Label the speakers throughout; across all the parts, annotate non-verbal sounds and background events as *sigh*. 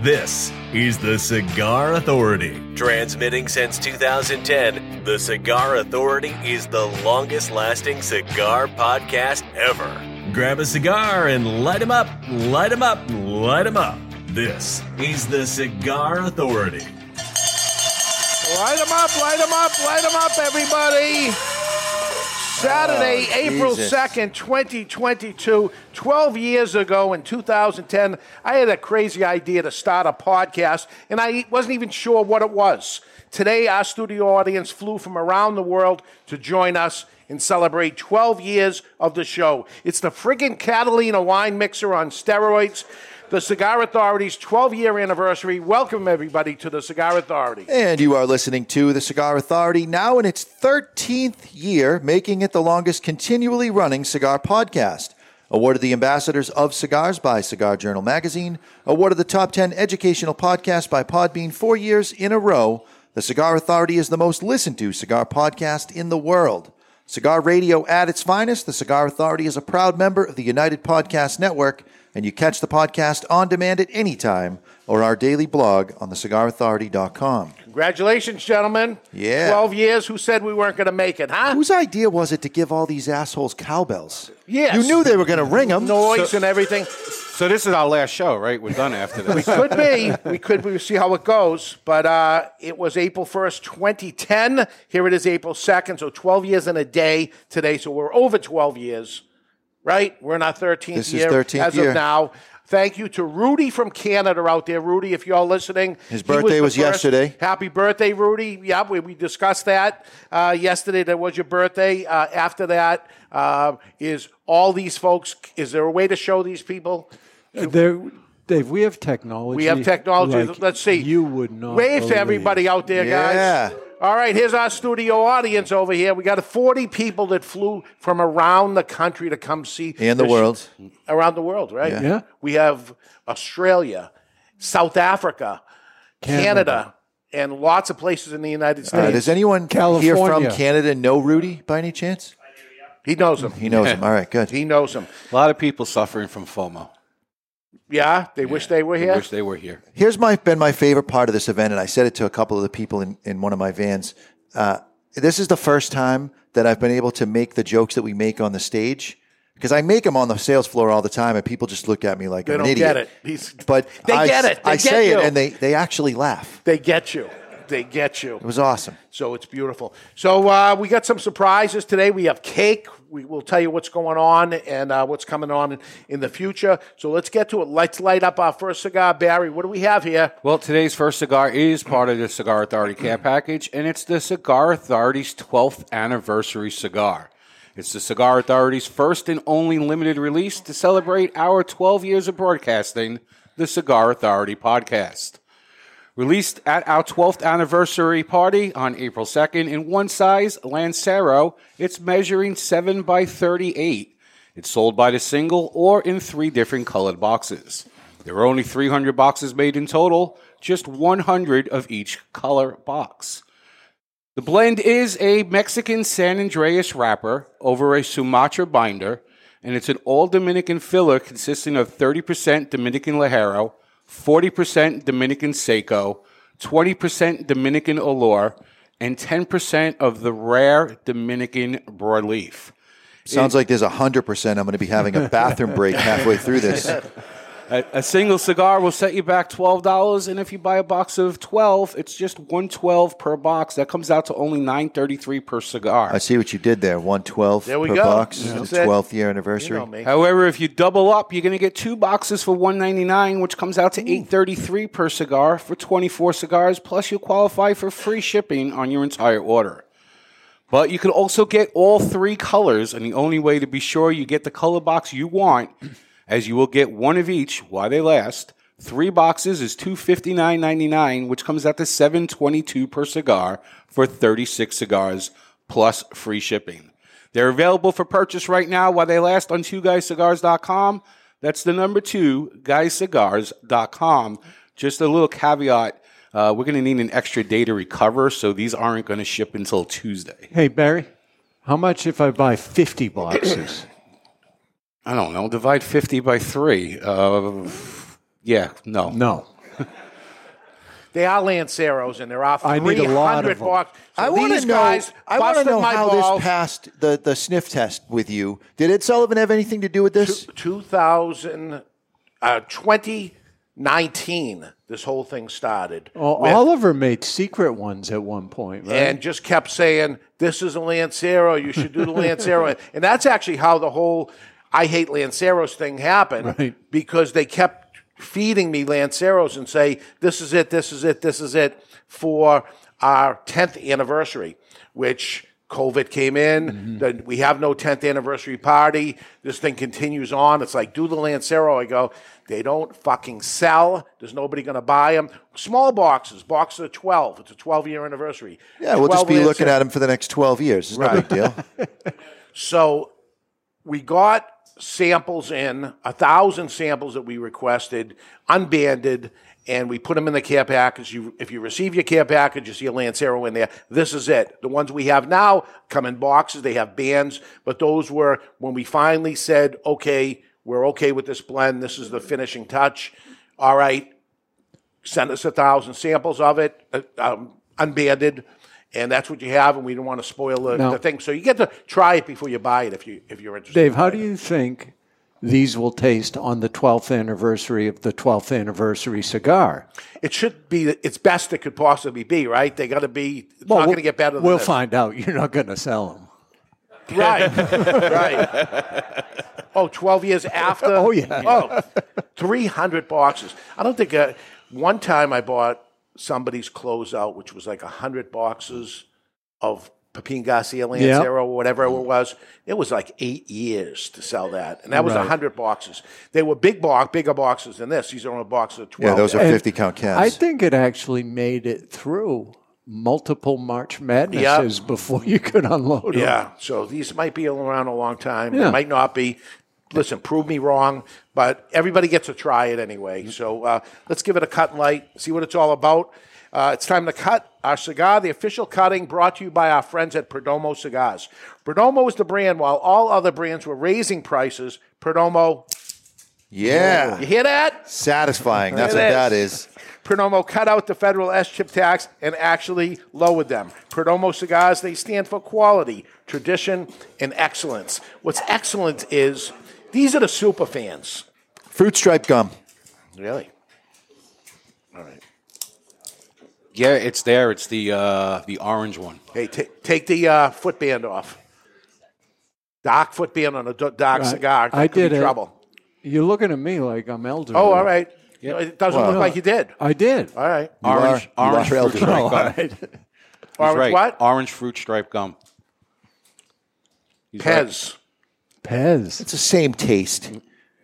Speaker 1: this is the Cigar Authority. Transmitting since 2010, the Cigar Authority is the longest lasting cigar podcast ever. Grab a cigar and light 'em up, light 'em up, light 'em up. This is the Cigar Authority.
Speaker 2: Light them up, light them up, light them up, everybody. Saturday,
Speaker 3: Oh,
Speaker 2: April
Speaker 3: Jesus.
Speaker 2: 2nd, 2022. 12 years ago in 2010, I had a crazy idea to start a podcast, and I wasn't even sure what it was. Today, our studio audience flew from around the world to join us and celebrate 12 years of the show. It's the friggin' Catalina wine mixer on steroids. The Cigar Authority's 12 year anniversary. Welcome, everybody, to the Cigar Authority.
Speaker 3: And you are listening to the Cigar Authority now in its 13th year, making it the longest continually running cigar podcast. Awarded the Ambassadors of Cigars by Cigar Journal Magazine. Awarded the Top 10 Educational Podcast by Podbean four years in a row. The Cigar Authority is the most listened to cigar podcast in the world. Cigar radio at its finest, the Cigar Authority is a proud member of the United Podcast Network, and you catch the podcast on demand at any time or our daily blog on thecigarauthority.com.
Speaker 2: Congratulations, gentlemen.
Speaker 3: Yeah.
Speaker 2: 12 years. Who said we weren't going to make it,
Speaker 3: *laughs*
Speaker 2: huh?
Speaker 3: Whose idea was it to give all these assholes cowbells?
Speaker 2: Yes.
Speaker 3: You knew they were going to ring them.
Speaker 2: Noise and everything.
Speaker 4: So this is our last show, right? We're done after
Speaker 2: We
Speaker 4: this.
Speaker 2: could *laughs* be. We could we see how it goes. But uh, it was April 1st, 2010. Here it is, April 2nd. So 12 years and a day today. So we're over 12 years, right? We're in our 13th
Speaker 3: This is
Speaker 2: year
Speaker 3: 13th
Speaker 2: as
Speaker 3: year.
Speaker 2: of now. Thank you to Rudy from Canada out there. Rudy, if you're listening,
Speaker 3: His
Speaker 2: he
Speaker 3: birthday
Speaker 2: the
Speaker 3: was
Speaker 2: first.
Speaker 3: yesterday.
Speaker 2: Happy birthday, Rudy. Yeah, we, we discussed that uh, yesterday. That was your birthday. Uh, after that, uh, is all these folks, is there a way to show these people?
Speaker 5: There, Dave, we have technology.
Speaker 2: We have technology.
Speaker 5: like
Speaker 2: Let's see.
Speaker 5: You would not
Speaker 2: wave
Speaker 5: believe.
Speaker 2: to everybody out there,
Speaker 3: Yeah.
Speaker 2: guys. All right, here's our studio audience over here. We got 40 people that flew from around the country to come see
Speaker 3: In the
Speaker 2: this-
Speaker 3: world.
Speaker 2: Around the world, right?
Speaker 5: Yeah.
Speaker 2: We have Australia, South Africa, Canada, and lots of places in the United States.
Speaker 3: Uh, does anyone here from
Speaker 5: California.
Speaker 3: Canada know Rudy by any chance?
Speaker 2: he knows them.
Speaker 3: He
Speaker 2: *laughs*
Speaker 3: knows him. All right, good.
Speaker 2: He knows them.
Speaker 4: A lot of people suffering from FOMO.
Speaker 2: Yeah, they wish they were here.
Speaker 4: Wish they were here.
Speaker 3: Here's my been my favorite part of this event, and I said it to a couple of the people in, in one of my vans. Uh, this is the first time that I've been able to make the jokes that we make on the stage because I make them on the sales floor all the time, and people just look at me like
Speaker 2: they
Speaker 3: I'm
Speaker 2: don't
Speaker 3: an idiot.
Speaker 2: get it. He's-
Speaker 3: But
Speaker 2: they
Speaker 3: I,
Speaker 2: get it. They
Speaker 3: I
Speaker 2: get
Speaker 3: say
Speaker 2: you.
Speaker 3: it, and they they actually laugh.
Speaker 2: they get you. They get you.
Speaker 3: It was awesome.
Speaker 2: So it's beautiful. So uh, we got some surprises today. We have cake. We will tell you what's going on and uh, what's coming on in, in the future. So let's get to it. Let's light up our first cigar, Barry. What do we have here?
Speaker 4: Well, today's first cigar is part of the Cigar Authority care package, and it's the Cigar Authority's 12th anniversary cigar. It's the Cigar Authority's first and only limited release to celebrate our 12 years of broadcasting the Cigar Authority podcast. Released at our 12th anniversary party on April 2nd in one size Lancero, it's measuring 7 by 38. It's sold by the single or in three different colored boxes. There are only 300 boxes made in total, just 100 of each color box. The blend is a Mexican San Andreas wrapper over a Sumatra binder, and it's an all Dominican filler consisting of 30% Dominican Lajero, 40% Dominican Seco, 20% Dominican Olor, and 10% of the rare Dominican broadleaf.
Speaker 3: Sounds like there's a hundred percent. I'm going to be having a bathroom
Speaker 2: *laughs*
Speaker 3: break halfway through this.
Speaker 4: *laughs* A, a single cigar will set you back twelve dollars, and if you buy a box of twelve, it's just one twelve per box. That comes out to only nine thirty three per cigar.
Speaker 3: I see what you did there. One twelve
Speaker 2: There
Speaker 3: per
Speaker 2: we go.
Speaker 3: box.
Speaker 2: Yeah. That's
Speaker 3: The
Speaker 2: it.
Speaker 3: twelfth year anniversary.
Speaker 2: You know me.
Speaker 4: However, if you double up, you're going to get two boxes for one ninety nine, which comes out to eight thirty three per cigar for twenty four cigars. Plus, you qualify for free shipping on your entire order. But you can also get all three colors, and the only way to be sure you get the color box you want, *clears throat* as you will get one of each while they last. Three boxes is two fifty nine ninety nine, which comes out to seven twenty two per cigar for thirty six cigars plus free shipping. They're available for purchase right now while they last on two guyscigars.com. That's the number two, guyscigars.com. Just a little caveat uh, we're going to need an extra day to recover, so these aren't going to ship until Tuesday.
Speaker 5: Hey, Barry, how much if I buy
Speaker 2: *coughs*
Speaker 5: 50 boxes?
Speaker 4: I don't know. Divide 50 by three. Uh, yeah, no.
Speaker 5: no.
Speaker 2: They are Lanceros, and there are
Speaker 5: I
Speaker 2: 300
Speaker 5: need a lot of them.
Speaker 2: bucks. So
Speaker 3: I want
Speaker 2: these
Speaker 3: to know.
Speaker 2: guys
Speaker 3: I want to
Speaker 2: busted
Speaker 3: know
Speaker 2: my
Speaker 3: how
Speaker 2: balls.
Speaker 3: this passed the, the sniff test with you. Did Ed Sullivan have anything to do with this?
Speaker 2: 2000, uh, 2019, this whole thing started.
Speaker 5: Well, Oliver made secret ones at one point, right?
Speaker 2: and just kept saying, "This is a Lancero. You should do the
Speaker 5: *laughs*
Speaker 2: Lancero." and that's actually how the whole "I hate Lanceros" thing happened,
Speaker 5: Right.
Speaker 2: because they kept feeding me Lanceros and say, "This is it. This is it. This is it." For our tenth anniversary, which COVID came in,
Speaker 3: Mm-hmm.
Speaker 2: then we have no tenth anniversary party. This thing continues on. It's like do the Lancero. I go. They don't fucking sell. There's nobody going to buy them. Small boxes, boxes of 12. It's a 12 year anniversary.
Speaker 3: Yeah, we'll just
Speaker 2: 12
Speaker 3: be
Speaker 2: years
Speaker 3: looking
Speaker 2: in.
Speaker 3: at him for the next twelve years. It's no big
Speaker 2: *laughs*
Speaker 3: deal.
Speaker 2: So we got samples in, a thousand samples that we requested, unbanded, and we put them in the care package. You, if you receive your care package, you see a Lancero in there. This is it. The ones we have now come in boxes. They have bands, but those were when we finally said, okay, we're okay with this blend. This is the finishing touch. All right, sent us a thousand samples of it, uh, um, unbanded, and that's what you have. And we didn't want to spoil the,
Speaker 5: No.
Speaker 2: the thing, so you get to try it before you buy it if you if you're interested.
Speaker 5: Dave, how do you think these will taste on the 12th anniversary of the 12th anniversary cigar?
Speaker 2: It should be its best it could possibly be, right? They got to be. It's not going to get better. Than
Speaker 5: We'll
Speaker 2: this.
Speaker 5: find out. You're not going to sell them.
Speaker 2: Right, right. Oh, 12 years after.
Speaker 5: Oh, yeah.
Speaker 2: Oh, 300 boxes. I don't think uh, one time I bought somebody's closeout, which was like 100 boxes of Pepin Garcia Lancero or whatever it was. It was like eight years to sell that. And that was a 100 boxes. They were big box, bigger boxes than this. These are only boxes of 12.
Speaker 3: Yeah, those are
Speaker 5: And
Speaker 3: fifty count
Speaker 5: I
Speaker 3: cans.
Speaker 5: think it actually made it through multiple March Madnesses before you could unload them.
Speaker 2: Yeah. So these might be around a long time.
Speaker 5: Yeah.
Speaker 2: They might not be. Listen, prove me wrong, but everybody gets to try it anyway. So uh, let's give it a cut and light, see what it's all about. Uh, it's time to cut our cigar, the official cutting brought to you by our friends at Perdomo Cigars. Perdomo is the brand, while all other brands were raising prices, Perdomo, you
Speaker 3: Yeah,
Speaker 2: hear that?
Speaker 3: satisfying. That's what
Speaker 2: It is.
Speaker 3: that is.
Speaker 2: Perdomo cut out the federal S chip tax and actually lowered them. Perdomo cigars, they stand for quality, tradition, and excellence. What's excellent is these are the super fans.
Speaker 3: Fruit stripe gum.
Speaker 2: Really? All right.
Speaker 4: Yeah, it's there. It's the uh, the orange one.
Speaker 2: Hey, ta take the uh, footband off. Dark footband on a d- dark
Speaker 5: Right.
Speaker 2: cigar.
Speaker 5: I
Speaker 2: Could be
Speaker 5: did it.
Speaker 2: trouble.
Speaker 5: You're looking at me like I'm elderly.
Speaker 2: Oh, all right. No, It doesn't
Speaker 3: Wow.
Speaker 2: look like you did.
Speaker 5: I did.
Speaker 2: All right.
Speaker 3: You
Speaker 4: Orange,
Speaker 3: are- you
Speaker 4: orange
Speaker 3: are
Speaker 4: fruit
Speaker 3: elderly.
Speaker 4: stripe gum. He's
Speaker 2: Orange
Speaker 4: right.
Speaker 2: what?
Speaker 4: Orange fruit stripe gum. He's right.
Speaker 2: Pez.
Speaker 5: Pez.
Speaker 3: It's the same taste.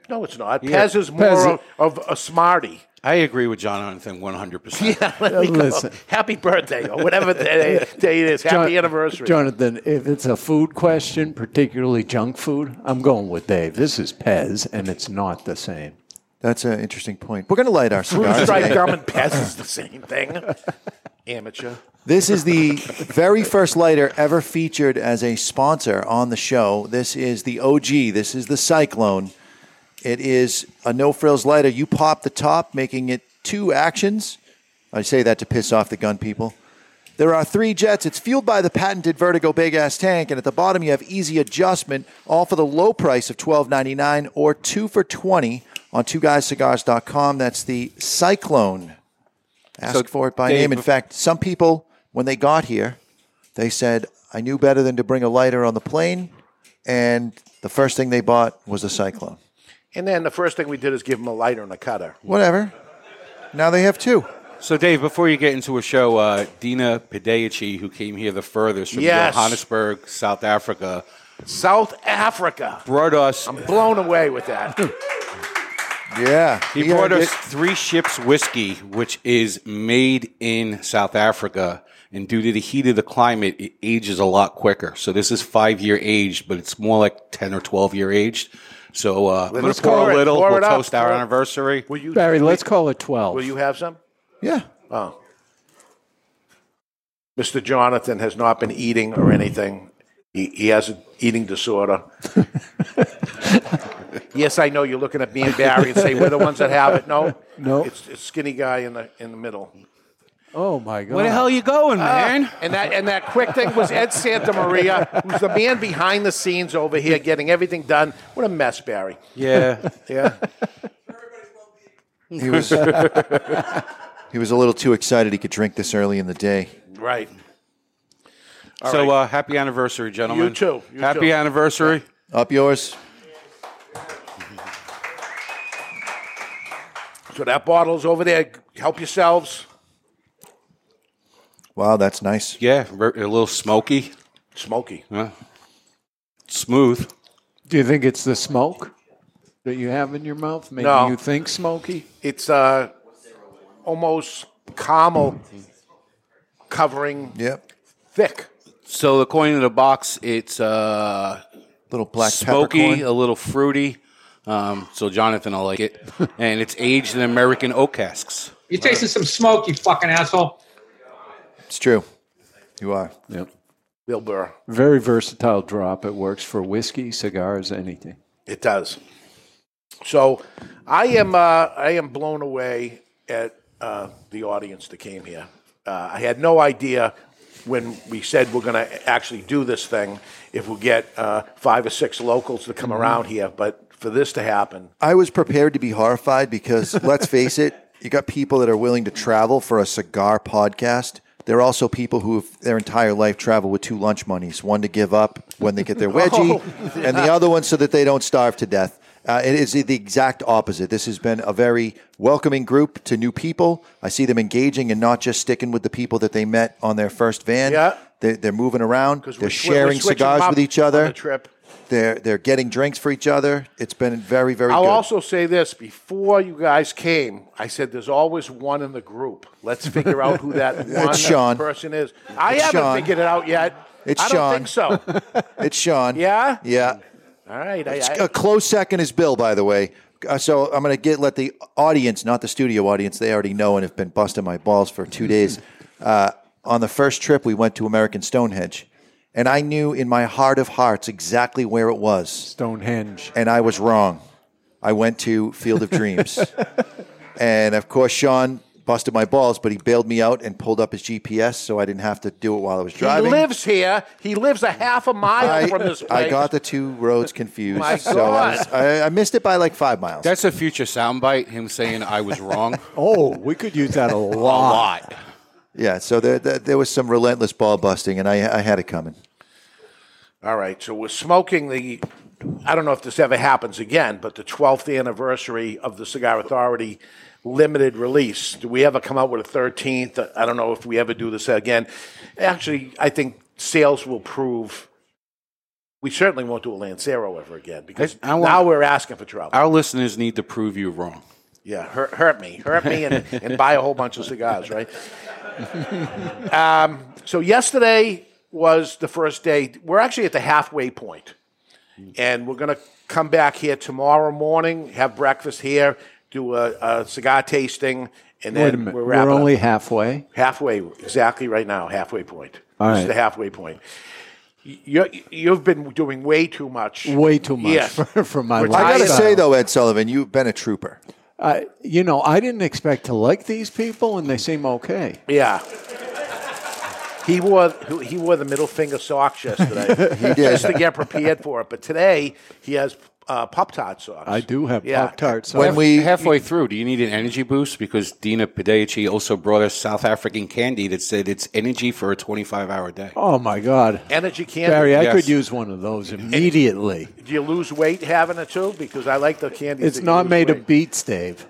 Speaker 2: No, it's not. Pez is more
Speaker 5: Pez-
Speaker 2: of, of a smarty.
Speaker 4: I agree with John on thing
Speaker 2: *laughs*
Speaker 4: 100%.
Speaker 5: Listen,
Speaker 2: Happy birthday or whatever day, day it is. Happy
Speaker 5: Jon-
Speaker 2: anniversary.
Speaker 5: Jonathan, if it's a food question, particularly junk food, I'm going with Dave. This is Pez, and it's not the same.
Speaker 3: That's an interesting point. We're going to light our
Speaker 2: Fruit
Speaker 3: cigars.
Speaker 2: stripe
Speaker 3: today.
Speaker 2: gum and Pez is the same thing.
Speaker 5: *laughs*
Speaker 2: Amateur.
Speaker 3: This is the very first lighter ever featured as a sponsor on the show. This is the OG. This is the Cyclone. It is a no frills lighter. You pop the top, making it two actions. I say that to piss off the gun people. There are three jets. It's fueled by the patented Vertigo big ass tank, and at the bottom you have easy adjustment, all for the low price of twelve ninety nine or two for twenty on two guyscigars.com. That's the Cyclone. Ask
Speaker 4: So,
Speaker 3: for it by
Speaker 4: Dave,
Speaker 3: name. In
Speaker 4: bef-
Speaker 3: fact, some people when they got here, they said, "I knew better than to bring a lighter on the plane," and the first thing they bought was a Cyclone.
Speaker 2: And then the first thing we did is give him a lighter and a cutter.
Speaker 3: Whatever. Now they have two.
Speaker 4: so, Dave, before you get into a show, uh, Dina Pedeichi, who came here the furthest from
Speaker 2: Yes.
Speaker 4: Johannesburg, South Africa,
Speaker 2: South Africa.
Speaker 4: brought us
Speaker 2: Blown away with that.
Speaker 3: Yeah.
Speaker 4: He brought us three ships whiskey, which is made in South Africa. And due to the heat of the climate, it ages a lot quicker. So this is five year aged, but it's more like 10 or 12 year aged. So uh, I'm going
Speaker 2: Let's
Speaker 4: to pour
Speaker 2: pour it-
Speaker 4: a little.
Speaker 2: pour
Speaker 4: We'll
Speaker 2: it up,
Speaker 4: toast our
Speaker 2: pour it-
Speaker 4: anniversary.
Speaker 2: Will you,
Speaker 5: Barry, let's call it 12.
Speaker 2: Will you have some?
Speaker 3: Yeah.
Speaker 2: Oh. Mr. Jonathan has not been eating or anything. He, he has an
Speaker 4: *laughs*
Speaker 2: eating disorder. yes, I know you're looking at me and Barry and say we're the ones that have it. No,
Speaker 5: No.
Speaker 2: it's, it's skinny guy in the in the middle.
Speaker 5: oh, my God.
Speaker 4: Where the hell you
Speaker 2: Ah,
Speaker 4: going, man?
Speaker 2: And that and that quick thing was Ed Santa Maria, who's the man behind the scenes over here, getting everything done. What a mess, Barry.
Speaker 4: Yeah.
Speaker 2: *laughs* Yeah,
Speaker 3: *laughs* He was, *laughs* he was a little too excited he could drink this early in the day.
Speaker 2: right.
Speaker 4: so uh, happy anniversary, gentlemen.
Speaker 2: You too. You
Speaker 4: happy
Speaker 2: too.
Speaker 4: anniversary.
Speaker 3: Up yours.
Speaker 2: So that bottle's over there. Help yourselves.
Speaker 3: Wow, that's nice.
Speaker 4: Yeah, ver- a little smoky,
Speaker 2: Smoky.
Speaker 4: huh? smooth.
Speaker 5: Do you think it's the smoke that you have in your mouth? Maybe
Speaker 2: No.
Speaker 5: you think smoky?
Speaker 2: It's uh, almost caramel covering
Speaker 3: Yep.
Speaker 2: thick.
Speaker 4: So according to the box, it's uh,
Speaker 3: Little black
Speaker 4: smoky,
Speaker 3: peppercorn.
Speaker 4: a little fruity. Um, so Jonathan will like
Speaker 3: *laughs*
Speaker 4: it, and it's aged in American oak casks.
Speaker 6: You tasted some smoke, you fucking asshole.
Speaker 3: It's true. You are.
Speaker 5: Yep.
Speaker 2: Bill Burr.
Speaker 5: Very versatile drop. It works for whiskey, cigars, anything.
Speaker 2: It does. So I am uh, I am blown away at uh, the audience that came here. Uh, I had no idea when we said we're going to actually do this thing if we get uh, five or six locals to come
Speaker 3: Mm-hmm.
Speaker 2: around here, but for this to happen,
Speaker 3: I was prepared to be horrified
Speaker 2: *laughs*
Speaker 3: because let's face it, you got people that are willing to travel for a cigar podcast. There are also people who have their entire life travel with two lunch monies, one to give up when they
Speaker 2: *laughs*
Speaker 3: get their wedgie,
Speaker 2: Oh,
Speaker 3: and the other one so that they don't starve to death. Uh, it is the exact opposite. This has been a very welcoming group to new people. I see them engaging and not just sticking with the people that they met on their first van.
Speaker 2: Yeah.
Speaker 3: They, they're moving around.
Speaker 2: because
Speaker 3: They're sharing cigars with each
Speaker 2: On
Speaker 3: other.
Speaker 2: the trip.
Speaker 3: They're they're getting drinks for each other. It's been very very.
Speaker 2: I'll
Speaker 3: good.
Speaker 2: also say this: before you guys came, I said there's always one in the group. Let's figure out
Speaker 3: *laughs*
Speaker 2: who that one
Speaker 3: Sean.
Speaker 2: person is. I
Speaker 3: It's
Speaker 2: haven't
Speaker 3: Sean.
Speaker 2: figured it out yet.
Speaker 3: It's
Speaker 2: I don't think so.
Speaker 3: *laughs* It's Sean.
Speaker 2: Yeah?
Speaker 3: Yeah.
Speaker 2: All right, I,
Speaker 3: A
Speaker 2: I,
Speaker 3: close second is Bill, by the way. Uh, so I'm going to get let the audience, not the studio audience, they already know and have been busting my balls for two
Speaker 2: *laughs*
Speaker 3: days. Uh, on the first trip, we went to American Stonehenge, and I knew in my heart of hearts exactly where it was,
Speaker 5: Stonehenge.
Speaker 3: and I was wrong. I went to Field of
Speaker 5: *laughs*
Speaker 3: Dreams, and of course, Sean busted my balls, but he bailed me out and pulled up his GPS, so I didn't have to do it while I was
Speaker 2: he
Speaker 3: driving.
Speaker 2: lives here. He lives a half a mile
Speaker 3: I,
Speaker 2: from this
Speaker 3: I
Speaker 2: place.
Speaker 3: got the two roads confused.
Speaker 2: My
Speaker 3: so I, was-
Speaker 2: God.
Speaker 3: I, I missed it by like five miles.
Speaker 4: That's a future soundbite. Him saying I was
Speaker 3: *laughs*
Speaker 4: wrong
Speaker 5: Oh, we could use that a
Speaker 4: a
Speaker 5: lot.
Speaker 4: lot.
Speaker 3: yeah, so there, there, there was some relentless ball busting, and I, I had it coming.
Speaker 2: All right, so we're smoking the. I don't know if this ever happens again, but the 12th anniversary of the Cigar Authority limited release. Do we ever come out with a 13th? I don't know if we ever do this again. Actually, I think sales will prove. We certainly won't do a Lancero ever again because
Speaker 4: I- I want-
Speaker 2: now we're asking for trouble.
Speaker 4: Our listeners need to prove you wrong.
Speaker 2: Yeah, hurt, hurt me, hurt me,
Speaker 5: *laughs*
Speaker 2: and, and buy a whole bunch of cigars, right? um, so yesterday was the first day. We're actually at the halfway point, and we're gonna come back here tomorrow morning, have breakfast here, do a, a cigar tasting, and
Speaker 5: Wait a
Speaker 2: then
Speaker 5: minute.
Speaker 2: we're
Speaker 5: We're,
Speaker 2: wrapping up.
Speaker 5: only halfway.
Speaker 2: halfway, exactly right now, halfway point.
Speaker 5: All
Speaker 2: this is
Speaker 5: right.
Speaker 2: the halfway point. You, you've been doing way too much.
Speaker 5: Way too much
Speaker 2: Yes.
Speaker 5: for, *laughs* for my
Speaker 2: We're
Speaker 5: life.
Speaker 3: I got to
Speaker 2: Lifestyle.
Speaker 3: say, though, Ed Sullivan, you've been a trooper.
Speaker 5: I, you know, I didn't expect to like these people, and they seem okay.
Speaker 2: Yeah. He wore he wore the middle finger socks
Speaker 5: *laughs*
Speaker 2: yesterday. he did just to get prepared for it. But today he has uh, pop tart socks.
Speaker 5: I do have
Speaker 2: Yeah.
Speaker 5: Pop Tarts.
Speaker 3: When we-
Speaker 4: halfway through, do you need an energy boost? Because Dina Padeichi also brought us South African candy that said it's energy for a 25 hour day.
Speaker 5: oh, my God.
Speaker 2: Energy candy.
Speaker 5: Barry, I
Speaker 4: Yes.
Speaker 5: could use one
Speaker 2: *laughs*
Speaker 5: of those immediately.
Speaker 2: do you lose weight having it too? Because I like the candy.
Speaker 5: It's not made of beets, Dave.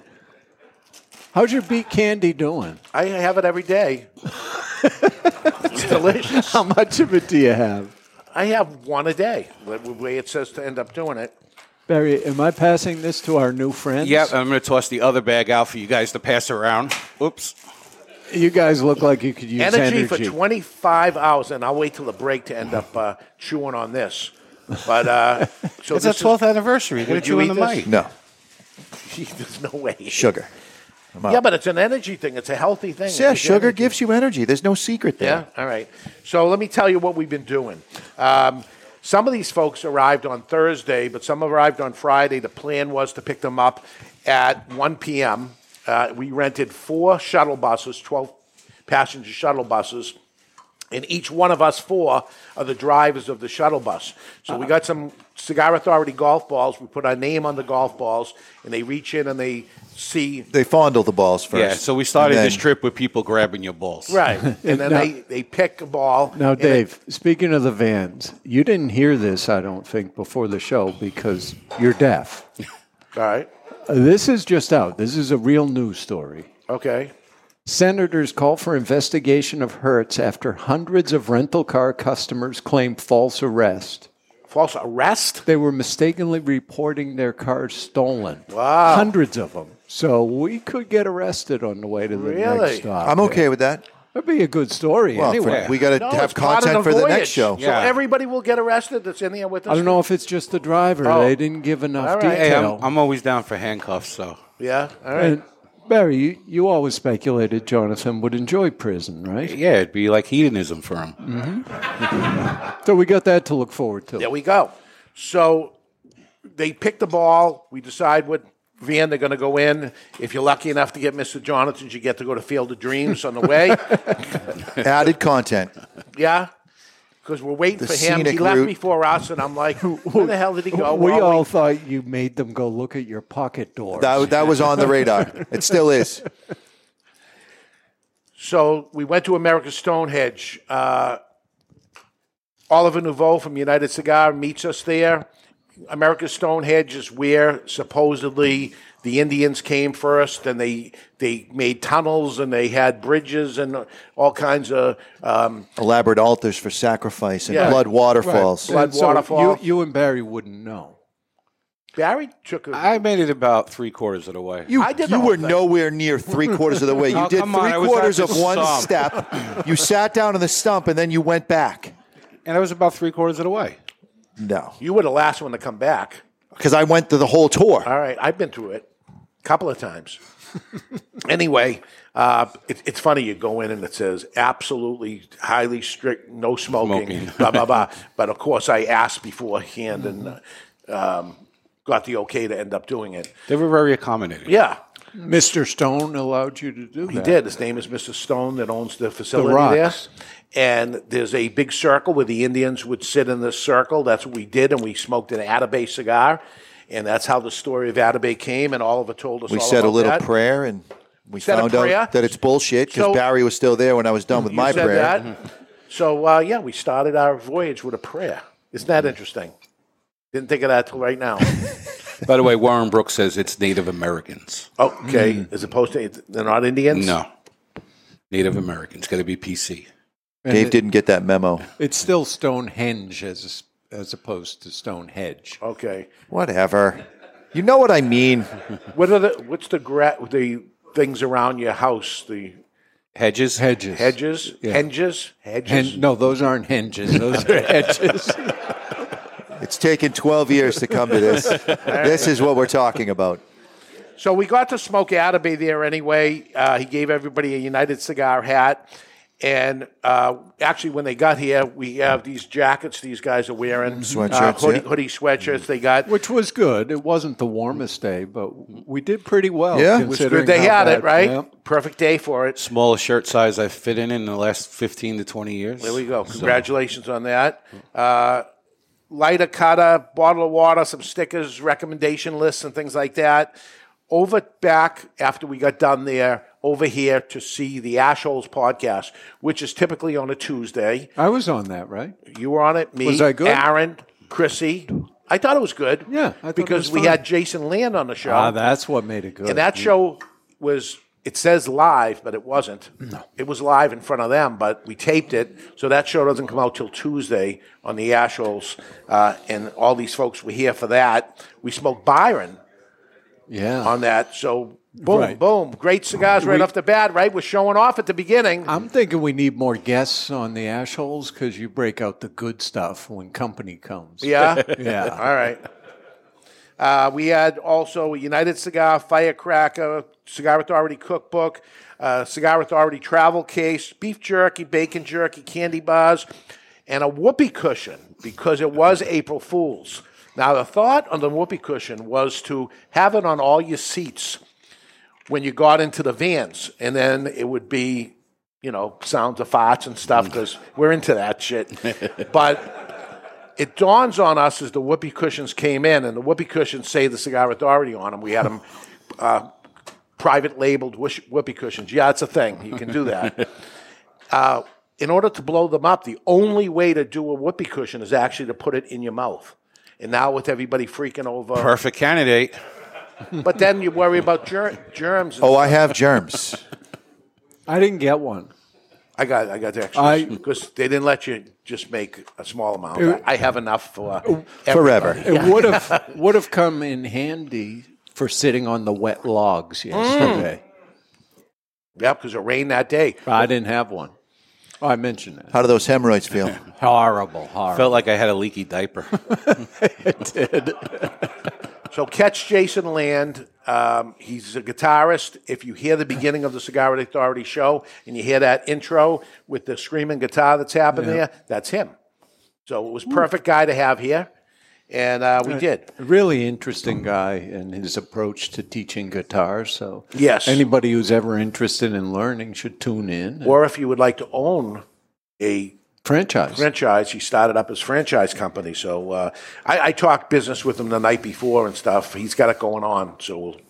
Speaker 5: How's your beet candy doing?
Speaker 2: I have it every day. *laughs* it's delicious.
Speaker 5: How much of it do you have?
Speaker 2: I have one a day. The way it says to end up doing it.
Speaker 5: Barry, am I passing this to our new friends?
Speaker 4: Yep, I'm going to toss the other bag out for you guys to pass around. Oops.
Speaker 5: You guys look like you could use energy.
Speaker 2: energy, for 25 hours, and I'll wait till the break to end up uh, chewing on this. But uh,
Speaker 5: *laughs*
Speaker 2: so
Speaker 4: It's our
Speaker 2: this
Speaker 4: 12th anniversary. We're
Speaker 2: Would
Speaker 4: chewing
Speaker 2: you
Speaker 4: the
Speaker 2: eat
Speaker 4: mic.
Speaker 2: this?
Speaker 3: No,
Speaker 2: Is, *laughs* there's no way.
Speaker 3: sugar.
Speaker 2: Yeah, but it's an energy thing. It's a healthy thing.
Speaker 3: Yeah,
Speaker 2: It's
Speaker 3: sugar
Speaker 2: energy.
Speaker 3: gives you energy. There's no secret
Speaker 2: Yeah.
Speaker 3: there.
Speaker 2: All right. So let me tell you what we've been doing. Um, some of these folks arrived on Thursday, but some arrived on Friday. The plan was to pick them up at 1 p.m. Uh, we rented four shuttle buses, 12 passenger shuttle buses. And each one of us four are the drivers of the shuttle bus. So we got some Cigar Authority golf balls. We put our name on the golf balls, and they reach in and they see
Speaker 3: They fondle the balls first.
Speaker 4: Yeah, so we started
Speaker 3: and then-
Speaker 4: this trip with people grabbing
Speaker 3: *laughs*
Speaker 4: your balls. *laughs*
Speaker 2: Right. *laughs* And then
Speaker 5: Now-
Speaker 2: they, they pick a ball.
Speaker 5: Now,
Speaker 2: and it-
Speaker 5: Dave, speaking of the vans, you didn't hear this, I don't think, before the show because you're deaf.
Speaker 2: all right.
Speaker 5: Uh, This is just out. This is a real news story.
Speaker 2: Okay.
Speaker 5: Senators call for investigation of Hertz after hundreds of rental car customers claimed false arrest.
Speaker 2: False arrest?
Speaker 5: They were mistakenly reporting their cars stolen. Wow. Hundreds of them. So we could get arrested on the way to the
Speaker 2: Really?
Speaker 5: next stop.
Speaker 3: I'm okay with that.
Speaker 5: That'd be a good story
Speaker 3: Well,
Speaker 5: anyway.
Speaker 3: for- we got to
Speaker 2: No,
Speaker 3: have
Speaker 2: it's part of
Speaker 3: content for the
Speaker 2: voyage.
Speaker 3: next show.
Speaker 4: Yeah.
Speaker 2: So everybody will get arrested that's in here with us.
Speaker 5: I don't know if it's just the driver.
Speaker 2: Oh.
Speaker 5: They didn't give enough
Speaker 2: All right.
Speaker 4: Hey,
Speaker 5: detail.
Speaker 4: I'm, I'm always down for handcuffs, so.
Speaker 2: Yeah. All right.
Speaker 5: And Barry, you, you always speculated Jonathan would enjoy prison, right?
Speaker 4: Yeah, it'd be like hedonism for him.
Speaker 5: So we got that to look forward to.
Speaker 2: Mm-hmm. There we go. So they pick the ball. We decide what van they're going to go in. If you're lucky enough to get Mr. Jonathan's, you get to go to Field of Dreams on the
Speaker 5: *laughs*
Speaker 2: way.
Speaker 3: Added content.
Speaker 2: Yeah. Because we're waiting
Speaker 3: The
Speaker 2: for him. He
Speaker 3: scenic
Speaker 2: left
Speaker 3: route.
Speaker 2: before us, and I'm
Speaker 5: *laughs*
Speaker 2: like, where the hell did he go?
Speaker 5: we
Speaker 2: Well,
Speaker 5: all thought you made them go look at your pocket doors.
Speaker 3: That, that was on the radar. It still
Speaker 2: *laughs*
Speaker 3: is.
Speaker 2: So we went to America's Stonehenge. Uh, Oliver Nouveau from United Cigar meets us there. America's Stonehenge is where supposedly the Indians came first, and they they made tunnels and they had bridges and all kinds of um,
Speaker 3: Elaborate altars for sacrifice and
Speaker 2: Yeah.
Speaker 3: blood waterfalls.
Speaker 2: Blood
Speaker 5: And so
Speaker 2: waterfall.
Speaker 5: You, you and Barry wouldn't know.
Speaker 2: Barry took a
Speaker 4: I made it about three quarters of the way.
Speaker 3: You,
Speaker 2: I did the
Speaker 3: you
Speaker 2: whole
Speaker 3: were
Speaker 2: thing.
Speaker 3: nowhere near three quarters of the way. You
Speaker 4: *laughs* Oh,
Speaker 3: did
Speaker 4: come on,
Speaker 3: three
Speaker 4: I was at
Speaker 3: quarters
Speaker 4: the
Speaker 3: of one
Speaker 4: stump.
Speaker 3: step. You sat down on the stump and then you went back.
Speaker 4: and I was about three quarters of the way.
Speaker 3: No,
Speaker 2: you were the last one to come back.
Speaker 3: because I went through the whole tour.
Speaker 2: All right, I've been through it a couple of times. *laughs* anyway, uh, it, it's funny you go in and it says absolutely highly strict, no smoking,
Speaker 4: Smoking.
Speaker 2: blah
Speaker 3: *laughs*
Speaker 2: blah blah. But of course, I asked beforehand and uh, um, got the okay to end up doing it.
Speaker 4: They were very accommodating.
Speaker 2: Yeah,
Speaker 5: Mr. Stone allowed you to do
Speaker 2: he
Speaker 5: that.
Speaker 2: did. His name is Mr. Stone that owns the facility there.
Speaker 5: Rocks.
Speaker 2: And there's a big circle where the Indians would sit in this circle. That's what we did, and we smoked an Atabay cigar. And that's how the story of Atabay came, and Oliver told us
Speaker 3: we
Speaker 2: all
Speaker 3: said a
Speaker 2: about
Speaker 3: little
Speaker 2: that.
Speaker 3: prayer and we
Speaker 2: Said a
Speaker 3: found
Speaker 2: prayer.
Speaker 3: out that it's bullshit because
Speaker 2: So-
Speaker 3: Barry was still there when I was done with
Speaker 2: You
Speaker 3: my
Speaker 2: said
Speaker 3: prayer. Mm-hmm.
Speaker 2: That. So uh, yeah, we started our voyage with a prayer. Isn't that interesting? Didn't think of that till
Speaker 3: *laughs*
Speaker 2: right now.
Speaker 4: *laughs* By the way, Warren Brooks says it's Native Americans. Mm.
Speaker 2: Okay,
Speaker 3: Mm.
Speaker 2: as opposed to they're not Indians.
Speaker 4: No. Native Americans. Got to be PC.
Speaker 3: Dave didn't get that memo.
Speaker 5: It's still Stonehenge as as opposed to Stonehenge.
Speaker 2: Okay.
Speaker 3: Whatever. You know what I mean.
Speaker 2: What are the what's the gra- the things around your house? The
Speaker 4: Hedges?
Speaker 5: Hedges.
Speaker 2: hedges, henges, hedges.
Speaker 5: Hen- no, those aren't hinges. Those
Speaker 2: *laughs*
Speaker 3: *laughs*
Speaker 5: are hedges.
Speaker 3: It's taken 12 years to come to this. this is what we're talking about.
Speaker 2: So we got to smoke Atabey there anyway. Uh, he gave everybody a United Cigar hat. And uh, actually, when they got here, we have these jackets these guys are wearing uh,
Speaker 3: Sweatshirts,
Speaker 2: hoodie,
Speaker 3: yeah.
Speaker 2: hoodie sweatshirts. They got
Speaker 5: Which was good. It wasn't the warmest day, but we did pretty well.
Speaker 3: Yeah. It
Speaker 2: It was
Speaker 5: considering
Speaker 2: good they
Speaker 5: how
Speaker 2: had
Speaker 5: bad-
Speaker 2: it, right?
Speaker 5: Yeah.
Speaker 2: Perfect day for it.
Speaker 4: Smallest shirt size I've fit in in the last 15 to 20 years.
Speaker 2: There we go. Congratulations on that. Uh, lighter cutter, bottle of water, some stickers, recommendation lists, and things like that. Over back after we got done there, over here to see the Ashholes podcast, which is typically on a Tuesday.
Speaker 5: I was on that, right?
Speaker 2: You were on it, me,
Speaker 5: Was I good?
Speaker 2: Aaron, Chrissy. I thought it was good.
Speaker 5: Yeah, I thought it
Speaker 2: because
Speaker 5: was
Speaker 2: we
Speaker 5: fine.
Speaker 2: had Jason Land on the show.
Speaker 5: Ah, that's what made it good.
Speaker 2: And that show was It says live, but it wasn't. No. It was live in front of them, but we taped it. So that show doesn't come out till Tuesday on the Ashholes. Uh, and all these folks were here for that. We smoked Byron
Speaker 5: Yeah.
Speaker 2: on that. So boom,
Speaker 5: Right.
Speaker 2: boom. Great cigars right off the bat, right? We're showing off at the beginning.
Speaker 5: I'm thinking we need more guests on the Ashholes because you break out the good stuff when company comes. *laughs*
Speaker 2: yeah.
Speaker 5: Yeah.
Speaker 2: All right. Uh, we had also a United Cigar Firecracker, Cigar Authority Cookbook, uh, Cigar Authority Travel Case, beef jerky, bacon jerky, candy bars, and a whoopee cushion because it was April Fool's. Now, the thought on the whoopee cushion was to have it on all your seats when you got into the vans, and then it would be, you know, sounds of farts and stuff because we're into that
Speaker 3: *laughs*
Speaker 2: shit. but it dawns on us as the whoopee cushions came in, and the whoopee cushions say the Cigar Authority on them. We had them uh, private labeled whoosh- whoopee cushions. Yeah, it's a thing. You can
Speaker 3: *laughs*
Speaker 2: do *laughs* that. uh, in order to blow them up, the only way to do a whoopee cushion is actually to put it in your mouth. And now with everybody freaking over,
Speaker 4: Perfect candidate.
Speaker 2: but then you worry about ger- germs.
Speaker 3: Oh, I have germs.
Speaker 5: I didn't get one.
Speaker 2: I got I got the
Speaker 5: I-
Speaker 2: extras because they didn't let you just make a small amount. I, I have enough for
Speaker 3: Forever.
Speaker 2: *laughs* everybody.
Speaker 5: Uh, It
Speaker 2: *laughs*
Speaker 5: would have would have come in handy for sitting on the wet
Speaker 2: Mm.
Speaker 5: logs yesterday.
Speaker 2: Yep, because it rained that day.
Speaker 5: I didn't have one. Oh, I mentioned that.
Speaker 3: How do those hemorrhoids feel?
Speaker 5: Horrible, horrible.
Speaker 4: Felt like I *laughs* had a leaky
Speaker 2: *laughs*
Speaker 5: *laughs*
Speaker 4: diaper.
Speaker 5: it did.
Speaker 2: So catch Jason Land. Um, he's a guitarist. If you hear the beginning of the Cigar Authority show and you hear that intro with the screaming guitar that's happened there, that's him. So it was perfect guy to have here, and uh, we did.
Speaker 5: Really interesting guy and his approach to teaching guitar. So
Speaker 2: Yes.
Speaker 5: anybody who's ever interested in learning should tune in.
Speaker 2: Or if you would like to own a
Speaker 5: franchise.
Speaker 2: franchise. He started up his franchise company. So uh, I, I talked business with him the night before and stuff. He's got it going on. So it'll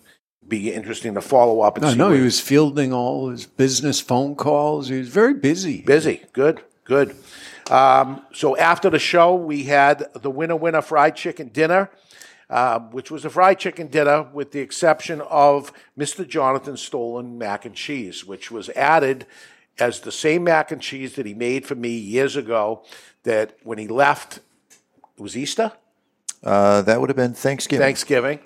Speaker 2: be interesting to follow up and
Speaker 5: No,
Speaker 2: see.
Speaker 5: no,
Speaker 2: where-
Speaker 5: he was fielding all his business phone calls. He was very busy.
Speaker 2: busy. Good, good. Um, so after the show, we had the winner winner fried chicken dinner. Uh, which was a fried chicken dinner, with the exception of Mr. Jonathan Stolen mac and cheese, which was added as the same mac and cheese that he made for me years ago. That when he left, it was Easter.
Speaker 3: Uh, that would have been Thanksgiving.
Speaker 2: Thanksgiving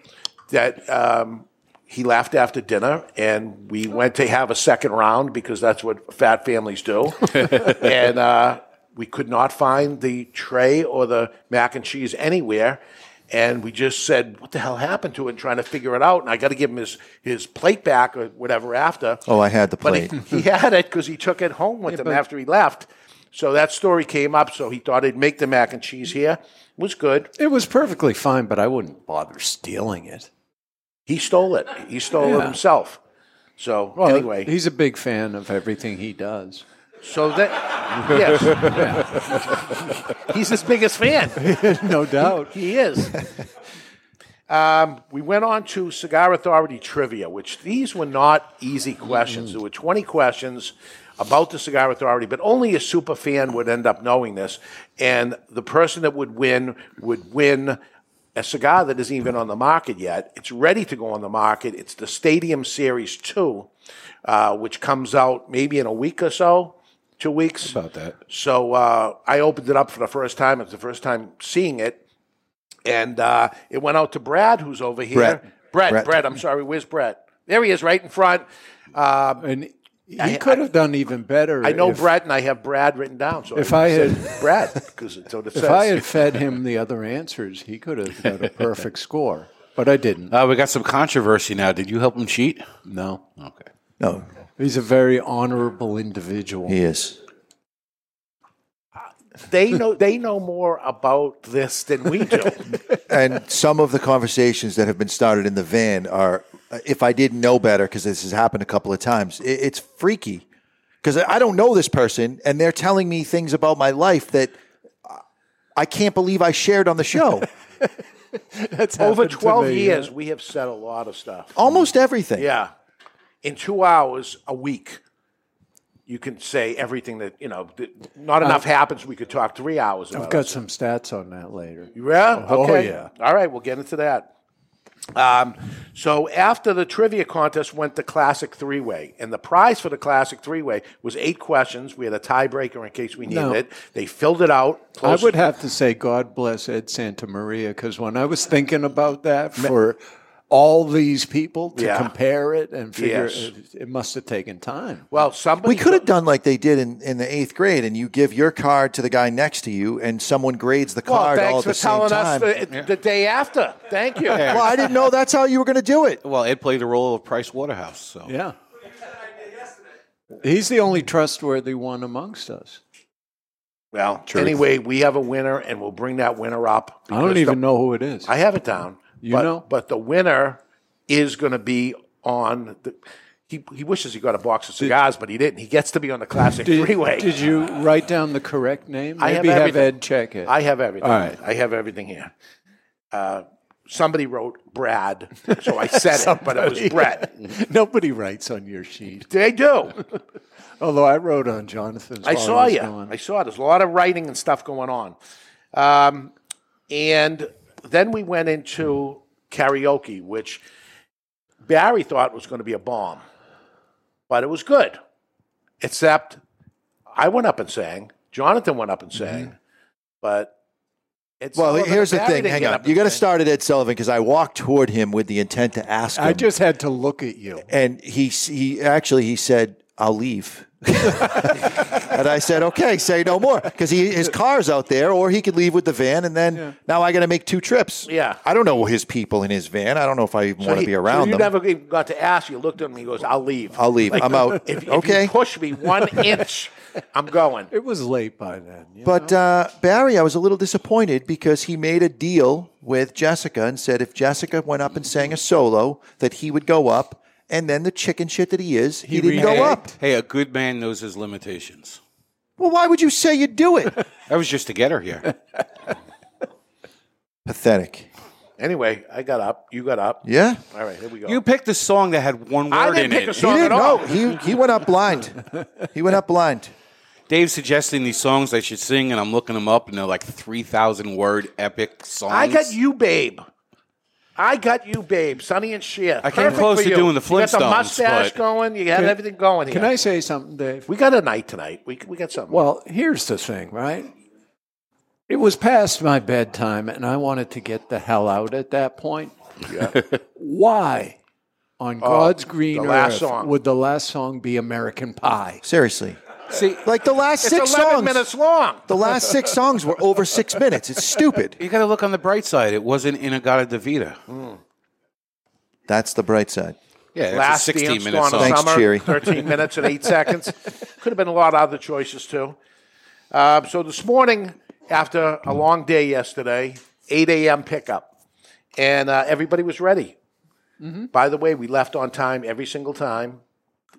Speaker 2: that um, he left after dinner, and we went to have a second round because that's what fat families do. and uh, we could not find the tray or the mac and cheese anywhere. And we just said, "What the hell happened to it?" Trying to figure it out, and I got to give him his, his plate back or whatever after.
Speaker 3: Oh, I had the
Speaker 2: But
Speaker 3: plate.
Speaker 2: *laughs* he, he had it because he took it home with him after he left. So that story came up. So he thought he'd make the mac and cheese here. It was good.
Speaker 5: It was perfectly fine, but I wouldn't bother stealing it.
Speaker 2: He stole it. He stole it
Speaker 5: Yeah.
Speaker 2: himself. So anyway,
Speaker 5: he's a big fan of everything he does.
Speaker 2: so that yes, *laughs* he's his biggest fan.
Speaker 5: *laughs* no doubt.
Speaker 2: *laughs* He is. *laughs* Um, we went on to Cigar Authority trivia, which these were not easy questions. There were twenty questions about the Cigar Authority, but only a super fan would end up knowing this, and the person that would win would win. A cigar that isn't even on the market yet. It's ready to go on the market. It's the Stadium Series 2. uh, which comes out maybe in a week or so, two weeks. About that. So uh, I opened it up for the first time. It's the first time seeing it, and uh, it went out to Brad, who's over here.
Speaker 3: Brett.
Speaker 2: Brett,
Speaker 3: Brett.
Speaker 2: Brett, I'm sorry. Where's Brett? There he is, right in front. Uh,
Speaker 5: And he could have done even better.
Speaker 2: I know
Speaker 5: if,
Speaker 2: Brett, and I have Brad written down. So
Speaker 5: If I
Speaker 2: said
Speaker 5: had-
Speaker 2: Brad, because it's what it says.
Speaker 5: *laughs* If I had fed him the other answers, he could have got a perfect score. But I didn't.
Speaker 4: Uh, we got some controversy now. Did you help him cheat?
Speaker 5: No.
Speaker 4: Okay.
Speaker 3: No,
Speaker 5: He's a very honorable individual.
Speaker 3: he is.
Speaker 2: they know they know more about this than we do.
Speaker 3: And some of the conversations that have been started in the van are, uh, if I didn't know better, because this has happened a couple of times, it, it's freaky. Because I I don't know this person, and they're telling me things about my life that uh, I can't believe I shared on the
Speaker 2: *laughs*
Speaker 3: show.
Speaker 5: *laughs* That's
Speaker 2: Over
Speaker 5: happened to
Speaker 2: 12
Speaker 5: me,
Speaker 2: years,
Speaker 5: yeah.
Speaker 2: we have said a lot of stuff.
Speaker 3: Almost everything.
Speaker 2: Yeah. In two hours a week, you can say everything that, you know, th- not
Speaker 5: Uh,
Speaker 2: enough happens. We could talk three hours about
Speaker 5: I've got some stats on that later.
Speaker 2: it. Yeah?
Speaker 5: Oh,
Speaker 2: Okay.
Speaker 5: yeah.
Speaker 2: All right. We'll get into that. Um, so after the trivia contest went the classic three way, and the prize for the classic three way was eight questions. We had a tiebreaker in case we needed
Speaker 5: No.
Speaker 2: it. They filled it out.
Speaker 5: I
Speaker 2: Close-
Speaker 5: would have to say, God bless Ed Santa Maria, because when I was thinking about that for all these people to
Speaker 2: Yeah.
Speaker 5: compare it and figure,
Speaker 2: Yes.
Speaker 5: it, it must have taken time.
Speaker 2: well, somebody
Speaker 3: We could have done like they did in, in the eighth grade, and you give your card to the guy next to you, and someone grades the
Speaker 2: Well,
Speaker 3: card all
Speaker 2: thanks
Speaker 3: at
Speaker 2: for
Speaker 3: the same
Speaker 2: telling us
Speaker 3: time.
Speaker 2: the, the day after. *laughs* Thank you.
Speaker 3: well, I didn't know that's how you were going to do it.
Speaker 4: Well, Ed played the role of Price Waterhouse. So
Speaker 2: Oh.
Speaker 5: Yeah. He's the only trustworthy one amongst us.
Speaker 2: Well, anyway, we have a winner, and we'll bring that winner up.
Speaker 5: I don't
Speaker 2: because
Speaker 5: even know who it is.
Speaker 2: I have it down.
Speaker 5: You
Speaker 2: but,
Speaker 5: know?
Speaker 2: but the winner is going to be on. The, he, he wishes he got a box of cigars, but he didn't. He gets to be on the classic
Speaker 5: did,
Speaker 2: freeway.
Speaker 5: did you write down the correct name?
Speaker 2: I have
Speaker 5: Maybe have,
Speaker 2: everything.
Speaker 5: Ed check it.
Speaker 2: I have everything.
Speaker 5: All right.
Speaker 2: I have everything here. Uh, somebody wrote Brad, so I said it, but it was Brett.
Speaker 5: *laughs* Nobody writes on your sheet.
Speaker 2: They do.
Speaker 5: Although I wrote on Jonathan's.
Speaker 2: I
Speaker 5: while
Speaker 2: saw
Speaker 5: was
Speaker 2: you.
Speaker 5: gone.
Speaker 2: I saw it. There's a lot of writing and stuff going on. Um, and then we went into karaoke, which Barry thought was going to be a bomb, but it was good. Except I went up and sang. Jonathan went up and sang, but it's
Speaker 3: Mm-hmm. Well,
Speaker 2: oh,
Speaker 3: here's the
Speaker 2: Barry
Speaker 3: thing.
Speaker 2: didn't
Speaker 3: Hang
Speaker 2: get
Speaker 3: on.
Speaker 2: up and
Speaker 3: You got to
Speaker 2: sang.
Speaker 3: start at Ed Sullivan because I walked toward him with the intent to ask him.
Speaker 5: I just had to look at you.
Speaker 3: and he he actually he said I'll leave. *laughs* and I said, okay, say no more, because he his car's out there, or he could leave with the van, and then now I got to make two trips.
Speaker 2: Yeah.
Speaker 3: I don't know his people in his van. I don't know if I even
Speaker 2: So
Speaker 3: want to
Speaker 2: he-
Speaker 3: be
Speaker 2: so
Speaker 3: around
Speaker 2: you
Speaker 3: them.
Speaker 2: never even got to ask. You looked at him. He goes, "I'll leave.
Speaker 3: I'll leave. I'm out.
Speaker 2: If, if
Speaker 3: okay,
Speaker 2: you push me one inch,
Speaker 3: *laughs*
Speaker 2: I'm going."
Speaker 5: It was late by then. you
Speaker 3: But uh, Barry, I was a little disappointed because he made a deal with Jessica and said if Jessica went up and sang a solo, that he would go up. And then the chicken shit that he is, he, didn't go
Speaker 4: hey,
Speaker 3: up.
Speaker 4: Hey, a good man knows his limitations.
Speaker 3: Well, why would you say you'd do it?
Speaker 4: That was just to get her here.
Speaker 3: *laughs* Pathetic.
Speaker 2: *laughs* Anyway, I got up. You got up.
Speaker 3: Yeah.
Speaker 2: All right, here we go.
Speaker 4: you picked a song that had one word
Speaker 2: I didn't
Speaker 4: in
Speaker 2: pick
Speaker 4: it.
Speaker 2: a
Speaker 3: He
Speaker 2: song at
Speaker 3: didn't know.
Speaker 2: all.
Speaker 3: He he went up blind. He went up blind.
Speaker 4: Dave's suggesting these songs I should sing, and I'm looking them up, and they're like 3,000 word epic songs.
Speaker 2: I got you, babe. I got you, babe. Sonny and Cher. I
Speaker 4: came close to doing the
Speaker 2: You got the
Speaker 4: Flintstones,
Speaker 2: mustache
Speaker 4: but-
Speaker 2: going. You had everything going here.
Speaker 5: Can I say something, Dave?
Speaker 2: We got a night tonight. We we got something.
Speaker 5: Well, here's the thing, right? It was past my bedtime, and I wanted to get the hell out at that point. *laughs* Why, on God's green
Speaker 2: Oh, the last
Speaker 5: earth,
Speaker 2: song.
Speaker 5: would the last song be "American Pie"?
Speaker 3: Seriously.
Speaker 4: See,
Speaker 3: Like the last
Speaker 2: it's
Speaker 3: six
Speaker 2: eleven
Speaker 3: songs.
Speaker 2: minutes long.
Speaker 3: The last six songs were over six minutes. It's stupid.
Speaker 4: you got to look on the bright side. It wasn't Inagata Davida.
Speaker 3: That's the bright side.
Speaker 4: Yeah, it's
Speaker 2: Last
Speaker 4: a 16
Speaker 2: dance
Speaker 4: minute
Speaker 2: on
Speaker 4: song.
Speaker 2: a
Speaker 3: Thanks,
Speaker 2: summer,
Speaker 3: Cheery.
Speaker 2: *laughs* Thirteen minutes and eight seconds.
Speaker 4: *laughs*
Speaker 3: *laughs*
Speaker 2: Could have been a lot of other choices too. Um, so this morning, after a long day yesterday, eight a.m. pickup, and uh, everybody was ready.
Speaker 3: Mm-hmm.
Speaker 2: By the way, we left on time every single time.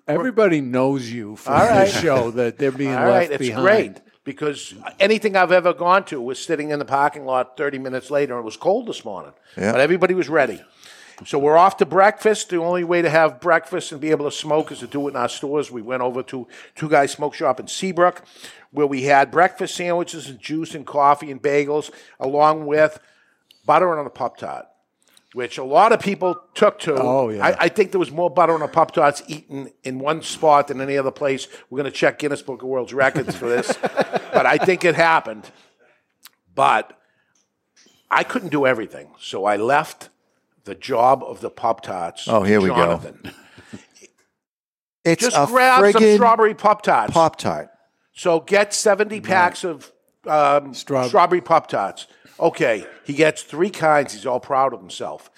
Speaker 5: Everybody knows you from
Speaker 2: All right.
Speaker 5: this *laughs* show that they're being
Speaker 2: All right,
Speaker 5: left
Speaker 2: it's
Speaker 5: behind.
Speaker 2: great because anything I've ever gone to was sitting in the parking lot 30 minutes later, and it was cold this morning. But everybody was ready. So we're off to breakfast. The only way to have breakfast and be able to smoke is to do it in our stores. We went over to Two Guys Smoke Shop in Seabrook, where we had breakfast sandwiches and juice and coffee and bagels, along with butter on a pop tart, which a lot of people took to.
Speaker 5: Oh, yeah.
Speaker 2: I, I think there was more butter on a pop tarts eaten in one spot than any other place. We're going to check Guinness Book of World Records
Speaker 3: *laughs*
Speaker 2: for this, but I think it happened. But I couldn't do everything, so I left the job of the pop tarts.
Speaker 3: Oh, here we go.
Speaker 2: we go.
Speaker 3: *laughs* It's
Speaker 2: Just
Speaker 3: a
Speaker 2: grab some
Speaker 3: friggin'
Speaker 2: strawberry pop tarts.
Speaker 3: Pop Tart.
Speaker 2: So get 70 packs of um,
Speaker 5: Straw-
Speaker 2: strawberry Pop Tarts. Okay, he gets three kinds. He's all proud of himself.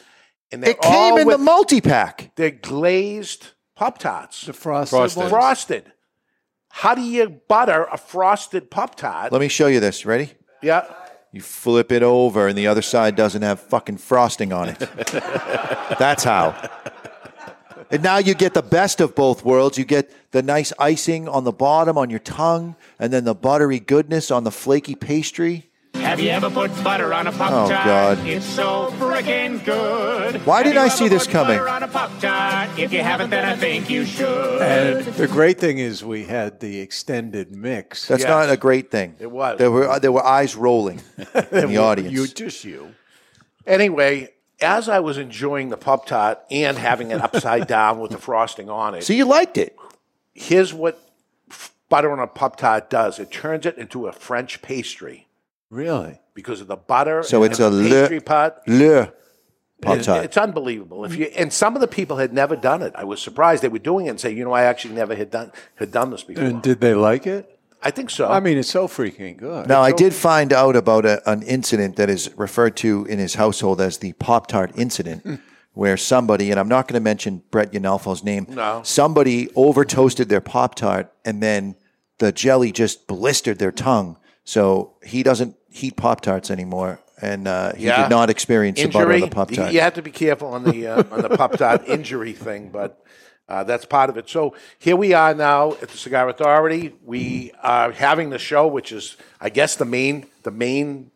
Speaker 2: And they're
Speaker 3: It came
Speaker 2: all
Speaker 3: in the
Speaker 2: with-
Speaker 3: multi pack.
Speaker 2: They're glazed Pop Tarts,
Speaker 5: The frosted,
Speaker 4: Frosted.
Speaker 5: ones?
Speaker 2: frosted. How do you butter a frosted Pop Tart?
Speaker 3: Let me show you this. Ready?
Speaker 2: Yeah.
Speaker 3: You flip it over, and the other side doesn't have fucking frosting on it.
Speaker 2: *laughs*
Speaker 3: That's how. And now you get the best of both worlds. You get the nice icing on the bottom on your tongue, and then the buttery goodness on the flaky pastry.
Speaker 7: Have you ever put butter on a pop
Speaker 3: Oh,
Speaker 7: tart?
Speaker 3: God.
Speaker 7: It's so frickin' good.
Speaker 3: Why
Speaker 7: Have
Speaker 3: did
Speaker 7: you
Speaker 3: I
Speaker 7: ever
Speaker 3: see this
Speaker 7: put
Speaker 3: coming?
Speaker 7: butter on a pop tart? If you haven't, then I think you should.
Speaker 5: And *laughs*
Speaker 3: *laughs*
Speaker 5: the great thing is we had the extended mix.
Speaker 3: That's not a great thing. It
Speaker 2: was.
Speaker 3: There were there were eyes rolling in the audience.
Speaker 5: You just you.
Speaker 2: Anyway, as I was enjoying the Pop Tart and having it upside down with the frosting on it,
Speaker 3: So you liked it.
Speaker 2: here's what f- butter on a Pop Tart does it turns it into a French pastry
Speaker 5: *laughs* Really?
Speaker 2: because of the butter.
Speaker 3: So
Speaker 2: and
Speaker 3: it's
Speaker 2: the
Speaker 3: a le-
Speaker 2: pastry pot.
Speaker 3: Le Pop
Speaker 2: It-
Speaker 3: Tart.
Speaker 2: It's unbelievable. If you and some of the people had never done it. I was surprised they were doing it and say, you know, I actually never had done had done this before.
Speaker 5: And did they like it?
Speaker 2: I think so.
Speaker 5: I mean, it's so freaking good.
Speaker 3: Now, I did find out about a, an incident that is referred to in his household as the Pop Tart incident, where somebody, and I'm not going to mention Brett Yanalfo's name,
Speaker 2: No.
Speaker 3: somebody over toasted their Pop Tart and then the jelly just blistered their tongue. So he doesn't heat Pop Tarts anymore. And uh, he
Speaker 2: Yeah.
Speaker 3: did not experience the butter
Speaker 2: injury.
Speaker 3: on the Pop
Speaker 2: You-
Speaker 3: Tart.
Speaker 2: You have to be careful on the uh, *laughs* on the Pop Tart injury thing, but uh, that's part of it. So here we are now at the Cigar Authority. We are having the show, which is, I guess, the main the main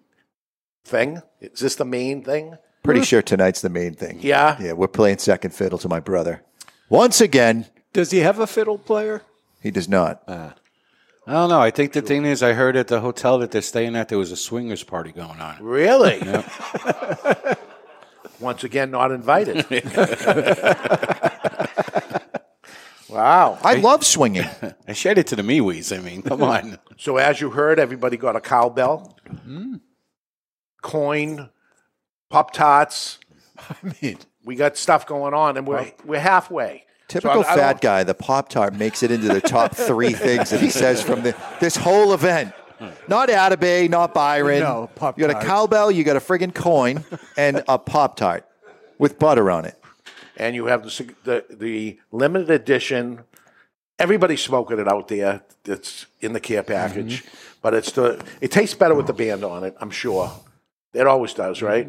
Speaker 2: thing. Is this the main thing?
Speaker 3: Pretty sure tonight's the main thing.
Speaker 2: Yeah.
Speaker 3: Yeah, we're playing second fiddle to my brother. Once again,
Speaker 5: Does he have a fiddle player?
Speaker 3: he does not.
Speaker 2: Uh.
Speaker 4: I don't know. I think the thing is, I heard at the hotel that they're staying at, there was a swingers party going on.
Speaker 2: Really? *laughs* Once again,
Speaker 3: *laughs*
Speaker 2: not invited. wow.
Speaker 3: I love swinging.
Speaker 4: *laughs* I shared it to the MeWe's. I mean, come on.
Speaker 2: *laughs* So, as you heard, everybody got a cowbell, coin, Pop Tarts.
Speaker 5: I mean,
Speaker 2: We got stuff going on, and we're, we're halfway.
Speaker 3: Typical
Speaker 2: So I- I
Speaker 3: fat
Speaker 2: don't-
Speaker 3: guy, the Pop Tart makes it into the top
Speaker 2: *laughs*
Speaker 3: three things that he says from the, this whole event. Not Atabay, not Byron.
Speaker 5: No, Pop-Tart.
Speaker 3: You got a cowbell, you got a friggin' coin, and a Pop Tart with butter on it.
Speaker 2: And you have the, sig- the, the limited edition. Everybody's smoking it out there that's in the care package, but it's the, it tastes better with the band on it, I'm sure. It always does, right?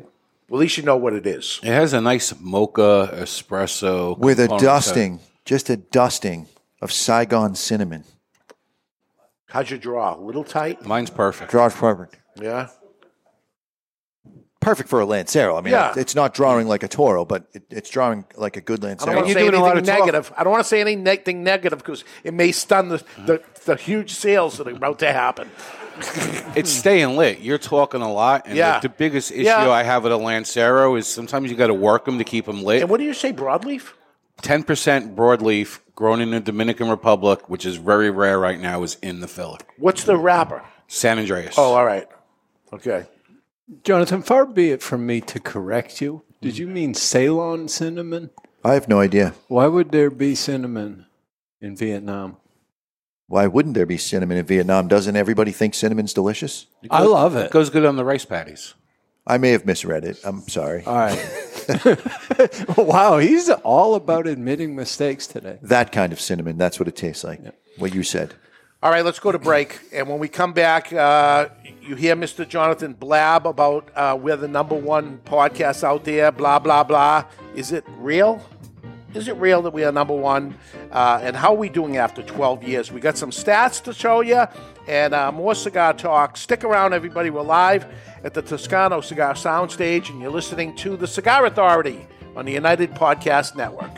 Speaker 2: Well, at least you know what it is.
Speaker 4: It has a nice mocha espresso
Speaker 3: With a
Speaker 4: component to it.
Speaker 3: dusting, just a dusting of Saigon cinnamon.
Speaker 2: How'd you draw? A little tight?
Speaker 4: Mine's perfect.
Speaker 3: Draws perfect.
Speaker 2: Yeah.
Speaker 3: Perfect for a Lancero. I mean,
Speaker 2: Yeah.
Speaker 3: it's not drawing like a Toro, but it, it's drawing like a good
Speaker 2: I don't
Speaker 3: Lancero.
Speaker 2: want
Speaker 4: you're
Speaker 2: to say
Speaker 4: doing a
Speaker 2: anything
Speaker 4: lot of talk.
Speaker 2: negative. I don't want to say anything negative because it may stun the, the, the huge sales that are about to happen.
Speaker 4: It's staying lit. You're talking a lot, and
Speaker 2: Yeah.
Speaker 4: the, the biggest issue
Speaker 2: Yeah.
Speaker 4: I have with a Lancero is sometimes you got to work them to keep them lit.
Speaker 2: And what do you say, broadleaf?
Speaker 4: Ten percent broadleaf grown in the Dominican Republic, which is very rare right now, is in the filler.
Speaker 2: What's the wrapper?
Speaker 4: San Andreas.
Speaker 2: Oh, all right. Okay.
Speaker 5: Jonathan, far be it from me to correct you. Did you mean Ceylon cinnamon?
Speaker 3: I have no idea.
Speaker 5: Why would there be cinnamon
Speaker 3: *laughs*
Speaker 5: in Vietnam?
Speaker 3: Why wouldn't there be cinnamon in Vietnam? Doesn't everybody think cinnamon's delicious?
Speaker 5: I love
Speaker 4: it
Speaker 5: it.
Speaker 4: goes good on the rice patties.
Speaker 3: I may have misread it. I'm sorry.
Speaker 5: All right. wow, he's all about admitting mistakes today.
Speaker 3: *laughs* That kind of cinnamon. That's what it tastes like. What you said.
Speaker 2: All right, let's go to break. And when we come back, uh, you hear Mr. Jonathan blab about uh, we're the number one podcast out there, blah, blah, blah. Is it real? Is it real that we are number one? Uh, and how are we doing after 12 years? We got some stats to show you and uh, more cigar talk. Stick around, everybody. We're live at the Toscano Cigar Soundstage, and you're listening to The Cigar Authority on the United Podcast Network.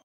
Speaker 8: *laughs*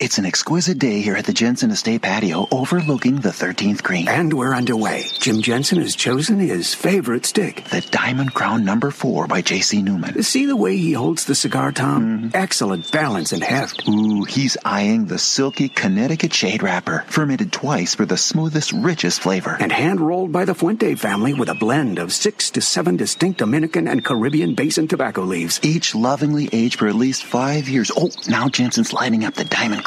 Speaker 9: It's an exquisite day here at the Jensen Estate patio overlooking the 13th green.
Speaker 10: And we're underway. Jim Jensen has chosen his favorite stick.
Speaker 9: The Diamond Crown Number 4 by J.C. Newman. Mm-hmm.
Speaker 10: See the way he holds the cigar, Tom? Excellent balance and heft.
Speaker 9: Ooh, he's eyeing the silky Connecticut shade wrapper, fermented twice for the smoothest, richest flavor.
Speaker 10: And hand rolled by the Fuente family with a blend of six to seven distinct Dominican and Caribbean basin tobacco leaves.
Speaker 9: Each lovingly aged for at least five years. Oh, now Jensen's lighting up the Diamond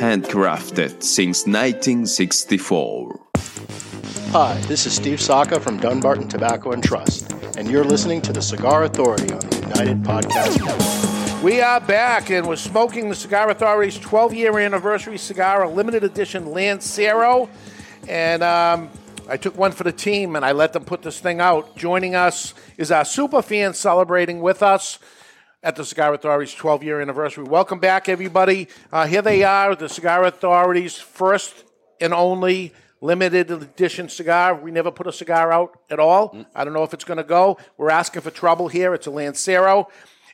Speaker 11: handcrafted since 1964.
Speaker 12: Hi, this is Steve Saka from Dunbarton Tobacco and Trust, and you're listening to the Cigar Authority on the United Podcast Network.
Speaker 2: We are back, and we're smoking the Cigar Authority's 12 year anniversary cigar, a limited edition Lancero. And um, I took one for the team and I let them put this thing out. Joining us is our super fan celebrating with us at the Cigar Authority's 12 year anniversary. Welcome back, everybody. Uh, here they are, the Cigar Authority's first and only limited edition cigar. We never put a cigar out at all. I don't know if it's going to go. We're asking for trouble here. It's a Lancero.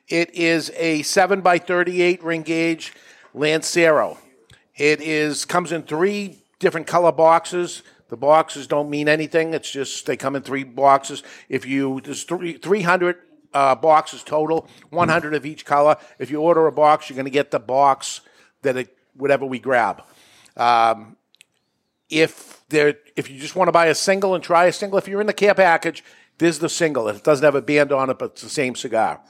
Speaker 2: It is a 7 by 38 ring gauge Lancero. It is comes in three different color boxes. The boxes don't mean anything. It's just they come in three boxes. If you there's three, 300 uh, boxes total, 100 of each color. If you order a box, you're going to get the box that it, whatever we grab. Um, if there, if you just want to buy a single and try a single, if you're in the care package, there's the single. It doesn't have a band on it, but it's the same cigar.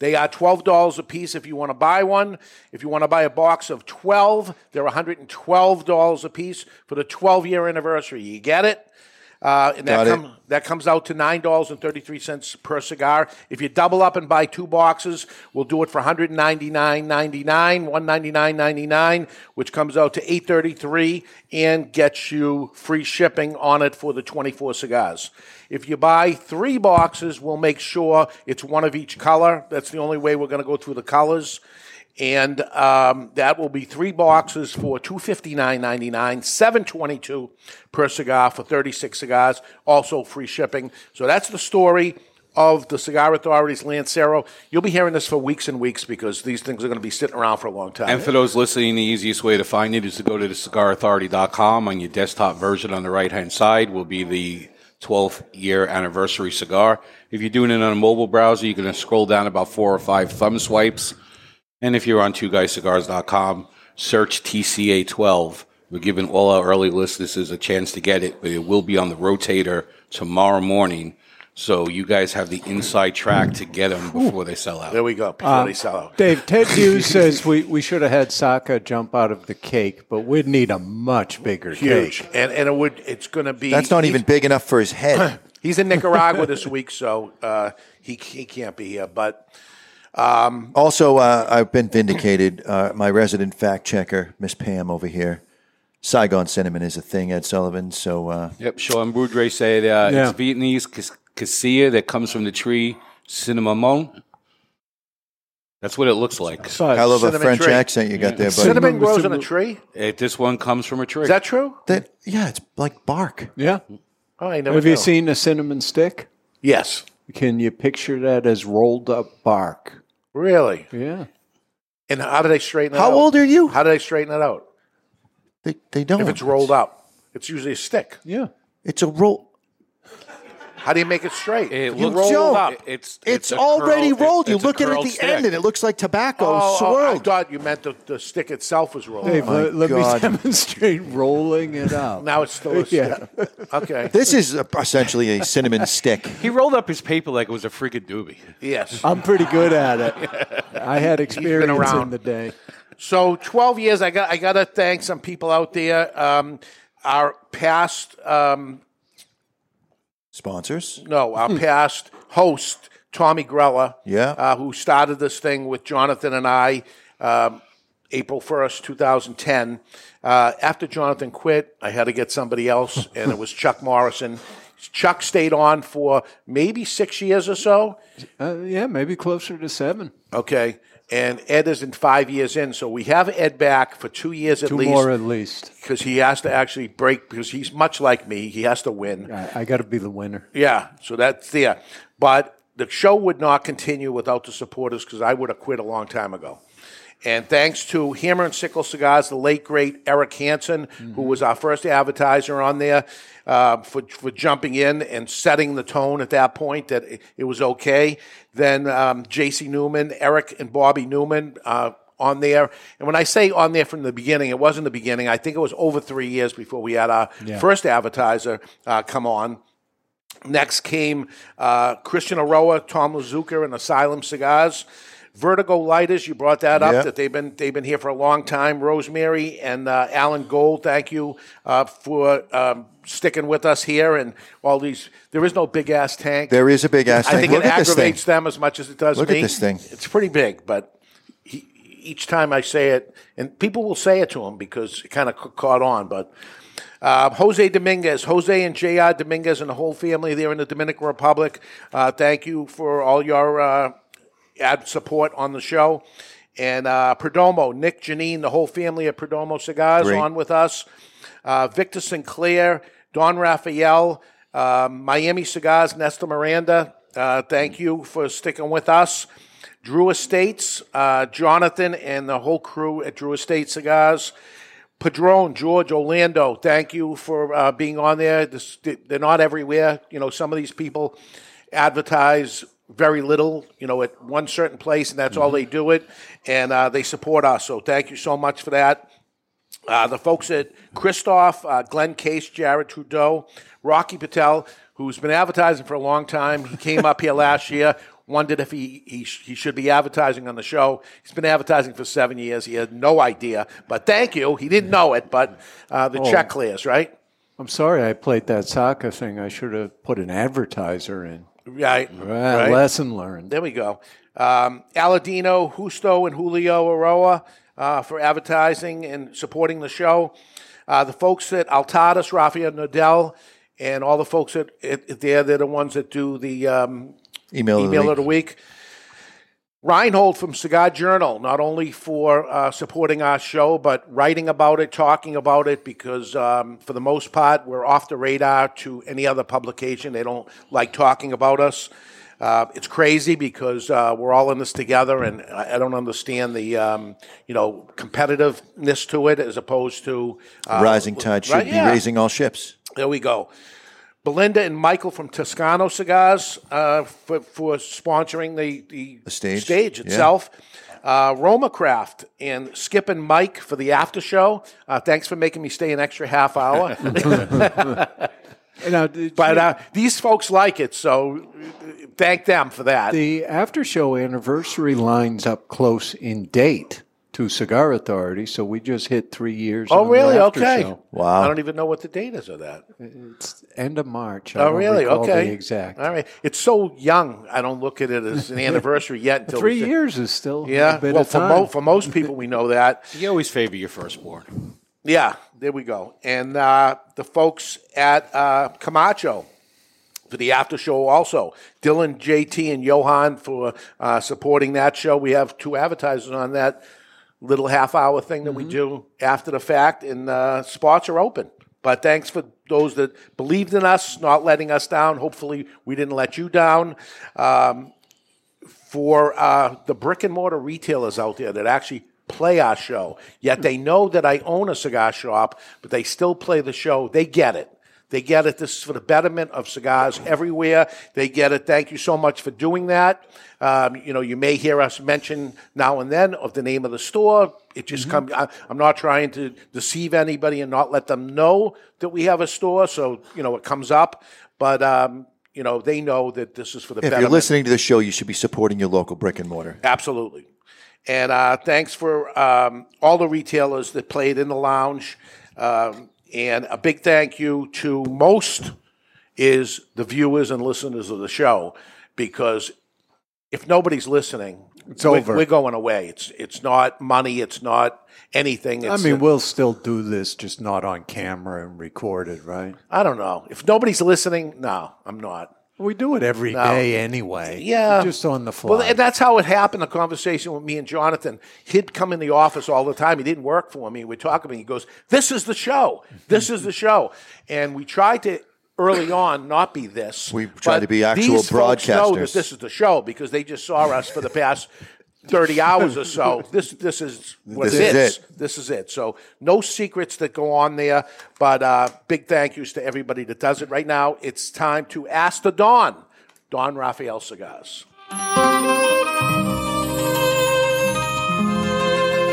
Speaker 2: They are twelve dollars a piece if you want to buy one. If you want to buy a box of twelve, they're one hundred and twelve dollars a piece for the twelve year anniversary. You get it? Uh, and
Speaker 3: Got
Speaker 2: that,
Speaker 3: it.
Speaker 2: come, that comes out to nine dollars and thirty three cents per cigar. If you double up and buy two boxes, we'll do it for one hundred ninety nine ninety nine, one ninety nine ninety nine, which comes out to eight thirty three, and gets you free shipping on it for the twenty four cigars. If you buy three boxes, we'll make sure it's one of each color. That's the only way we're going to go through the colors and um, that will be three boxes for two fifty nine ninety nine, seven twenty two per cigar for thirty six cigars, also free shipping. So that's the story of the Cigar Authority's Lancero. You'll be hearing this for weeks and weeks because these things are going to be sitting around for a long time.
Speaker 4: And for those listening, the easiest way to find it is to go to the cigarauthority.com. On your desktop version on the right hand side will be the 12th year anniversary cigar. If you're doing it on a mobile browser, you're going to scroll down about four or five thumb swipes. And if you're on two guyscigars.com, search TCA12. We're giving all our early listeners a chance to get it, but it will be on the rotator tomorrow morning. So you guys have the inside track to get them before they sell out.
Speaker 2: There we go. Before
Speaker 5: Um,
Speaker 2: they sell out.
Speaker 5: Dave,
Speaker 2: *laughs*
Speaker 5: Ted Hughes says we, we should have had Saka jump out of the cake, but we'd need a much bigger
Speaker 2: Huge.
Speaker 5: cake.
Speaker 2: And, and it would, it's going to be.
Speaker 5: That's not even
Speaker 3: big enough for his head.
Speaker 2: *clears throat* He's in Nicaragua this week, so uh, he, he can't be here. But um,
Speaker 3: Also, uh, I've been vindicated. Uh, my resident fact checker, Miss Pam over here. Saigon cinnamon is a thing, Ed Sullivan. So uh,
Speaker 4: Yep, Sean Boudre said uh,
Speaker 3: Yeah.
Speaker 4: it's Vietnamese cas- cassia that comes from the tree cinnamon. That's what it looks like.
Speaker 3: I love a French accent you got there, buddy.
Speaker 2: cinnamon grows on a tree.
Speaker 4: It, Uh, this one comes from a tree.
Speaker 2: Is that true?
Speaker 3: That, yeah, it's like bark.
Speaker 5: Yeah.
Speaker 2: Oh, I never
Speaker 5: Have you
Speaker 2: knew.
Speaker 5: seen a cinnamon stick?
Speaker 2: Yes.
Speaker 5: Can you picture that as rolled
Speaker 2: *laughs*
Speaker 5: up bark?
Speaker 2: Really?
Speaker 5: Yeah.
Speaker 2: And how do they straighten it
Speaker 5: How
Speaker 2: out?
Speaker 5: old
Speaker 3: are you?
Speaker 2: How do they straighten it out?
Speaker 3: They, they don't.
Speaker 2: If it's rolled up, it's usually a stick.
Speaker 5: Yeah.
Speaker 3: It's a roll.
Speaker 2: How do you make it straight?
Speaker 4: It
Speaker 2: you
Speaker 4: looks-
Speaker 2: roll
Speaker 4: Joe,
Speaker 2: up.
Speaker 4: it- it's-
Speaker 3: It's, already rolled. you look at it at the end, and it looks like tobacco
Speaker 2: Oh, oh,
Speaker 4: *laughs*
Speaker 2: I
Speaker 3: swirled.
Speaker 2: thought you meant the, the stick itself was rolled.
Speaker 5: Dave,
Speaker 2: up.
Speaker 5: let,
Speaker 3: Oh
Speaker 5: let me demonstrate rolling it up.
Speaker 2: Now it's still a
Speaker 5: *laughs* Yeah.
Speaker 2: stick. Okay.
Speaker 3: This is a- essentially a cinnamon stick.
Speaker 4: He rolled up his paper like it was a freaking doobie.
Speaker 2: Yes.
Speaker 5: I'm pretty good at
Speaker 2: *laughs*
Speaker 5: it. I had
Speaker 2: He's been
Speaker 5: experience in
Speaker 2: around.
Speaker 5: the day.
Speaker 2: So 12 years, I got I got to thank some people out there. Um, our past, um,
Speaker 3: Sponsors?
Speaker 2: no,
Speaker 5: *laughs*
Speaker 2: our past host Tommy Grella,
Speaker 3: Yeah.
Speaker 2: uh, who started this thing with Jonathan and I, um, April 1st, 2010. Uh, after Jonathan quit, I had to get somebody
Speaker 5: *laughs*
Speaker 2: else, and it was Chuck Morrison. Chuck stayed on for maybe six years or so.
Speaker 5: Uh, yeah, maybe closer to seven.
Speaker 2: Okay. And Ed isn't five years in, so we have Ed back for two years at
Speaker 5: Two
Speaker 2: least.
Speaker 5: more at least.
Speaker 2: because he has to actually break because he's much like me. He has to win.
Speaker 5: I, I got to be the winner.
Speaker 2: Yeah, so that's there. But the show would not continue without the supporters because I would have quit a long time ago. And thanks to Hammer and Sickle Cigars, the late great Eric Hansen, who was our first advertiser on there, uh, for for jumping in and setting the tone at that point that it, it was okay. Then um, J.C. Newman, Eric and Bobby Newman. Uh, on there, and when I say on there from the beginning, it wasn't the beginning. I think it was over three years before we had our
Speaker 13: Yeah.
Speaker 2: first advertiser uh, come on. Next came uh, Christian Aroa, Tom Lazuka, and Asylum Cigars. Vertigo Lighters, you brought that up.
Speaker 13: Yeah.
Speaker 2: That they've been they've been here for a long time. Rosemary and uh, Alan Gold, thank you uh, for um, sticking with us here and all these. There is no big ass tank.
Speaker 3: There is a big ass
Speaker 2: I
Speaker 3: tank.
Speaker 2: think
Speaker 3: Look
Speaker 2: it
Speaker 3: at this thing.
Speaker 2: aggravates them as much as it does
Speaker 3: Look at
Speaker 2: me.
Speaker 3: this thing.
Speaker 2: It's pretty big, but he, each time I say it, and people will say it to him because it kind of caught on, but. Uh, Jose Dominguez, Jose and J.R. Dominguez and the whole family there in the Dominican Republic. Uh, thank you for all your uh, ad support on the show. And uh, Perdomo, Nick, Janine, the whole family at Perdomo Cigars
Speaker 13: Great.
Speaker 2: on with us. Uh, Victor Sinclair, Don Raphael, uh, Miami Cigars, Nesta Miranda. Uh, thank you for sticking with us. Drew Estates, uh, Jonathan, and the whole crew at Drew Estate Cigars. Padron, George, Orlando, thank you for uh, being on there. This, they're not everywhere. You know, some of these people advertise very little, you know, at one certain place, and that's all they do it. And uh, they support us. So thank you so much for that. Uh, the folks at Christoph, uh, Glenn Case, Jared Trudeau, Rocky Patel, who's been advertising for a long time. He came up here last year, wondered if he, he, sh- he should be advertising on the show. He's been advertising for seven years. He had no idea, but thank you. He didn't know it, but uh, the
Speaker 5: Oh.
Speaker 2: check clears, right?
Speaker 5: I'm sorry I played that soccer thing. I should have put an advertiser in.
Speaker 2: Right.
Speaker 5: Right, Lesson learned.
Speaker 2: There we go. Um, Aladino, Justo, and Julio Aroa uh, for advertising and supporting the show. Uh, the folks at Altadas, Rafael Nadell, and all the folks at, at, there, they're the ones that do the um,
Speaker 3: Email of the
Speaker 2: of the week. Reinhold from Cigar Journal, not only for uh, supporting our show, but writing about it, talking about it, because um, for the most part, we're off the radar to any other publication. They don't like talking about us. Uh, it's crazy because uh, we're all in this together, and I I don't understand the um, you know competitiveness to it as opposed to uh,
Speaker 3: Rising tide should
Speaker 2: right,
Speaker 3: be
Speaker 2: yeah.
Speaker 3: raising all ships.
Speaker 2: There we go. Belinda and Michael from Toscano Cigars uh, for, for sponsoring the, the
Speaker 3: The stage, yeah.
Speaker 2: itself. Uh, Roma Craft and Skip and Mike for the after show. Uh, thanks for making me stay an extra half
Speaker 5: *laughs*
Speaker 2: hour. *laughs* but uh, these folks like it, so uh, thank them for that.
Speaker 5: The after show anniversary lines up close in date to Cigar Authority, so we just hit three years.
Speaker 2: oh,
Speaker 5: on the
Speaker 2: really?
Speaker 5: after
Speaker 2: Okay.
Speaker 5: show.
Speaker 2: I don't even know what the date is of that.
Speaker 5: It's end of March. I
Speaker 2: Oh,
Speaker 5: don't
Speaker 2: really?
Speaker 5: recall the
Speaker 2: Okay.
Speaker 5: exact.
Speaker 2: All right. It's so young. I don't look at it as an anniversary
Speaker 5: *laughs*
Speaker 2: yet. Until
Speaker 5: Three
Speaker 2: it's-
Speaker 5: years is still a
Speaker 2: Yeah.
Speaker 5: bit
Speaker 2: well,
Speaker 5: of
Speaker 2: for,
Speaker 5: time.
Speaker 2: mo- for
Speaker 5: *laughs*
Speaker 2: most people, we know that.
Speaker 4: You Uh, always favor your firstborn.
Speaker 2: Yeah. There we go. And uh, the folks at uh, Camacho for the after show also. Dylan, JT, and Johan for uh, supporting that show. We have two advertisers on that little half hour thing that
Speaker 5: Mm-hmm.
Speaker 2: we do after the fact, and uh, spots are open. But thanks for those that believed in us, not letting us down. Hopefully, we didn't let you down. Um, for uh, the brick and mortar retailers out there that actually play our show, yet they know that I own a cigar shop, but they still play the show, they get it. They get it. This is for the betterment of cigars everywhere. They get it. Thank you so much for doing that. Um, you know, you may hear us mention now and then of the name of the store. It just
Speaker 3: Mm-hmm.
Speaker 2: comes. I, I'm not trying to deceive anybody and not let them know that we have a store. So you know, it comes up, but um, you know, they know that this is for the
Speaker 3: If you're
Speaker 2: betterment.
Speaker 3: listening to the show, you should be supporting your local brick and mortar.
Speaker 2: Absolutely. And uh, thanks for um, all the retailers that played in the lounge. Um, and a big thank you to most is the viewers and listeners of the show because if nobody's listening,
Speaker 5: It's
Speaker 2: we're,
Speaker 5: over.
Speaker 2: We're going away. It's it's not money. It's not anything.
Speaker 5: I
Speaker 2: It's
Speaker 5: mean, we'll still do this, just not on camera and recorded, right?
Speaker 2: I don't know. If nobody's listening, no, I'm not.
Speaker 5: We do it every day
Speaker 2: No.
Speaker 5: anyway.
Speaker 2: Yeah.
Speaker 5: just on the fly.
Speaker 2: Well, and that's how it happened. The conversation with me and Jonathan. He'd come in the office all the time. He didn't work for me. We'd talk about. He goes, "This is the show. This is the show." And we tried to early on not be this. We
Speaker 3: tried to be actual
Speaker 2: these folks Know that
Speaker 3: broadcasters.
Speaker 2: this is the show because they just saw us for the past. 30 hours
Speaker 3: *laughs*
Speaker 2: or so. This this is what
Speaker 3: This
Speaker 2: it
Speaker 3: is
Speaker 2: is.
Speaker 3: it.
Speaker 2: This is it. So no secrets that go on there, but uh, big thank yous to everybody that does it. Right now, it's time to ask the Don, Don Raphael Cigars.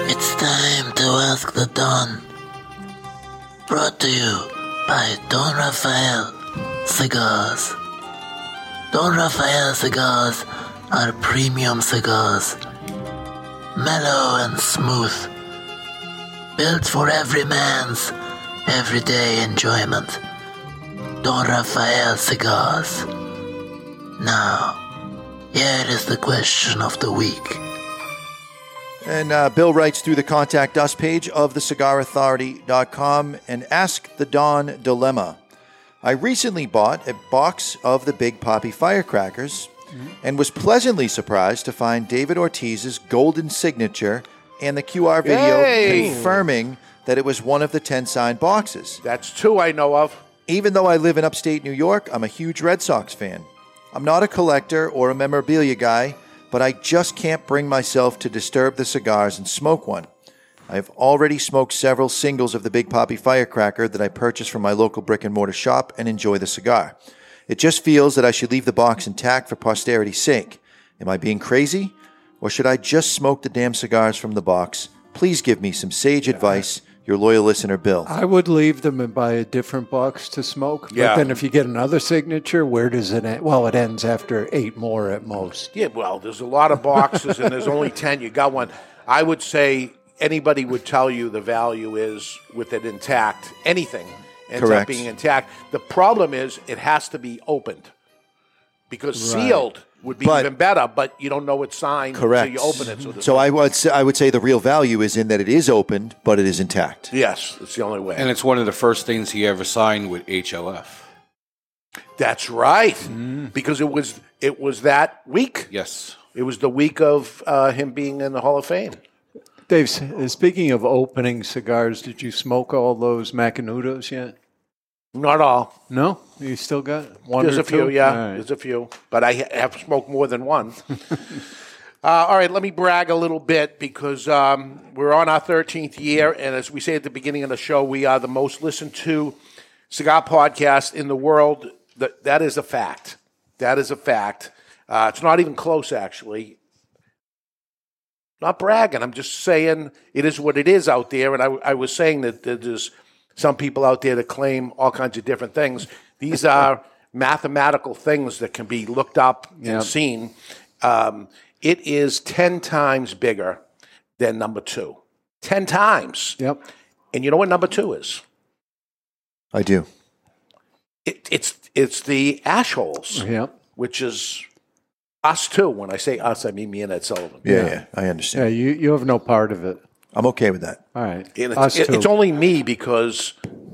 Speaker 13: It's time to ask the Don. Brought to you by Don Rafael Cigars. Don Rafael cigars are premium cigars. Mellow and smooth. Built for every man's everyday enjoyment. Don Rafael cigars. Now, here is the question of the week.
Speaker 3: And uh, Bill writes through the contact us page of thecigarauthority.com and ask the Don dilemma. I recently bought a box of the Big Poppy firecrackers and was pleasantly surprised to find David Ortiz's golden signature and the QR video
Speaker 2: Hey!
Speaker 3: confirming that it was one of the 10 signed boxes.
Speaker 2: That's two I know of.
Speaker 3: Even though I live in upstate New York, I'm a huge Red Sox fan. I'm not a collector or a memorabilia guy, but I just can't bring myself to disturb the cigars and smoke one. I've already smoked several singles of the Big Poppy Firecracker that I purchased from my local brick and mortar shop and enjoy the cigar. It just feels that I should leave the box intact for posterity's sake. Am I being crazy? Or should I just smoke the damn cigars from the box? Please give me some sage advice. Your loyal listener, Bill.
Speaker 5: I would leave them and buy a different box to smoke.
Speaker 3: Yeah.
Speaker 5: But then if you get another signature, where does it end? Well, it ends after eight more at most.
Speaker 2: Yeah, well, there's a lot of boxes and there's only 10. You got one. I would say anybody would tell you the value is with it intact. Anything ends up
Speaker 3: Correct.
Speaker 2: being intact. The problem is it has to be opened because
Speaker 3: Right.
Speaker 2: sealed would be even better, but you don't know it's signed
Speaker 3: Correct.
Speaker 2: until you open it. So, there's-
Speaker 3: So I would say, I would say the real value is in that it is opened, but it is intact.
Speaker 2: yes, it's the only way.
Speaker 4: And it's one of the first things he ever signed with HLF.
Speaker 2: *laughs*
Speaker 3: Mm.
Speaker 2: That's right. Because it was it was that week.
Speaker 4: Yes.
Speaker 2: It was the week of uh, him being in the Hall of Fame.
Speaker 5: Dave, s- uh, speaking of opening cigars, did you smoke all those Macanudos yet?
Speaker 2: Not all.
Speaker 5: No, you still got one.
Speaker 2: There's
Speaker 5: or
Speaker 2: a few,
Speaker 5: two?
Speaker 2: yeah.
Speaker 5: All right.
Speaker 2: There's a few, but I ha- have smoked more than
Speaker 5: *laughs*
Speaker 2: one. uh, all right, let me brag a little bit because um, we're on our 13th year, and as we say at the beginning of the show, we are the most listened to cigar podcast in the world. That that is a fact. That is a fact. Uh, it's not even close, actually. Not bragging. I'm just saying it is what it is out there. And I, I was saying that there's some people out there that claim all kinds of different things. These are mathematical things that can be looked up
Speaker 5: Yeah.
Speaker 2: and seen. Um, it is 10 times bigger than number two. 10 times.
Speaker 5: Yep.
Speaker 2: And you know what number two is?
Speaker 3: I do.
Speaker 2: It, it's, it's the ash holes,
Speaker 5: Yep.
Speaker 2: which is us too. When I say us, I mean me and Ed Sullivan.
Speaker 3: Yeah, yeah, I understand.
Speaker 5: Yeah, you, you have no part of it.
Speaker 3: I'm okay with that.
Speaker 5: All right.
Speaker 2: And
Speaker 5: Us
Speaker 2: it's, it-
Speaker 5: too.
Speaker 2: it's only me because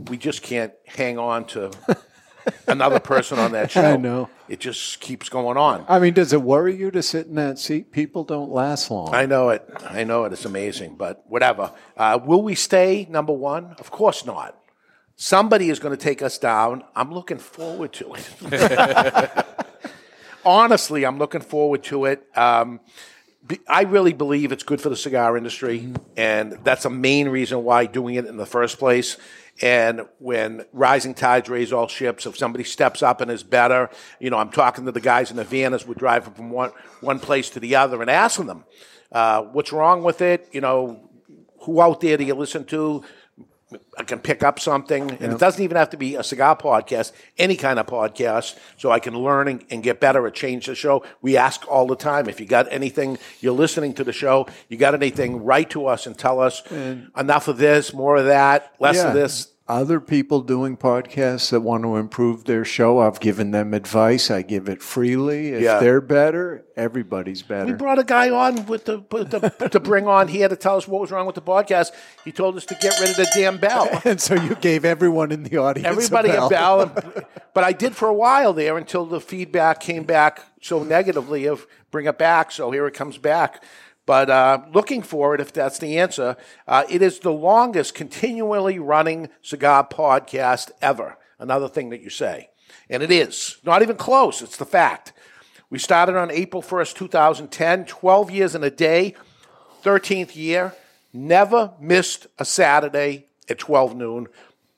Speaker 2: we just can't hang on
Speaker 5: *laughs*
Speaker 2: to another person on that show.
Speaker 5: I know.
Speaker 2: It just keeps going on.
Speaker 5: I mean, does it worry you to sit in that seat? People don't last long.
Speaker 2: I know it. I know it. It's amazing, but whatever. Uh, will we stay number one? Of course not. Somebody is going to take us down. I'm looking forward to it. Honestly, I'm looking forward to it. Um, be- I really believe it's good for the cigar industry, and that's a main reason why doing it in the first place. And when rising tides raise all ships, if somebody steps up and is better, you know, I'm talking to the guys in the van as we're driving from one, one place to the other and asking them, uh, what's wrong with it? You know, who out there do you listen to? I can pick up something, and
Speaker 5: Yeah.
Speaker 2: it doesn't even have to be a cigar podcast, any kind of podcast, so I can learn and, and get better or change the show. We ask all the time if you got anything, you're listening to the show, you got anything, write to us and tell us
Speaker 5: And-
Speaker 2: enough of this, more of that, less
Speaker 5: Yeah.
Speaker 2: of this.
Speaker 5: Other people doing podcasts that want to improve their show, I've given them advice. I give it freely. If
Speaker 2: Yeah.
Speaker 5: they're better, everybody's
Speaker 2: We
Speaker 5: better.
Speaker 2: brought a guy on with the, with the to bring on here to tell us what was wrong with the podcast. He told us to get rid of the damn bell.
Speaker 5: *laughs* and so you gave everyone in the audience
Speaker 2: Everybody
Speaker 5: a bell.
Speaker 2: a bell, *laughs* and- but I did for a while there until the feedback came back so negatively of bring it back. So here it comes back. But uh, looking for it, if that's the answer, uh, it is the longest continually running cigar podcast ever. Another thing that you say, and it is not even close. It's the fact. We started on April 1st, 2010, 12 years and a day, 13th year. Never missed a Saturday at 12 noon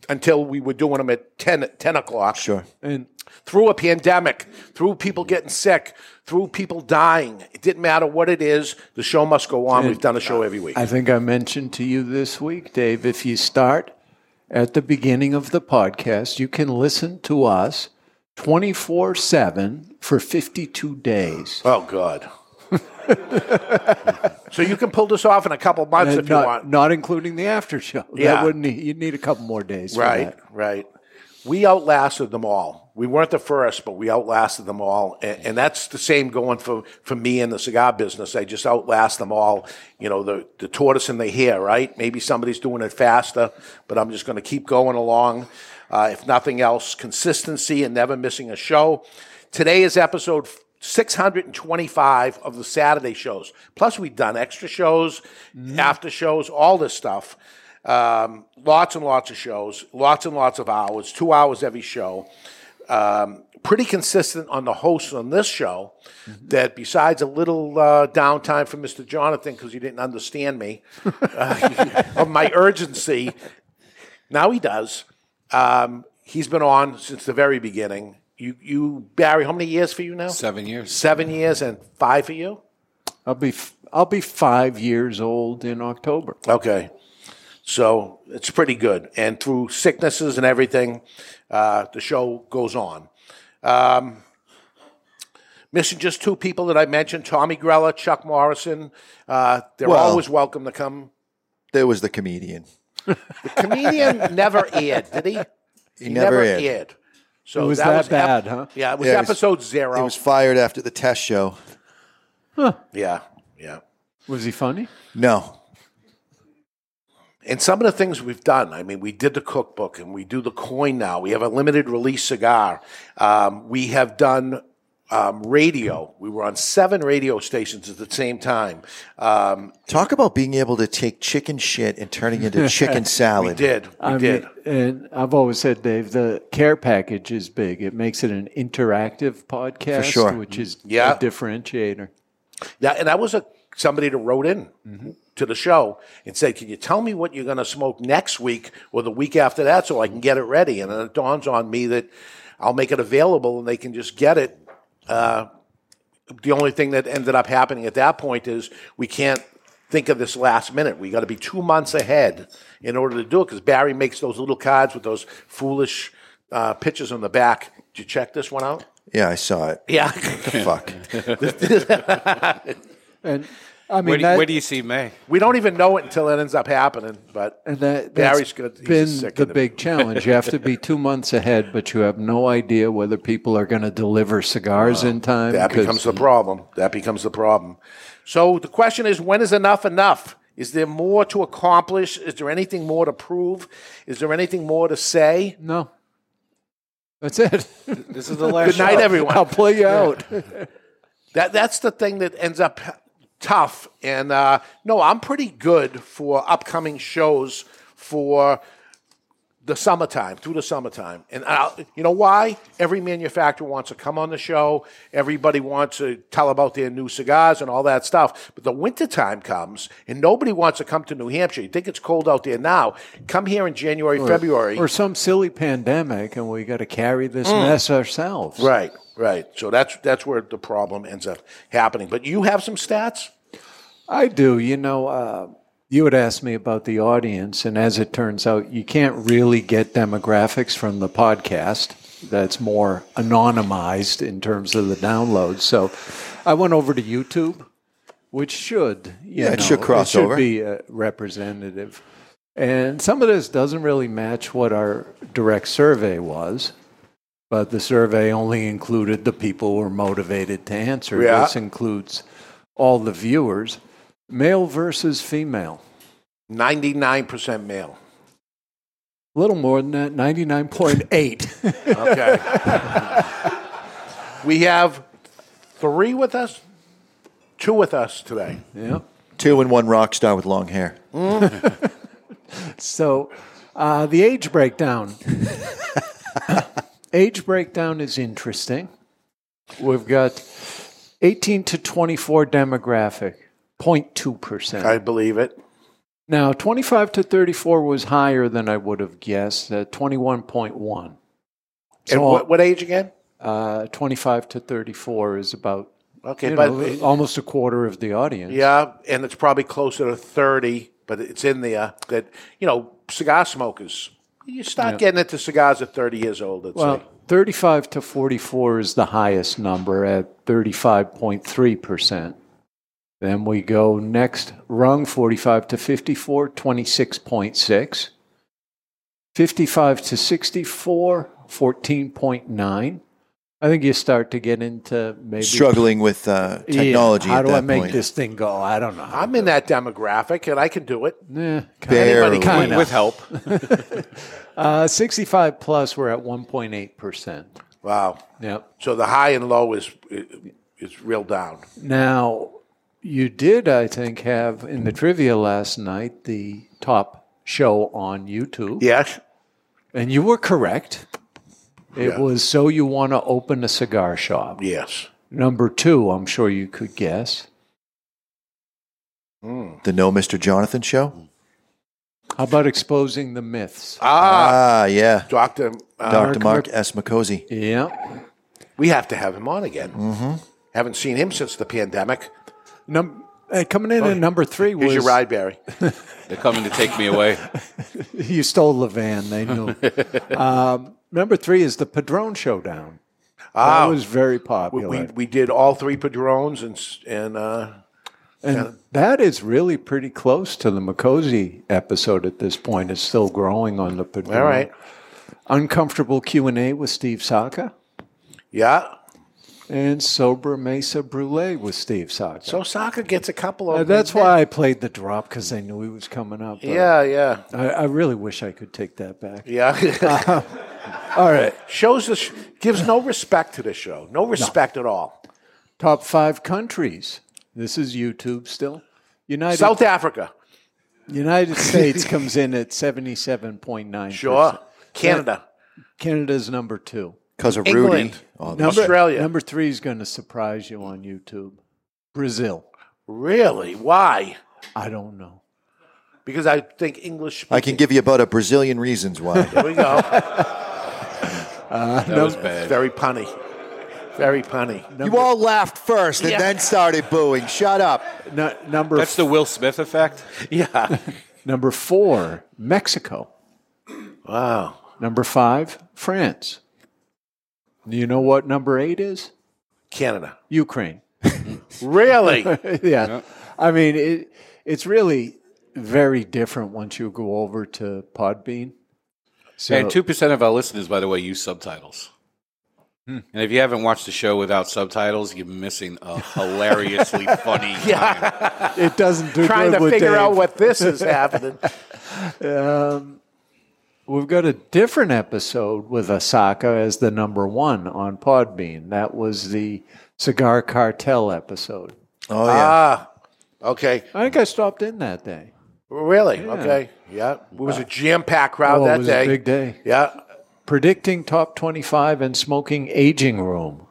Speaker 2: until we were doing them at 10, 10 o'clock.
Speaker 3: Sure.
Speaker 5: And
Speaker 2: through a pandemic, through people getting sick, through people dying, it didn't matter what it is, the show must go on.
Speaker 5: And-
Speaker 2: We've done a show
Speaker 5: *laughs*
Speaker 2: every week.
Speaker 5: I think I mentioned to you this week, Dave, if you start at the beginning of the podcast, you can listen to us 24 7 for 52 days.
Speaker 2: Oh, God. so you can pull this off in a couple months
Speaker 5: And
Speaker 2: if
Speaker 5: not,
Speaker 2: you want.
Speaker 5: not including the after show. *laughs* That
Speaker 2: Yeah.
Speaker 5: wouldn't you'd need a couple more days. for
Speaker 2: Right,
Speaker 5: that.
Speaker 2: right. We outlasted them all. We weren't the first, but we outlasted them all, and, and that's the same going for, for me in the cigar business. I just outlast them all. You know, the the tortoise and the hare. Right? Maybe somebody's doing it faster, but I'm just going to keep going along. Uh, if nothing else, consistency and never missing a show. Today is episode 625 of the Saturday shows. Plus, we've done extra shows,
Speaker 5: Mm-hmm.
Speaker 2: after shows, all this stuff. Um, lots and lots of shows, lots and lots of hours, two hours every show. Um, pretty consistent on the hosts on this show. That besides a little uh, downtime for Mr. Jonathan because he didn't understand me uh, of my urgency, now he does. Um, he's been on since the very beginning. You, you, Barry, how many years for you now?
Speaker 4: Seven years.
Speaker 2: Seven years and five for you.
Speaker 5: I'll be f- I'll be five years old in October.
Speaker 2: Okay, so it's pretty good. And through sicknesses and everything, uh, the show goes on. Um, missing just two people that I mentioned: Tommy Grella, Chuck Morrison. Uh, they're
Speaker 3: Well-
Speaker 2: always welcome to come.
Speaker 3: There was the comedian.
Speaker 2: The comedian never aired, did he?
Speaker 3: He, never, aired.
Speaker 2: So
Speaker 5: It was that
Speaker 2: ep-
Speaker 5: bad, huh?
Speaker 2: Yeah, it was
Speaker 3: Yeah, it was-
Speaker 2: episode zero.
Speaker 3: He was fired after the test show.
Speaker 2: Yeah, yeah.
Speaker 5: Was he funny?
Speaker 3: No.
Speaker 2: And some of the things we've done, I mean, we did the cookbook and we do the coin now. We have a limited release cigar. Um, we have done um, radio. We were on seven radio stations at the same time. Um,
Speaker 3: Talk about being able to take chicken shit *laughs* and turning it into
Speaker 5: *laughs*
Speaker 3: chicken salad.
Speaker 2: We did. We
Speaker 5: I
Speaker 2: did.
Speaker 5: mean, and I've always said, Dave, the care package is big. It makes it an interactive podcast,
Speaker 2: sure.
Speaker 5: which is
Speaker 2: Yeah.
Speaker 5: a differentiator.
Speaker 2: Yeah, and I was a somebody that wrote in
Speaker 5: Mm-hmm.
Speaker 2: to the show and said, "Can you tell me what you're going to smoke next week or the week after that, so I can get it ready?" And then it dawns on me that I'll make it available, and they can just get it. Uh, the only thing that ended up happening at that point is we can't think of this last minute. We got to be two months ahead in order to do it because Barry makes those little cards with those foolish uh, pictures on the back. Did you check this one out?
Speaker 3: Yeah, I saw it.
Speaker 2: Yeah.
Speaker 3: Fuck.
Speaker 5: and I mean,
Speaker 4: where, do,
Speaker 5: that-
Speaker 4: where do you see May?
Speaker 2: We don't even know it until it ends up happening. But
Speaker 5: And that,
Speaker 2: Barry's
Speaker 5: that's
Speaker 2: good. He's
Speaker 5: been
Speaker 2: sick
Speaker 5: the
Speaker 2: of it.
Speaker 5: big challenge. You have
Speaker 2: *laughs*
Speaker 5: to be two months ahead, but you have no idea whether people are going to deliver cigars in time.
Speaker 2: That
Speaker 5: 'cause-
Speaker 2: becomes the problem. That becomes the problem. So the question is, when is enough enough? Is there more to accomplish? Is there anything more to prove? Is there anything more to say?
Speaker 5: No. That's it.
Speaker 4: This is the last
Speaker 2: Good night,
Speaker 4: show.
Speaker 2: everyone.
Speaker 5: I'll play you out.
Speaker 2: *laughs* that that's the thing that ends up tough. And uh, no, I'm pretty good for upcoming shows for the summertime through the summertime. And I'll, you know why? Every manufacturer wants to come on the show. Everybody wants to tell about their new cigars and all that stuff. But the wintertime comes and nobody wants to come to New Hampshire. You think it's cold out there now? Come here in January,
Speaker 5: Or-
Speaker 2: February.
Speaker 5: Or some silly pandemic, and we got to carry this
Speaker 2: Mm.
Speaker 5: mess ourselves.
Speaker 2: Right, right. So that's that's where the problem ends up happening. But you have some stats?
Speaker 5: I do. You know, uh, you had asked me about the audience, and as it turns out, you can't really get demographics from the podcast. That's more anonymized in terms of the downloads. So I went over to YouTube, which should, you
Speaker 3: Yeah, it
Speaker 5: know,
Speaker 3: should cross over.
Speaker 5: be uh, representative. And some of this doesn't really match what our direct survey was, but the survey only included the people who were motivated to answer.
Speaker 2: Yeah.
Speaker 5: This includes all the viewers, male versus female.
Speaker 2: 99% male.
Speaker 5: A little more than that, 99.8.
Speaker 2: Okay.
Speaker 5: *laughs*
Speaker 2: we have three with us, two with us today.
Speaker 5: *laughs* Yeah.
Speaker 3: Two and one rock star with long hair.
Speaker 5: *laughs* so uh, the age breakdown. *laughs* age breakdown is interesting. We've got 18 to 24 demographic, 0.2%.
Speaker 2: I believe it.
Speaker 5: Now, 25 to 34 was higher than I would have guessed, uh, 21.1.
Speaker 2: and what, what age again?
Speaker 5: Uh, 25 to 34 is about
Speaker 2: Okay,
Speaker 5: you
Speaker 2: but-
Speaker 5: know, almost a quarter of the audience.
Speaker 2: Yeah, and it's probably closer to 30, but it's in there that, you know, cigar smokers, you start
Speaker 5: Yeah.
Speaker 2: getting into cigars at 30 years old, let's
Speaker 5: Well,
Speaker 2: say.
Speaker 5: 35 to 44 is the highest number at 35.3%. Then we go next rung 45 to 54, 26.6. 55 to 64, 14.9. I think you start to get into maybe
Speaker 3: Struggling with uh,
Speaker 5: Yeah,
Speaker 3: technology
Speaker 5: how
Speaker 3: at
Speaker 5: do
Speaker 3: that
Speaker 5: I make
Speaker 3: point.
Speaker 5: this thing go? I don't know. how
Speaker 2: I'm in that demographic, and I can do it.
Speaker 5: Yeah,
Speaker 3: Barely.
Speaker 5: Kinda.
Speaker 4: With help.
Speaker 5: *laughs* uh, 65 plus, we're at 1.8%.
Speaker 2: Wow.
Speaker 5: Yep.
Speaker 2: So the high and low is is real down.
Speaker 5: Now, you did, I think, have in the trivia last night the top show on YouTube.
Speaker 2: Yes.
Speaker 5: And you were correct. It
Speaker 2: Yeah.
Speaker 5: was So You Want to Open a Cigar Shop.
Speaker 2: Yes.
Speaker 5: Number two, I'm sure you could guess.
Speaker 2: Hmm.
Speaker 3: The No Mr. Jonathan show?
Speaker 5: How about exposing the myths?
Speaker 3: Ah, yeah.
Speaker 2: Dr. uh,
Speaker 3: Dr. Mark S. McCosey.
Speaker 5: Yeah.
Speaker 2: We have to have him on again.
Speaker 3: Mm-hmm.
Speaker 2: Haven't seen him since the pandemic.
Speaker 5: Num- uh, coming in at number three
Speaker 2: Here's
Speaker 5: was
Speaker 2: your ride, Barry.
Speaker 4: They're coming to take me away.
Speaker 5: *laughs* you stole the van.
Speaker 2: *laughs*
Speaker 5: They knew. um, number three is the Padron Showdown.
Speaker 2: Ah.
Speaker 5: that was very
Speaker 2: We,
Speaker 5: popular,
Speaker 2: we, we did all three padrones and s- and uh,
Speaker 5: and that is really pretty close to the Makosi episode at this point. It's still growing on the Padron.
Speaker 2: All right.
Speaker 5: Uncomfortable Q and A with Steve Saka
Speaker 2: yeah.
Speaker 5: and Sober Mesa Brulee with Steve Saka.
Speaker 2: So Saka gets a couple of.
Speaker 5: Uh, that's why I played the drop because I knew he was coming up. but
Speaker 2: Yeah, yeah, *laughs*
Speaker 5: I, I really wish I could take that back.
Speaker 2: yeah.
Speaker 5: Uh-huh. All right.
Speaker 2: Shows the sh- gives no respect to the show. No respect at all.
Speaker 5: Top five countries. This is YouTube still. United
Speaker 2: South Africa. *laughs*
Speaker 5: United States comes in at seventy-seven point nine.
Speaker 2: Sure. Canada.
Speaker 5: Canada's number two.
Speaker 3: 'Cause of Rudy. England. Oh, that's
Speaker 5: number,
Speaker 2: Australia.
Speaker 5: Number three is going to surprise you on YouTube. Brazil.
Speaker 2: Really? Why?
Speaker 5: I don't know.
Speaker 2: Because I think English.
Speaker 3: I can give you about a Brazilian reasons why.
Speaker 2: There
Speaker 3: *laughs*
Speaker 2: we
Speaker 5: *laughs*
Speaker 2: go.
Speaker 5: Uh,
Speaker 3: That no. was bad.
Speaker 2: Very punny. Very punny.
Speaker 3: you all laughed first and
Speaker 2: Yeah.
Speaker 3: then started booing. Shut up.
Speaker 5: number
Speaker 4: That's the Will Smith effect.
Speaker 2: Yeah.
Speaker 5: *laughs* Number four, Mexico.
Speaker 2: Wow.
Speaker 5: Number five, France. Do you know what number eight is?
Speaker 2: Canada.
Speaker 5: Ukraine.
Speaker 2: *laughs* Really?
Speaker 5: *laughs* yeah. I mean, it, it's really very different once you go over to Podbean. So,
Speaker 4: and two percent of our listeners, by the way, use subtitles.
Speaker 5: Hmm.
Speaker 4: And if you haven't watched the show without subtitles, you're missing a
Speaker 5: *laughs*
Speaker 4: hilariously funny.
Speaker 2: Yeah.
Speaker 5: It doesn't do
Speaker 2: Trying
Speaker 5: good
Speaker 2: to
Speaker 5: with
Speaker 2: figure
Speaker 5: Dave.
Speaker 2: out what this
Speaker 5: *laughs*
Speaker 2: is happening.
Speaker 5: um, we've got a different episode with Osaka as the number one on Podbean. That was the Cigar Cartel episode.
Speaker 3: Oh,
Speaker 2: Ah. Okay.
Speaker 5: I think I stopped in that day.
Speaker 2: Really?
Speaker 5: Yeah. Uh,
Speaker 2: Okay. Yeah. It was a jam packed crowd
Speaker 5: Oh, it
Speaker 2: that
Speaker 5: was a
Speaker 2: day.
Speaker 5: big day.
Speaker 2: Yeah.
Speaker 5: Predicting top 25 and smoking aging room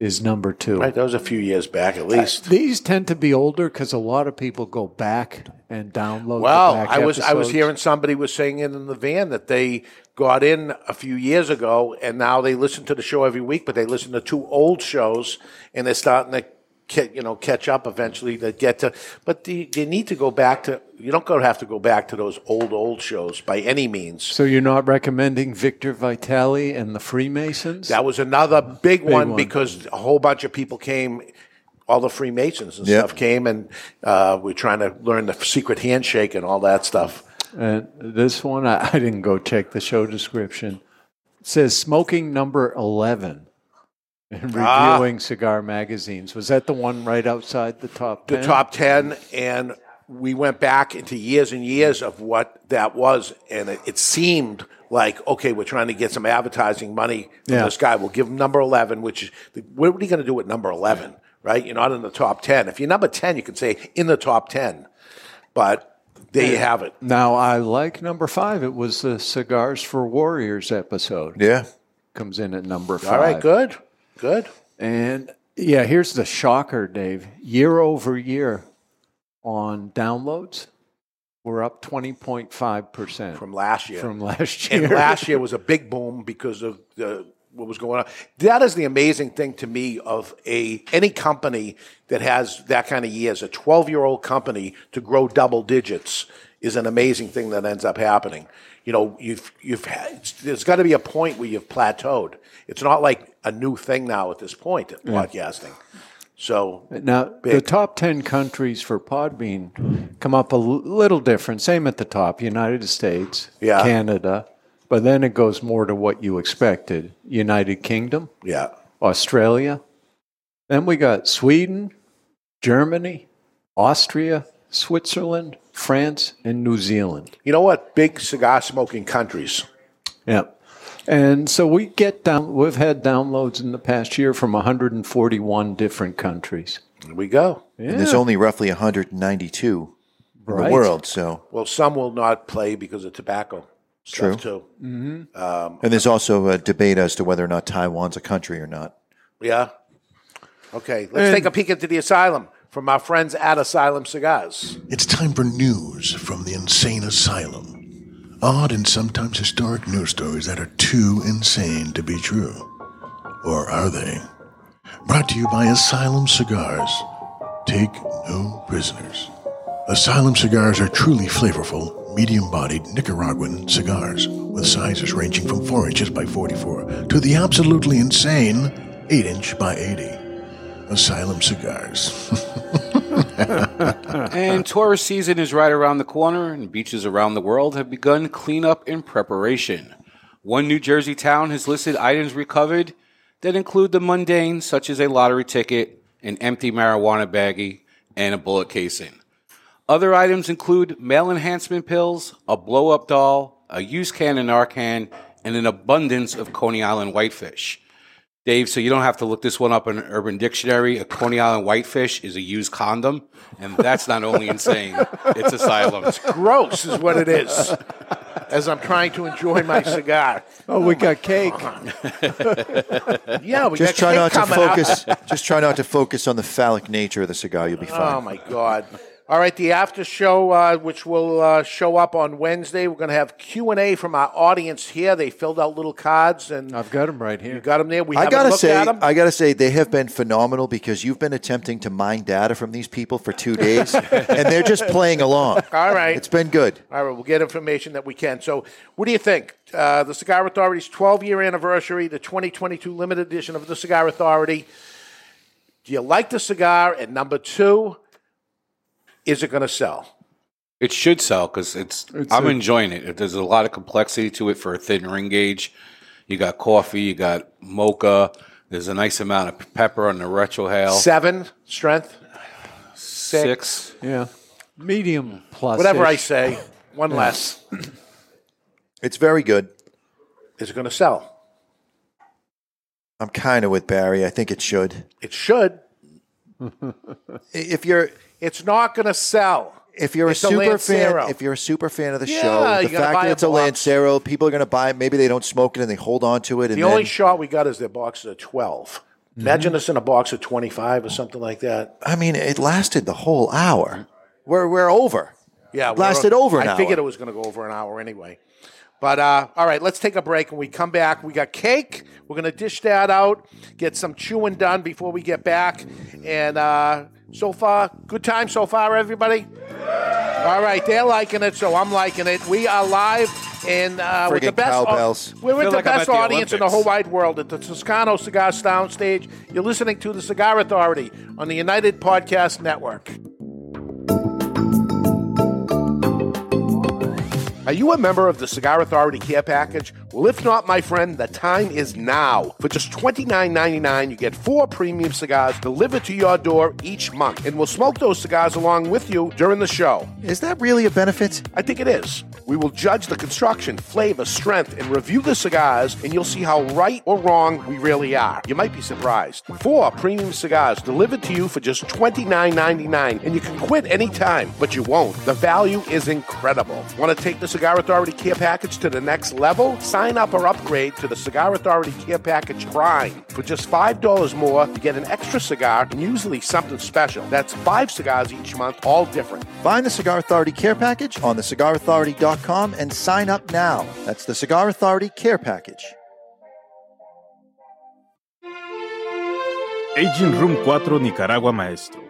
Speaker 5: is number two.
Speaker 2: Right. That was a few years back, at least.
Speaker 5: Uh, These tend to be older because a lot of people go back and download. the
Speaker 2: Well,
Speaker 5: back
Speaker 2: I was I was
Speaker 5: episodes.
Speaker 2: hearing somebody was saying it in the van that they got in a few years ago and now they listen to the show every week, but they listen to two old shows and they're starting to ca- you know catch up eventually to get to. But the, they need to go back to. You don't go have to go back to those old old shows by any means.
Speaker 5: So you're not recommending Victor Vitali and the Freemasons?
Speaker 2: That was another big,
Speaker 5: Big
Speaker 2: one,
Speaker 5: one.
Speaker 2: because a whole bunch of people came. All the Freemasons and
Speaker 5: Yep.
Speaker 2: stuff came, and uh, we're trying to learn the secret handshake and all that stuff.
Speaker 5: And this one, I, I didn't go check the show description. It says smoking number 11 and
Speaker 2: Ah.
Speaker 5: reviewing cigar magazines. Was that the one right outside the top
Speaker 2: the
Speaker 5: 10?
Speaker 2: top 10 and we went back into years and years of what that was and it, it seemed like okay we're trying to get some advertising money from
Speaker 5: Yeah.
Speaker 2: this guy we'll give him number 11 which is what are you going to do at number 11 right you're not in the top 10 if you're number 10 you can say in the top 10 but there you have it
Speaker 5: Now, I like number five. It was the Cigars for Warriors episode.
Speaker 3: Yeah.
Speaker 5: Comes in at number five.
Speaker 2: all right good good
Speaker 5: And yeah, here's the shocker, Dave. Year over year on downloads, we're up 20.5%.
Speaker 2: From last year.
Speaker 5: From last year.
Speaker 2: and last
Speaker 5: *laughs*
Speaker 2: year was a big boom because of the what was going on. That is the amazing thing to me of a any company that has that kind of years, a twelve year old company to grow double digits is an amazing thing that ends up happening. You know, you've you've had, there's got to be a point where you've plateaued. It's not like a new thing now at this point in
Speaker 5: Yeah.
Speaker 2: podcasting. So
Speaker 5: Now, the top 10 countries for Podbean come up a l- little different. Same at the top United States,
Speaker 2: Yeah.
Speaker 5: Canada, but then it goes more to what you expected United Kingdom,
Speaker 2: yeah,
Speaker 5: Australia. Then we got Sweden, Germany, Austria, Switzerland, France, and New Zealand.
Speaker 2: you know what? Big cigar smoking countries.
Speaker 5: Yep. And so we get down, we've had downloads in the past year from 141 different countries.
Speaker 2: There we go.
Speaker 3: And there's
Speaker 5: Yeah.
Speaker 3: only roughly 192 in
Speaker 5: Right.
Speaker 3: the world. So,
Speaker 2: Well, some will not play because of tobacco
Speaker 3: True.
Speaker 2: stuff too.
Speaker 5: Mhm.
Speaker 2: Um,
Speaker 3: and there's also a debate as to whether or not Taiwan's a country or not.
Speaker 2: yeah. Okay, let's
Speaker 3: And-
Speaker 2: take a peek into the asylum from our friends at Asylum Cigars.
Speaker 14: It's time for news from the insane asylum. Odd and sometimes historic news stories that are too insane to be true. Or are they? Brought to you by Asylum Cigars. Take no prisoners. Asylum cigars are truly flavorful, medium bodied Nicaraguan cigars with sizes ranging from 4 inches by 44 to the absolutely insane 8 inch by 80. Asylum cigars.
Speaker 4: and tourist season is right around the corner, and beaches around the world have begun cleanup and preparation. One New Jersey town has listed items recovered that include the mundane, such as a lottery ticket, an empty marijuana baggie, and a bullet casing. Other items include male enhancement pills, a blow up doll, a used can of Narcan, and an abundance of Coney Island whitefish. Dave, so you don't have to look this one up in Urban Dictionary. A Coney Island whitefish is a used condom, and that's not only insane; it's asylum.
Speaker 2: It's gross, is what it is. As I'm trying to enjoy my cigar.
Speaker 5: Oh, we got cake.
Speaker 2: *laughs* yeah, Oh, we
Speaker 3: just
Speaker 2: got
Speaker 3: try
Speaker 2: cake
Speaker 3: not to
Speaker 2: coming up.
Speaker 3: focus. just try not to focus on the phallic nature of the cigar. You'll be fine.
Speaker 2: Oh my God! All right, the after show, uh, which will uh, show up on Wednesday, we're going to have Q and A from our audience here. They filled out little cards, and
Speaker 5: I've got them right here.
Speaker 2: You got them there. We
Speaker 3: I
Speaker 2: haven't
Speaker 3: gotta
Speaker 2: looked
Speaker 3: say,
Speaker 2: at 'em.
Speaker 3: I gotta say, they have been phenomenal because you've been attempting to mine data from these people for *laughs* two
Speaker 2: *laughs*
Speaker 3: days, and they're just playing along.
Speaker 2: All right.
Speaker 3: it's been good.
Speaker 2: All right, we'll get information that we can. So, what do you think? Uh, the Cigar Authority's 12 year anniversary, the 2022 limited edition of the Cigar Authority. Do you like the cigar? And number two, is it going to sell?
Speaker 4: It should sell because it's,
Speaker 2: It's
Speaker 4: I'm
Speaker 2: a-
Speaker 4: enjoying it. There's a lot of complexity to it for a thin ring gauge. You got coffee, you got mocha. There's a nice amount of pepper on the retrohale.
Speaker 2: Seven strength,
Speaker 4: Six.
Speaker 5: Yeah. Medium plus.
Speaker 2: whatever I say, one
Speaker 5: *laughs* Yeah.
Speaker 2: less.
Speaker 3: It's very good.
Speaker 2: Is it going to sell?
Speaker 3: I'm kind of with Barry. I think it should. *laughs*
Speaker 2: It should.
Speaker 3: if you're,
Speaker 2: it's not going to sell.
Speaker 3: If you're
Speaker 2: It's
Speaker 3: a super
Speaker 2: Lancero.
Speaker 3: fan, if you're a super fan of the
Speaker 2: Yeah,
Speaker 3: show,
Speaker 2: you
Speaker 3: the
Speaker 2: gotta
Speaker 3: fact
Speaker 2: buy
Speaker 3: that
Speaker 2: a
Speaker 3: it's a
Speaker 2: box.
Speaker 3: Lancero, people are going to buy it. Maybe they don't smoke it and they hold on to it. And
Speaker 2: the only
Speaker 3: then- Mm-hmm.
Speaker 2: shot we got is their box of 12. Imagine us in a box of 25 or something like that.
Speaker 3: I mean, it lasted the whole hour. We're we're over.
Speaker 2: Yeah, we're-
Speaker 3: lasted over an
Speaker 2: I figured
Speaker 3: hour.
Speaker 2: it was going to go over an hour anyway. But uh, all right, let's take a break. When we come back, we got cake. We're going to dish that out, get some chewing done before we get back. And uh, so far, good time so far, everybody. All right, they're liking it, so I'm liking it. We are live and uh, with the
Speaker 3: Friggin'
Speaker 2: best. au-
Speaker 3: cowbells.
Speaker 2: we're
Speaker 3: Feel
Speaker 2: with the
Speaker 3: like I'm
Speaker 2: best
Speaker 3: at the
Speaker 2: audience in the
Speaker 3: Olympics.
Speaker 2: whole wide world at the Toscano Cigar Soundstage. You're listening to the Cigar Authority on the United Podcast Network. Are you a member of the Cigar Authority Care Package? Well, if not, my friend, the time is now. For just $29.99, you get four premium cigars delivered to your door each month, and we'll smoke those cigars along with you during the show.
Speaker 3: Is that really a benefit?
Speaker 2: I think it is. We will judge the construction, flavor, strength, and review the cigars, and you'll see how right or wrong we really are. You might be surprised. Four premium cigars delivered to you for just $29.99, and you can quit anytime, but you won't. The value is incredible. Want to take the Cigar Authority Care Package to the next level? Sign up or upgrade to the Cigar Authority Care Package Prime. For just $5 more, you get an extra cigar and usually something special. That's five cigars each month, all different.
Speaker 3: Find the Cigar Authority Care Package on thecigarauthority.com and sign up now. That's the Cigar Authority Care Package.
Speaker 15: Aging Room 4 Nicaragua Maestro.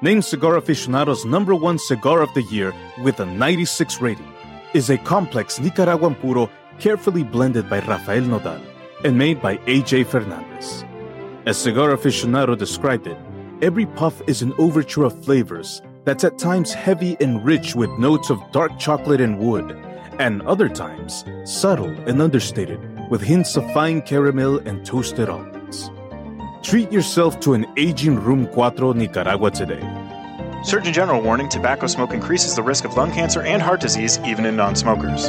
Speaker 15: Named Cigar Aficionado's number one cigar of the year with a 96 rating. Is a complex Nicaraguan puro carefully blended by Rafael Nodal and made by AJ Fernandez. As Cigar Aficionado described it, every puff is an overture of flavors that's at times heavy and rich with notes of dark chocolate and wood, and other times subtle and understated with hints of fine caramel and toasted almonds. Treat yourself to an aging Room 4 Nicaragua today.
Speaker 8: Surgeon General warning tobacco smoke increases the risk of lung cancer and heart disease even in non smokers.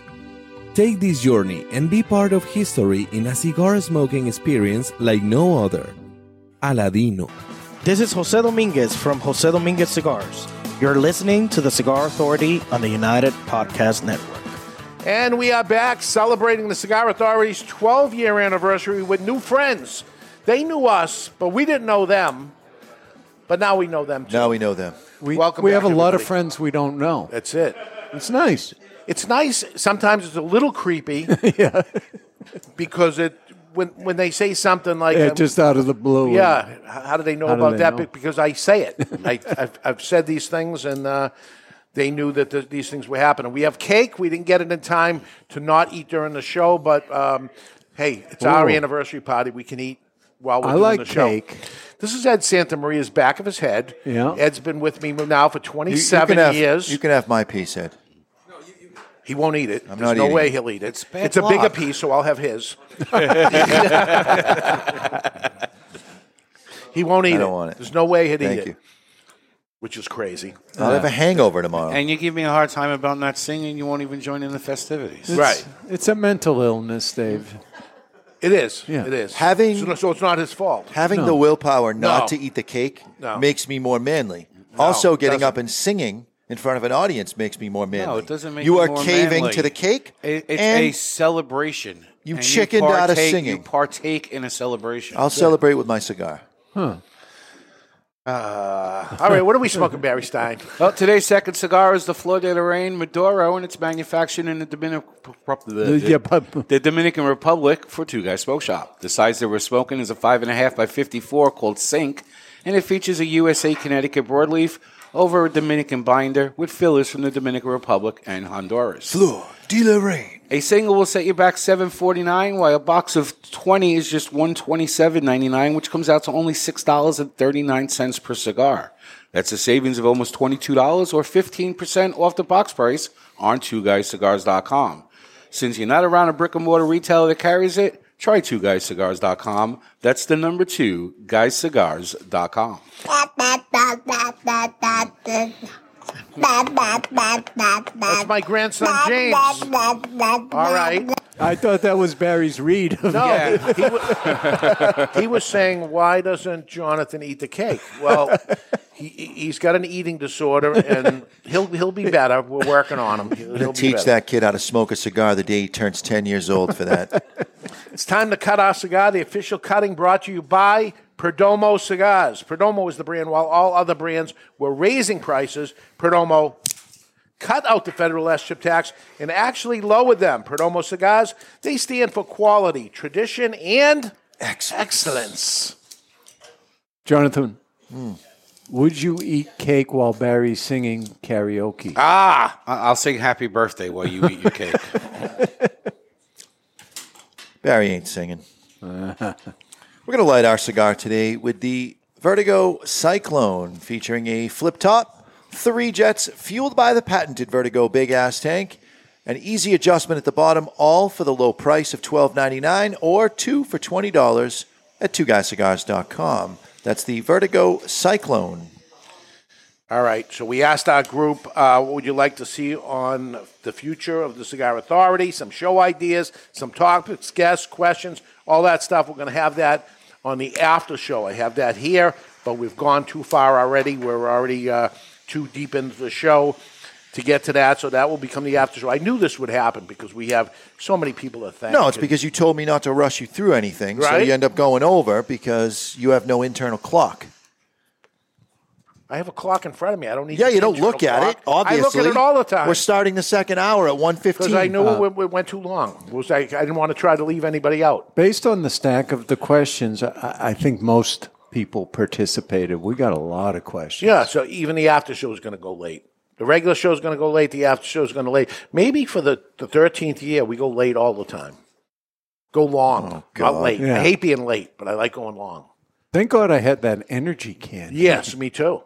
Speaker 16: Take this journey and be part of history in a cigar smoking experience like no other. Aladino.
Speaker 17: This is Jose Dominguez from Jose Dominguez Cigars. You're listening to the Cigar Authority on the United Podcast Network.
Speaker 2: And we are back celebrating the Cigar Authority's 12 year anniversary with new friends. They knew us, but we didn't know them. But now we know them too.
Speaker 3: Now we know them.
Speaker 5: We,
Speaker 2: Welcome
Speaker 5: we
Speaker 2: back,
Speaker 5: have a lot of
Speaker 2: everybody.
Speaker 5: friends we don't know.
Speaker 2: That's it.
Speaker 5: It's nice.
Speaker 2: It's nice. Sometimes it's a little
Speaker 5: *laughs*
Speaker 2: creepy. yeah. Because it when when they say something like
Speaker 5: Yeah,
Speaker 2: um,
Speaker 5: just out of the blue.
Speaker 2: yeah, h- how do they know
Speaker 5: How do
Speaker 2: about
Speaker 5: they
Speaker 2: that?
Speaker 5: know?
Speaker 2: Be- Because I say it.
Speaker 5: *laughs*
Speaker 2: I, I've, I've said these things, and uh, they knew that th- these things were happening. We have cake. We didn't get it in time to not eat during the show, but um, hey, it's our
Speaker 5: Ooh.
Speaker 2: anniversary party. We can eat while we're
Speaker 5: I
Speaker 2: doing
Speaker 5: like
Speaker 2: the show.
Speaker 5: cake.
Speaker 2: This is Ed Santa Maria's back of his head.
Speaker 3: Yeah.
Speaker 2: Ed's been with me now for
Speaker 3: You- you
Speaker 2: 27
Speaker 3: can have-
Speaker 2: years.
Speaker 3: You can have my piece, Ed.
Speaker 2: He won't eat it.
Speaker 3: I'm
Speaker 2: There's
Speaker 3: not
Speaker 2: no
Speaker 3: eating
Speaker 2: way
Speaker 3: it.
Speaker 2: he'll eat it. It's,
Speaker 3: bad
Speaker 2: a bigger
Speaker 3: luck.
Speaker 2: piece, so I'll
Speaker 3: *laughs*
Speaker 2: have his. he won't eat
Speaker 3: I don't
Speaker 2: it.
Speaker 3: want it.
Speaker 2: There's no way he'd
Speaker 3: Thank
Speaker 2: eat
Speaker 3: you.
Speaker 2: it. Which is crazy.
Speaker 3: I'll have a hangover tomorrow.
Speaker 4: And you give me a hard time about not singing. You won't even join in the festivities.
Speaker 5: It's- It's a mental illness, Dave.
Speaker 2: It is.
Speaker 5: Yeah.
Speaker 2: It is.
Speaker 3: Having-
Speaker 2: so, so it's not his fault.
Speaker 3: Having the willpower not
Speaker 2: No.
Speaker 3: to eat the cake
Speaker 2: No.
Speaker 3: makes me more manly.
Speaker 2: No,
Speaker 3: also, getting
Speaker 2: doesn't.
Speaker 3: up and singing in front of an audience makes me more manly.
Speaker 4: No, it doesn't make
Speaker 3: you
Speaker 4: me
Speaker 3: are
Speaker 4: more
Speaker 3: caving
Speaker 4: manly.
Speaker 3: to the cake.
Speaker 4: It- it's
Speaker 3: and
Speaker 4: a celebration.
Speaker 3: you
Speaker 4: And
Speaker 3: chickened out of
Speaker 4: partake-
Speaker 3: singing.
Speaker 4: You partake in a celebration.
Speaker 3: I'll celebrate with my cigar.
Speaker 5: Huh.
Speaker 2: Uh, all right, what are we smoking, Barry
Speaker 3: *laughs*
Speaker 2: Stein?
Speaker 4: Well, today's second cigar is the Flor de Lorraine Maduro, and it's manufactured in the Dominican
Speaker 5: Uh, Yeah, but-
Speaker 4: the Dominican Republic for Two Guys Smoke Shop. The size that we're smoking is a 5.5 by 54 called Sink, and it features a USA Connecticut broadleaf over a Dominican binder with fillers from the Dominican Republic and Honduras.
Speaker 3: Fleur de Lorraine.
Speaker 4: A single will set you back 749 while a box of 20 is just 127.99, which comes out to only $6.39 per cigar. That's a savings of almost $22 or 15% off the box price on twoguyscigars.com. Since you're not around a brick and mortar retailer that carries it, try twoguyscigars.com. That's the number 2 guyscigars.com.
Speaker 2: That's my grandson, James. All right.
Speaker 5: I thought that was Barry's read. Of
Speaker 2: No, he, he wa- he was saying, why doesn't Jonathan eat the cake? Well, he, he's got an eating disorder, and he'll he'll be better. We're working on him. He'll,
Speaker 3: I'm
Speaker 2: he'll
Speaker 3: going
Speaker 2: be
Speaker 3: to teach
Speaker 2: better.
Speaker 3: that kid how to smoke a cigar the day he turns 10 years old for that.
Speaker 2: *laughs* It's time to cut our cigar. The official cutting brought to you by Perdomo Cigars. Perdomo is the brand. While all other brands were raising prices, Perdomo cut out the federal S-chip tax and actually lowered them. Perdomo cigars, they stand for quality, tradition, and excellence.
Speaker 5: *laughs* Jonathan,
Speaker 3: Hmm.
Speaker 5: would you eat cake while Barry's singing karaoke?
Speaker 2: Ah,
Speaker 4: I- I'll sing happy birthday while you eat your cake.
Speaker 3: Barry ain't
Speaker 2: *laughs*
Speaker 3: singing. We're going to light our cigar today with the Vertigo Cyclone featuring a flip top, three jets fueled by the patented Vertigo big ass tank, an easy adjustment at the bottom, all for the low price of $12.99 or two for $20 at twoguyscigars.com. That's the Vertigo Cyclone.
Speaker 2: All right. So we asked our group, uh, what would you like to see on the future of the Cigar Authority? Some show ideas, some topics, guests, questions, all that stuff. We're going to have that on the after show. I have that here, but we've gone too far already. We're already uh, too deep into the show to get to that. So that will become the after show. I knew this would happen because we have so many people to thank.
Speaker 3: No, it's because you told me not to rush you through anything, so
Speaker 2: Right.
Speaker 3: you end up going over because you have no internal clock.
Speaker 2: I have a clock in front of me. I don't need.
Speaker 3: Yeah,
Speaker 2: an
Speaker 3: you don't
Speaker 2: internal
Speaker 3: look at
Speaker 2: clock.
Speaker 3: it. Obviously,
Speaker 2: I look at it all the time.
Speaker 3: We're starting the second hour at one fifteen.
Speaker 2: because I knew
Speaker 5: uh,
Speaker 2: it went- it went too long. It was like I didn't want to try to leave anybody out.
Speaker 5: Based on the stack of the questions, I, I think most people participated. We got a lot of questions.
Speaker 2: Yeah, so even the after show is going to go late. The regular show is going to go late. The after show is going to late. Maybe for the the thirteenth year, we go late all the time. Go long,
Speaker 5: Oh, God.
Speaker 2: not late.
Speaker 5: Yeah.
Speaker 2: I hate being late, but I like going long.
Speaker 5: Thank God I had that energy can.
Speaker 2: Yes, me too.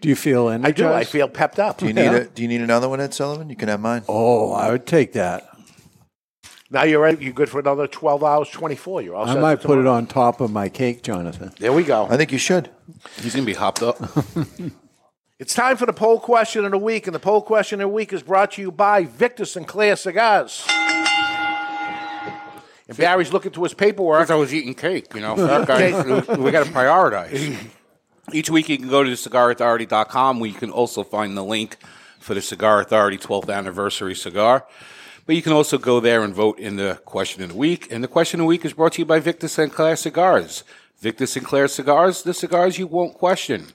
Speaker 5: Do you feel energized?
Speaker 2: I do. I feel pepped up.
Speaker 3: Do you need a, Do you need another one, Ed Sullivan? You can have mine.
Speaker 5: Oh, I would take that.
Speaker 2: Now you're ready. You're good for another twelve hours, twenty four. You're all
Speaker 5: I
Speaker 2: set
Speaker 5: might
Speaker 2: for
Speaker 5: put it
Speaker 2: tomorrow.
Speaker 5: on top of my cake, Jonathan.
Speaker 2: There we go.
Speaker 3: I think you should.
Speaker 4: He's gonna be hopped up.
Speaker 2: *laughs* It's time for the poll question of the week, and the poll question of the week is brought to you by Victor Sinclair Cigars. And Barry's looking to his paperwork.
Speaker 4: I was eating cake, you *laughs* know. Fuck, guys, we got to prioritize. *laughs* Each week you can go to thecigarauthority.com where you can also find the link for the Cigar Authority 12th Anniversary Cigar. But you can also go there and vote in the question of the week. And the question of the week is brought to you by Victor Sinclair Cigars. Victor Sinclair Cigars, the cigars you won't question.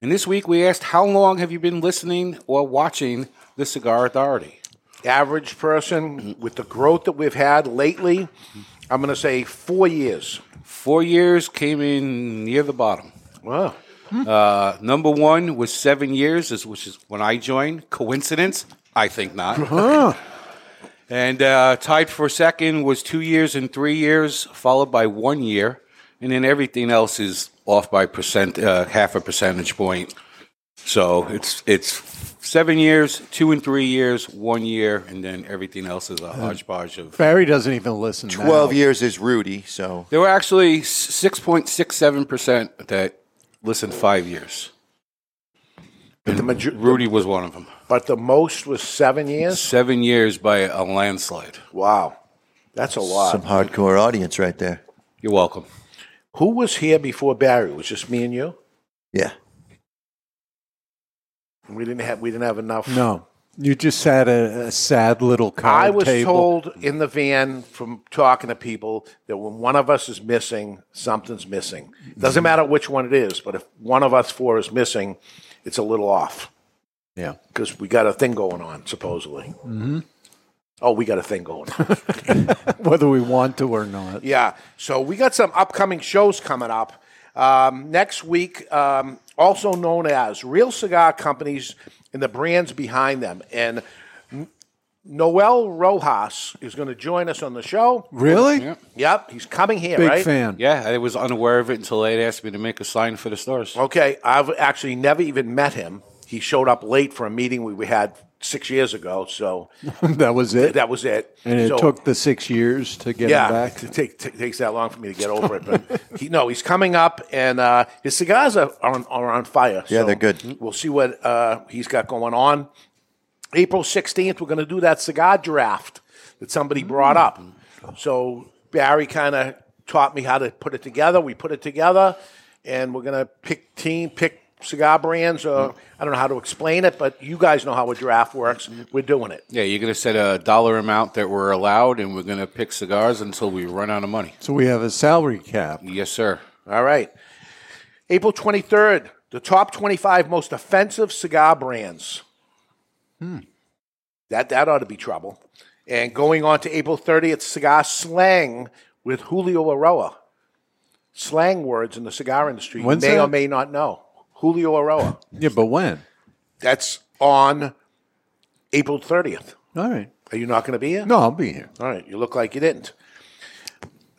Speaker 4: And this week we asked, how long have you been listening or watching the Cigar Authority?
Speaker 2: average person with the growth that we've had lately, I'm going to say four years.
Speaker 4: Four years came in near the bottom.
Speaker 2: Wow.
Speaker 4: Uh, number one was seven years, is- which is when I joined. Coincidence? I think
Speaker 9: Uh-huh.
Speaker 4: not. and uh, tied for second was two years and three years, followed by one year, and then everything else is off by percent, uh, half a percentage point. So it's it's seven years, two and three years, one year, and then everything else is a hodgepodge of
Speaker 5: Barry doesn't even listen. now.
Speaker 3: Twelve years is Rudy, so
Speaker 4: There were actually six point six seven percent that listened five years. And Rudy was one of them.
Speaker 2: But the most was seven years.
Speaker 4: Seven years by a landslide.
Speaker 2: Wow. That's a lot.
Speaker 3: some hardcore audience right there.
Speaker 4: You're welcome.
Speaker 2: Who was here before Barry? It was just me and you.
Speaker 3: Yeah.
Speaker 2: We didn't have we didn't have enough.
Speaker 5: No, you just had a, a sad little card
Speaker 2: I was
Speaker 5: table.
Speaker 2: told in the van from talking to people that when one of us is missing, something's missing.
Speaker 5: Mm-hmm.
Speaker 2: Doesn't matter which one it is, but if one of us four is missing, it's a little off
Speaker 5: Yeah.
Speaker 2: because we got a thing going on supposedly.
Speaker 5: hmm
Speaker 2: Oh, we got a thing going on.
Speaker 5: *laughs* Whether we want to or not.
Speaker 2: Yeah. So we got some upcoming shows coming up. Um, next week, um, also known as Real Cigar Companies and the brands behind them. And N- Noel Rojas is going to join us on the show.
Speaker 5: Really?
Speaker 2: Yep. He's coming here, right?
Speaker 4: Yeah, I was unaware of it until they asked me to make a sign for the stars.
Speaker 2: Okay, I've actually never even met him. He showed up late for a meeting we, we had six years ago. So
Speaker 5: *laughs* *laughs* that was it.
Speaker 2: that was it.
Speaker 5: and it
Speaker 2: So-
Speaker 5: took the six years to get
Speaker 2: yeah,
Speaker 5: him back.
Speaker 2: It take, t- takes that long for me to get over it. But he, no, he's coming up, and uh, his cigars are on, are on fire.
Speaker 3: Yeah,
Speaker 2: so
Speaker 3: they're good.
Speaker 2: We'll see what uh, he's got going on. April 16th, we're going to do that cigar draft that somebody brought up. So Barry kind of taught me how to put it together. We put it together, and we're going to pick team, pick cigar brands. Or I don't know how to explain it, but you guys know how a draft works. We're doing it.
Speaker 4: Yeah, you're going to set a dollar amount that we're allowed, and we're going to pick cigars until we run out of money.
Speaker 5: So we have a salary cap.
Speaker 4: Yes, sir.
Speaker 2: All right. April 23rd, the top 25 most offensive cigar brands.
Speaker 5: Hmm.
Speaker 2: That that ought to be trouble. And going on to April 30th, cigar slang with Julio Aroa. Slang words in the cigar industry.
Speaker 5: When's
Speaker 2: you may or
Speaker 5: that?
Speaker 2: may not know. Julio Aroa.
Speaker 5: Yeah, but when?
Speaker 2: That's on April 30th.
Speaker 5: All right.
Speaker 2: Are you not going to be here?
Speaker 5: No, I'll be here.
Speaker 2: All right. You look like you didn't.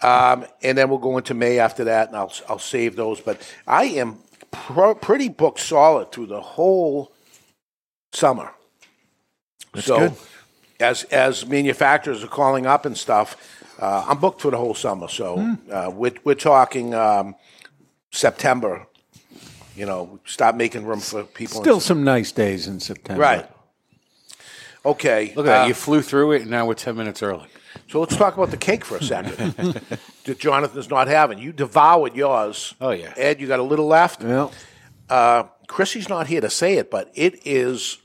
Speaker 2: Um, and then we'll go into May after that, and I'll I'll save those. But I am pro- pretty booked solid through the whole summer. so,
Speaker 3: good.
Speaker 2: as as manufacturers are calling up and stuff, uh, I'm booked for the whole summer. So
Speaker 5: Hmm.
Speaker 2: uh, we're we're talking um, September. You know, stop making room for people. in
Speaker 5: Still some nice days in September.
Speaker 2: Right. Okay.
Speaker 4: Look at that.
Speaker 2: uh,
Speaker 4: You flew through it, and now we're 10 minutes early.
Speaker 2: So let's talk about the cake for
Speaker 4: *laughs*
Speaker 2: a second that Jonathan's not having. You devoured yours. Oh, yeah. Ed, you got a little left.
Speaker 5: Yeah.
Speaker 2: Uh, Chrissy's not here to say it, but it is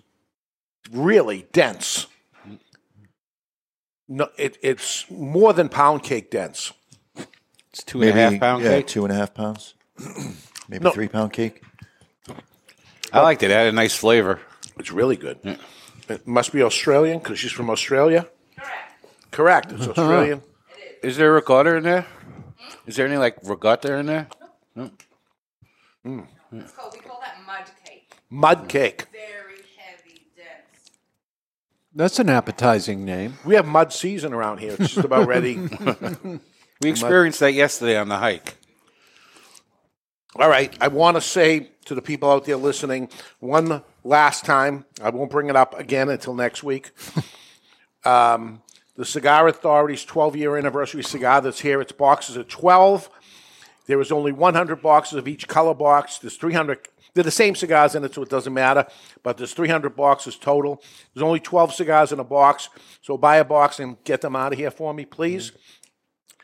Speaker 2: really dense. No, it, it's more than pound cake dense.
Speaker 4: It's
Speaker 2: two
Speaker 3: Maybe, yeah, Two and a half
Speaker 2: *clears throat*
Speaker 3: pounds. Maybe
Speaker 2: No.
Speaker 3: three pound cake.
Speaker 4: I liked it. It had a nice flavor.
Speaker 2: It's really good. It must be Australian because she's from Australia. Correct.
Speaker 4: *laughs*
Speaker 2: Correct. It's
Speaker 4: Uh-huh.
Speaker 2: Australian.
Speaker 4: Is there ricotta in there? Is there any like ricotta in there?
Speaker 2: Hmm.
Speaker 4: Hmm. No.
Speaker 2: Mud cake.
Speaker 5: That's an appetizing name.
Speaker 2: We have mud season around here. It's just
Speaker 4: *laughs*
Speaker 2: about ready.
Speaker 4: We experienced that yesterday on the hike.
Speaker 2: All right. I want to say to the people out there listening one last time, I won't bring it up again until next week. *laughs* um, the Cigar Authority's 12 year anniversary cigar that's here. Its boxes are 12. There is only 100 boxes of each color box. There's 300. They're the same cigars in it, so it doesn't matter. But there's 300 boxes total. There's only 12 cigars in a box. So buy a box and get them out of here for me, please.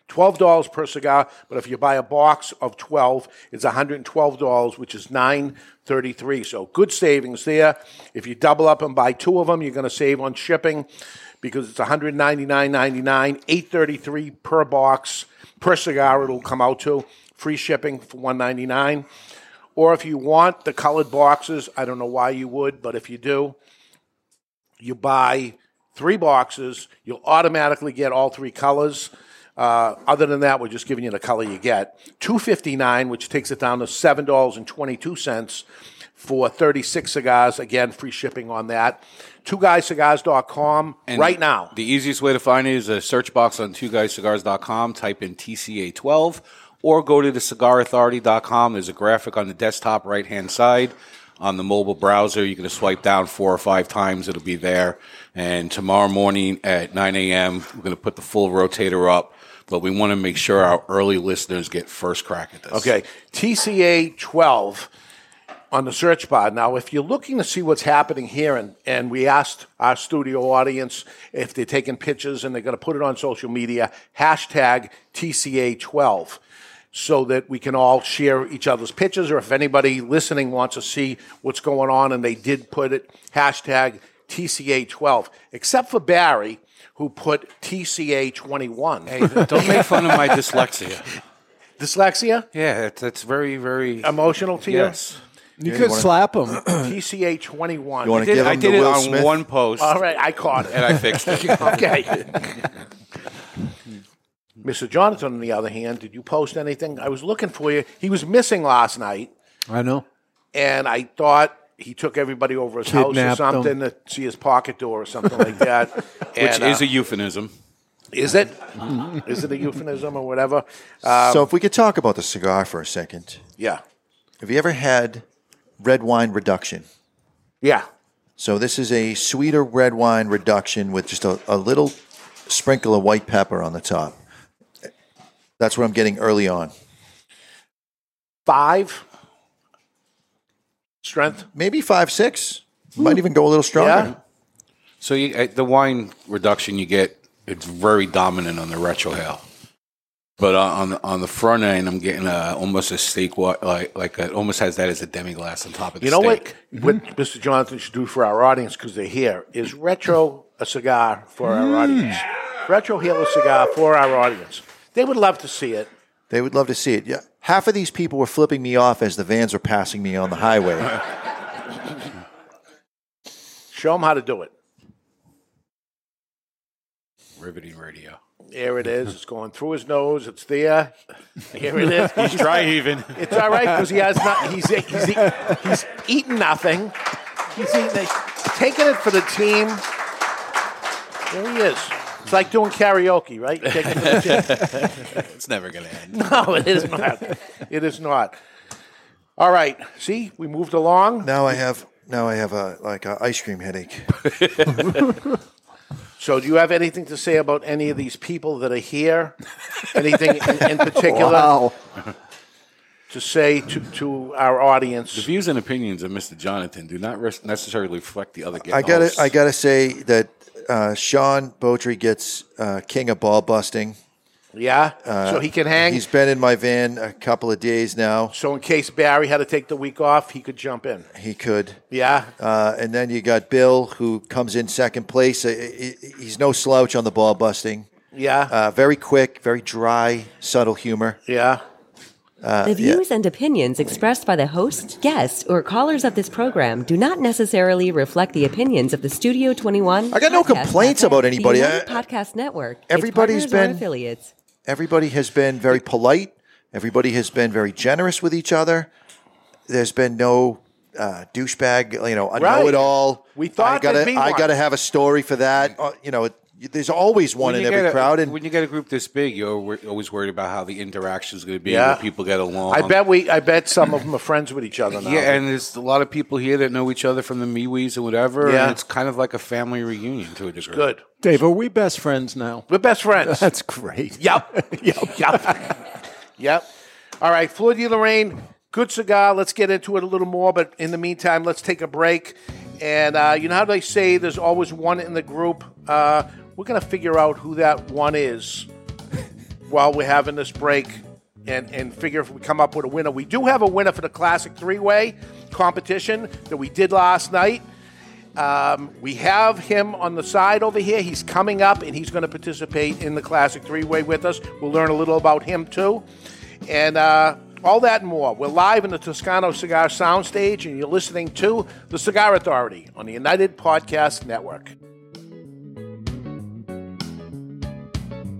Speaker 2: Twelve dollars per cigar, but if you buy a box of twelve, it's one hundred and twelve dollars, which is nine thirty-three. So good savings there. If you double up and buy two of them, you're going to save on shipping because it's one hundred ninety-nine ninety-nine, eight thirty-three per box per cigar. It'll come out to free shipping for one ninety-nine. Or if you want the colored boxes, I don't know why you would, but if you do, you buy three boxes, you'll automatically get all three colors. Uh, other than that, we're just giving you the color you get. Two fifty nine, which takes it down to seven dollars and twenty two cents for thirty six cigars. Again, free shipping on that. Two guyscigars.com right now.
Speaker 4: The easiest way to find it is a search box on two guyscigars.com, type in TCA12, or go to the cigarauthority.com. There's a graphic on the desktop right hand side. On the mobile browser, you can just swipe down four or five times, it'll be there. And tomorrow morning at 9 a.m., we're going to put the full rotator up, but we want to make sure our early listeners get first crack at this.
Speaker 2: Okay, TCA 12 on the search bar. Now, if you're looking to see what's happening here, and, and we asked our studio audience if they're taking pictures and they're going to put it on social media, hashtag TCA 12 so that we can all share each other's pictures or if anybody listening wants to see what's going on and they did put it hashtag TCA12 except for Barry who put TCA21 hey
Speaker 4: Don't make fun of my dyslexia.
Speaker 2: *laughs* dyslexia
Speaker 4: Yeah, it's, it's very, very
Speaker 2: emotional to you?
Speaker 4: Yes.
Speaker 5: You could slap
Speaker 2: *clears throat*
Speaker 5: him.
Speaker 2: TCA 21.
Speaker 4: You wanna I did- give I him the did it Will on Smith? one post.
Speaker 2: All right, I caught it.
Speaker 4: And I fixed it.
Speaker 2: *laughs* okay. Mr. Jonathan, on the other hand, did you post anything? I was looking for you. He was missing last night,
Speaker 5: I know.
Speaker 2: and I thought he took everybody over his house or
Speaker 4: Kidnapped
Speaker 2: something
Speaker 4: them.
Speaker 2: to see his pocket door or something like that.
Speaker 4: *laughs* Which
Speaker 2: And,
Speaker 4: is
Speaker 2: uh,
Speaker 4: a euphemism.
Speaker 2: is it? Is it a euphemism or whatever? Um,
Speaker 3: so if we could talk about the cigar for a second.
Speaker 2: Yeah.
Speaker 3: Have you ever had red wine reduction?
Speaker 2: Yeah.
Speaker 3: So this is a sweeter red wine reduction with just a, a little sprinkle of white pepper on the top. That's what I'm getting early on.
Speaker 2: Five strength,
Speaker 3: maybe five six. Might even go a little stronger.
Speaker 4: So you, uh, the wine reduction you get, it's very dominant on the retrohale. But uh, on on the, on the front end, I'm getting a, almost a steak wa- like like it almost has that as a demi glace on top of the
Speaker 2: You know
Speaker 4: steak.
Speaker 2: what? Mm-hmm. What Mr. Jonathan should do for our audience because they're here is retro a cigar for our audience. Retro heal a cigar for our audience. They would love to see it.
Speaker 3: They would love to see it. Yeah. Half of these people were flipping me off as the vans were passing me on the highway.
Speaker 2: Show them how to do it.
Speaker 4: Riveting radio.
Speaker 2: There it is. It's going through his nose. It's there. Here it is.
Speaker 4: He's dry heaving.
Speaker 2: It's all right because he has not. He's he's he's eaten nothing. He's eating, taking it for the team. There he is. It's like doing karaoke, right? Taking it for the team.
Speaker 4: *laughs* it's never going to end.
Speaker 2: No, it is not. It is not. All right. See, we moved along.
Speaker 3: Now I have now I have a like a ice cream headache.
Speaker 2: *laughs* So, do you have anything to say about any of these people that are here? Anything in, in particular
Speaker 4: Wow.
Speaker 2: to say to, to our audience?
Speaker 4: The views and opinions of Mr. Jonathan do not res- necessarily reflect the other guests.
Speaker 3: I gotta I gotta say that uh, Sean Beaudry gets uh, king of ball busting.
Speaker 2: Yeah,
Speaker 3: Uh,
Speaker 2: so he can hang.
Speaker 3: He's been in my van a couple of days now.
Speaker 2: So in case Barry had to take the week off, he could jump in.
Speaker 3: He could.
Speaker 2: Yeah.
Speaker 3: Uh, and then you got Bill, who comes in second place. Uh, he- He's no slouch on the ball busting.
Speaker 2: Yeah.
Speaker 3: Uh, very quick, very dry, subtle humor.
Speaker 2: Yeah.
Speaker 3: Uh,
Speaker 18: The
Speaker 3: yeah.
Speaker 18: views and opinions expressed by the host, guests, or callers of this program do not necessarily reflect the opinions of the Studio 21.
Speaker 3: I got no complaints about anybody.
Speaker 18: The
Speaker 3: I,
Speaker 18: United Podcast Network. its
Speaker 3: everybody's
Speaker 18: partners or
Speaker 3: been-
Speaker 18: affiliates.
Speaker 3: everybody has been very polite. Everybody has been very generous with each other. There's been no uh, douchebag, you know, a
Speaker 2: Right.
Speaker 3: know-it-all.
Speaker 2: We thought
Speaker 3: I gotta,
Speaker 2: there'd be
Speaker 3: I
Speaker 2: one.
Speaker 3: gotta have a story for that. Uh, you know, it, there's always one in
Speaker 4: you
Speaker 3: every
Speaker 4: get a,
Speaker 3: crowd, and
Speaker 4: when you get a group this big, you're wor- always worried about how the interaction is going to be.
Speaker 2: Yeah.
Speaker 4: Yeah. people get along.
Speaker 2: I bet we. I bet some of them are friends with each other now.
Speaker 4: Yeah, and there's a lot of people here that know each other from the MeWe's or whatever.
Speaker 2: Yeah.
Speaker 4: and it's kind of like a family reunion to a degree.
Speaker 2: good.
Speaker 5: Dave, are we best friends now?
Speaker 2: We're best friends.
Speaker 5: *laughs* That's great. *laughs*
Speaker 2: Yep. yep. Yep. yep. All right, Floyd de Lorraine, good cigar. Let's get into it a little more, but in the meantime, let's take a break. And uh, you know how they say there's always one in the group? Uh, we're going to figure out who that one is *laughs* while we're having this break and, and figure if we come up with a winner. We do have a winner for the Classic Three Way competition that we did last night. Um, we have him on the side over here. He's coming up and he's going to participate in the Classic Three Way with us. We'll learn a little about him too. And uh, all that and more. We're live in the Toscano Cigar Soundstage and you're listening to The Cigar Authority on the United Podcast Network.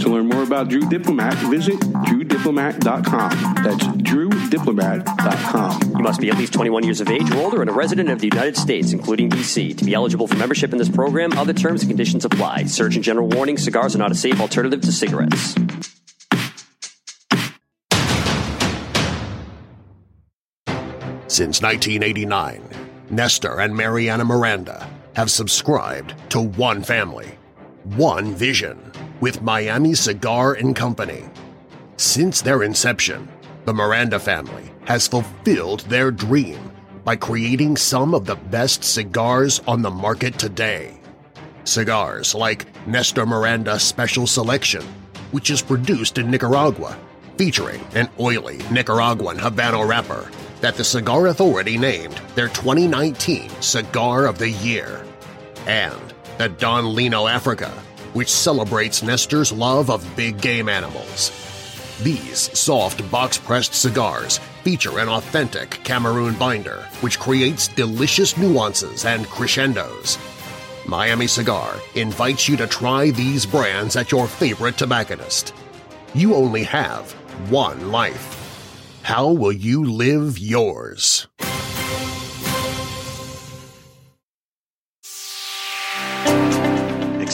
Speaker 19: To learn more about Drew Diplomat, visit drewdiplomat.com. That's drewdiplomat.com.
Speaker 18: You must be at least 21 years of age or older and a resident of the United States, including D.C., to be eligible for membership in this program. Other terms and conditions apply. Surgeon General warning cigars are not a safe alternative to cigarettes.
Speaker 20: Since 1989, Nestor and Mariana Miranda have subscribed to one family, one vision with Miami Cigar and Company. Since their inception, the Miranda family has fulfilled their dream by creating some of the best cigars on the market today. Cigars like Nestor Miranda Special Selection, which is produced in Nicaragua, featuring an oily Nicaraguan Habano wrapper that the Cigar Authority named their 2019 Cigar of the Year. And the Don Lino Africa, which celebrates Nestor's love of big game animals. These soft box-pressed cigars feature an authentic Cameroon binder, which creates delicious nuances and crescendos. Miami Cigar invites you to try these brands at your favorite tobacconist. You only have one life. How will you live yours?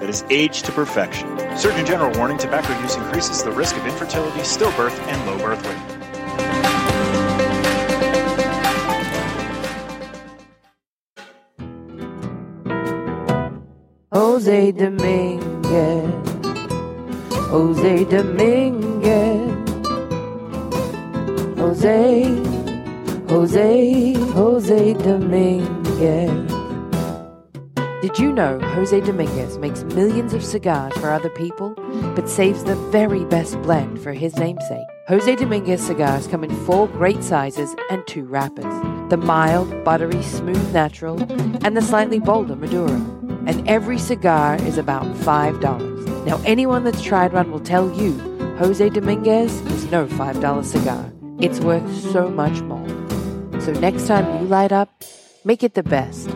Speaker 8: that is aged to perfection. Surgeon General warning tobacco use increases the risk of infertility, stillbirth, and low birth weight.
Speaker 1: *laughs* Jose Dominguez. Jose Dominguez. Jose, Jose, Jose Dominguez. Did you know Jose Dominguez makes millions of cigars for other people, but saves the very best blend for his namesake? Jose Dominguez cigars come in four great sizes and two wrappers the mild, buttery, smooth natural, and the slightly bolder Maduro and every cigar is about $5. Now, anyone that's tried one will tell you Jose Dominguez is no $5 cigar. It's worth so much more. So, next time you light up, make it the best.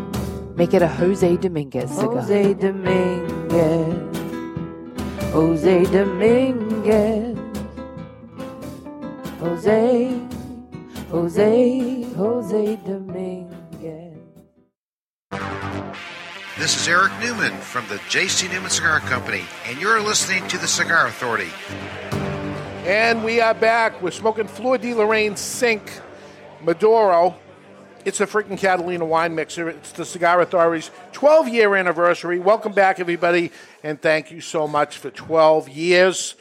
Speaker 1: Make it a Jose Dominguez cigar. Jose Dominguez. Jose Dominguez. Jose, Jose, Jose Dominguez.
Speaker 6: This is Eric Newman from the J.C. Newman Cigar Company, and you're listening to the Cigar Authority.
Speaker 2: And we are back. We're smoking Fleur de Lorraine Sink Maduro. It's a freaking Catalina wine mixer. It's the Cigar Authority's 12 year anniversary. Welcome back, everybody, and thank you so much for 12 years.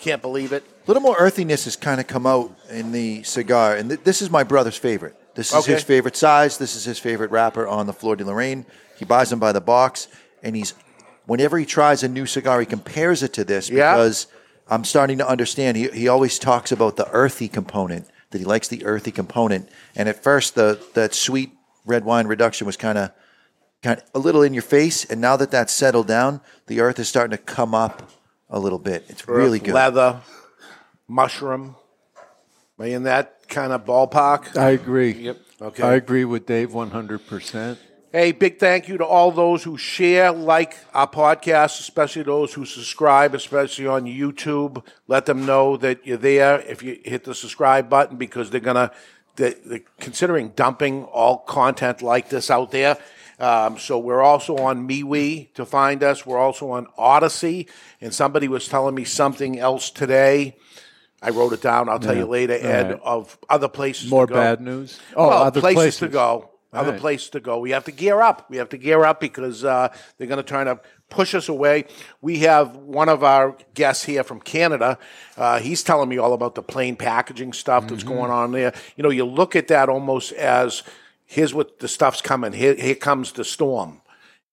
Speaker 2: Can't believe it.
Speaker 3: A little more earthiness has kind of come out in the cigar, and th- this is my brother's favorite. This is
Speaker 2: Okay.
Speaker 3: his favorite size. This is his favorite wrapper on the Flor de Lorraine. He buys them by the box, and he's whenever he tries a new cigar, he compares it to this
Speaker 2: Yeah.
Speaker 3: because I'm starting to understand. He he always talks about the earthy component that he likes the earthy component, and at first the that sweet red wine reduction was kind of kind of a little in your face, and now that that's settled down, the earth is starting to come up a little bit. It's really
Speaker 2: Earth,
Speaker 3: good.
Speaker 2: Leather, mushroom. Am I in that kind of ballpark?
Speaker 5: I agree.
Speaker 2: Yep. Okay.
Speaker 5: I agree with Dave 100%.
Speaker 2: Hey, big thank you to all those who share, like our podcast, especially those who subscribe, especially on YouTube. Let them know that you're there if you hit the subscribe button because they're going to, they're, they're considering dumping all content like this out there. Um, so we're also on MeWe to find us. We're also on Odyssey. And somebody was telling me something else today. I wrote it down. I'll tell
Speaker 5: Yeah.
Speaker 2: you later,
Speaker 5: All
Speaker 2: Ed,
Speaker 5: right.
Speaker 2: of other places.
Speaker 5: More
Speaker 2: to go.
Speaker 5: bad news? Oh,
Speaker 2: well,
Speaker 5: other
Speaker 2: places, to
Speaker 5: places.
Speaker 2: go.
Speaker 5: All
Speaker 2: other
Speaker 5: right.
Speaker 2: place to go. We have to gear up. We have to gear up because uh, they're going to try to push us away. We have one of our guests here from Canada. Uh, he's telling me all about the plain packaging stuff that's
Speaker 5: Mm-hmm.
Speaker 2: going on there. You know, you look at that almost as here's what the stuff's coming. Here, here comes the storm.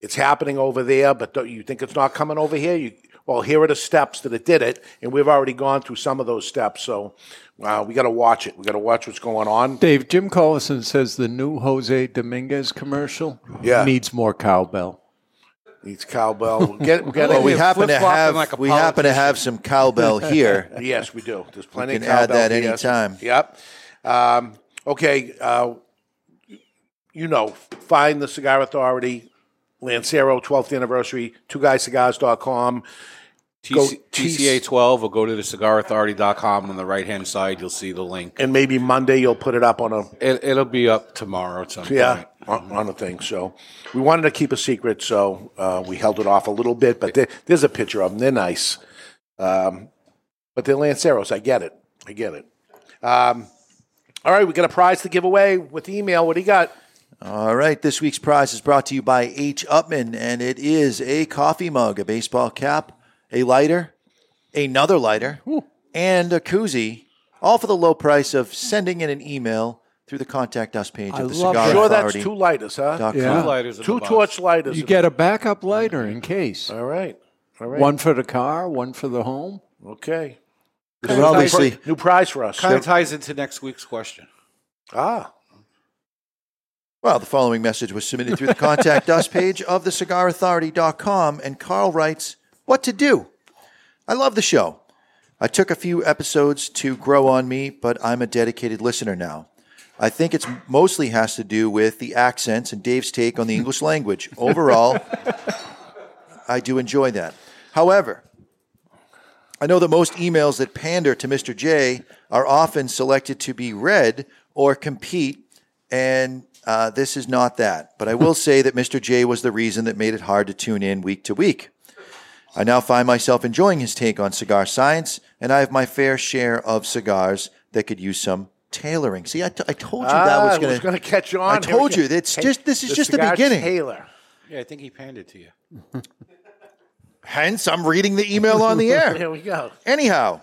Speaker 2: It's happening over there, but do you think it's not coming over here? You, well, here are the steps that it did it, and we've already gone through some of those steps. So uh, we got to watch it. We got to watch what's going on.
Speaker 5: Dave, Jim Collison says the new Jose Dominguez commercial
Speaker 2: Yeah.
Speaker 5: needs more cowbell.
Speaker 2: Needs cowbell. Get, get
Speaker 3: well, we happen to have we happen to have some
Speaker 2: *laughs*
Speaker 3: cowbell here.
Speaker 2: yes, we do. There's plenty.
Speaker 3: can
Speaker 2: of cowbell
Speaker 3: add that
Speaker 2: here.
Speaker 3: anytime.
Speaker 2: Yep. Um, okay. Uh, you know, find the Cigar Authority, Lancero 12th anniversary, two guyscigars.com. Go-
Speaker 4: TC, TCA 12 or go to the cigarauthority.com on the right hand side. You'll see the link.
Speaker 2: and maybe Monday you'll put it up on a
Speaker 4: It, it'll be up tomorrow at some
Speaker 2: yeah
Speaker 4: point.
Speaker 2: on, on a thing. So we wanted to keep a secret, so uh, we held it off a little bit. But there, there's a picture of them. They're nice, um, but they're Lanceros. I get it. I get it. Um, all right, we got a prize to give away with email. What do you got?
Speaker 3: All right, this week's prize is brought to you by H. Upman, and it is a coffee mug, a baseball cap, a lighter, another lighter, and a koozie, all for the low price of sending in an email through the contact us page
Speaker 2: I
Speaker 3: of the Cigar
Speaker 2: love that. Sure, that's
Speaker 3: Authority.
Speaker 2: two lighters, huh?
Speaker 3: dot
Speaker 2: Two
Speaker 3: com.
Speaker 2: lighters in Two the box. torch lighters
Speaker 5: You
Speaker 2: in
Speaker 5: get a backup lighter in case.
Speaker 2: All right. All right.
Speaker 5: One for the car, one for the home.
Speaker 2: Okay.
Speaker 5: But obviously-
Speaker 2: new prize for us.
Speaker 4: Kind of ties into next week's question.
Speaker 2: Ah.
Speaker 3: Well, the following message was submitted through the contact us page of thecigarauthority.com, and Carl writes, What to do? I love the show. I took a few episodes to grow on me, but I'm a dedicated listener now. I think it's mostly has to do with the accents and Dave's take on the English language. Overall, I do enjoy that. However, I know that most emails that pander to Mr. J are often selected to be read or compete, and uh,
Speaker 2: *laughs*
Speaker 3: this is not that. But I will say that Mr. J was the reason that made it hard to tune in week to week. I now find myself enjoying his take on cigar science, and I have my fair share of cigars that could use some tailoring. See, I, t- I told you that
Speaker 2: Ah,
Speaker 3: was going
Speaker 2: to catch on.
Speaker 3: I
Speaker 2: Here we
Speaker 3: told
Speaker 2: go.
Speaker 3: you, it's
Speaker 2: Ta-
Speaker 3: just- this is just the
Speaker 2: cigar
Speaker 3: beginning.
Speaker 2: Taylor.
Speaker 4: Yeah, I think he panned it to you.
Speaker 3: Hence, I'm reading the email on
Speaker 2: *laughs*
Speaker 3: the air.
Speaker 2: Here we go.
Speaker 3: Anyhow,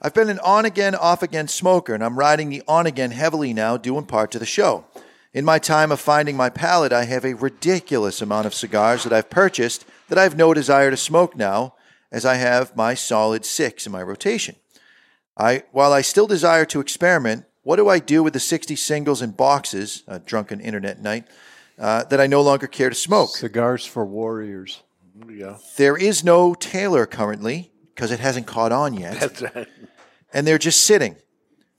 Speaker 3: I've been an on again, off again smoker, and I'm riding the on again heavily now, due in part to the show. In my time of finding my palate, I have a ridiculous amount of cigars that I've purchased that I have no desire to smoke now, as I have my solid six in my rotation. I, while I still desire to experiment, what do I do with the 60 singles and boxes, a drunken internet night, uh, that I no longer care to smoke?
Speaker 5: Cigars for warriors.
Speaker 2: Yeah.
Speaker 3: There is no Taylor currently because it hasn't caught on yet.
Speaker 2: *laughs* That's right.
Speaker 3: And they're just sitting.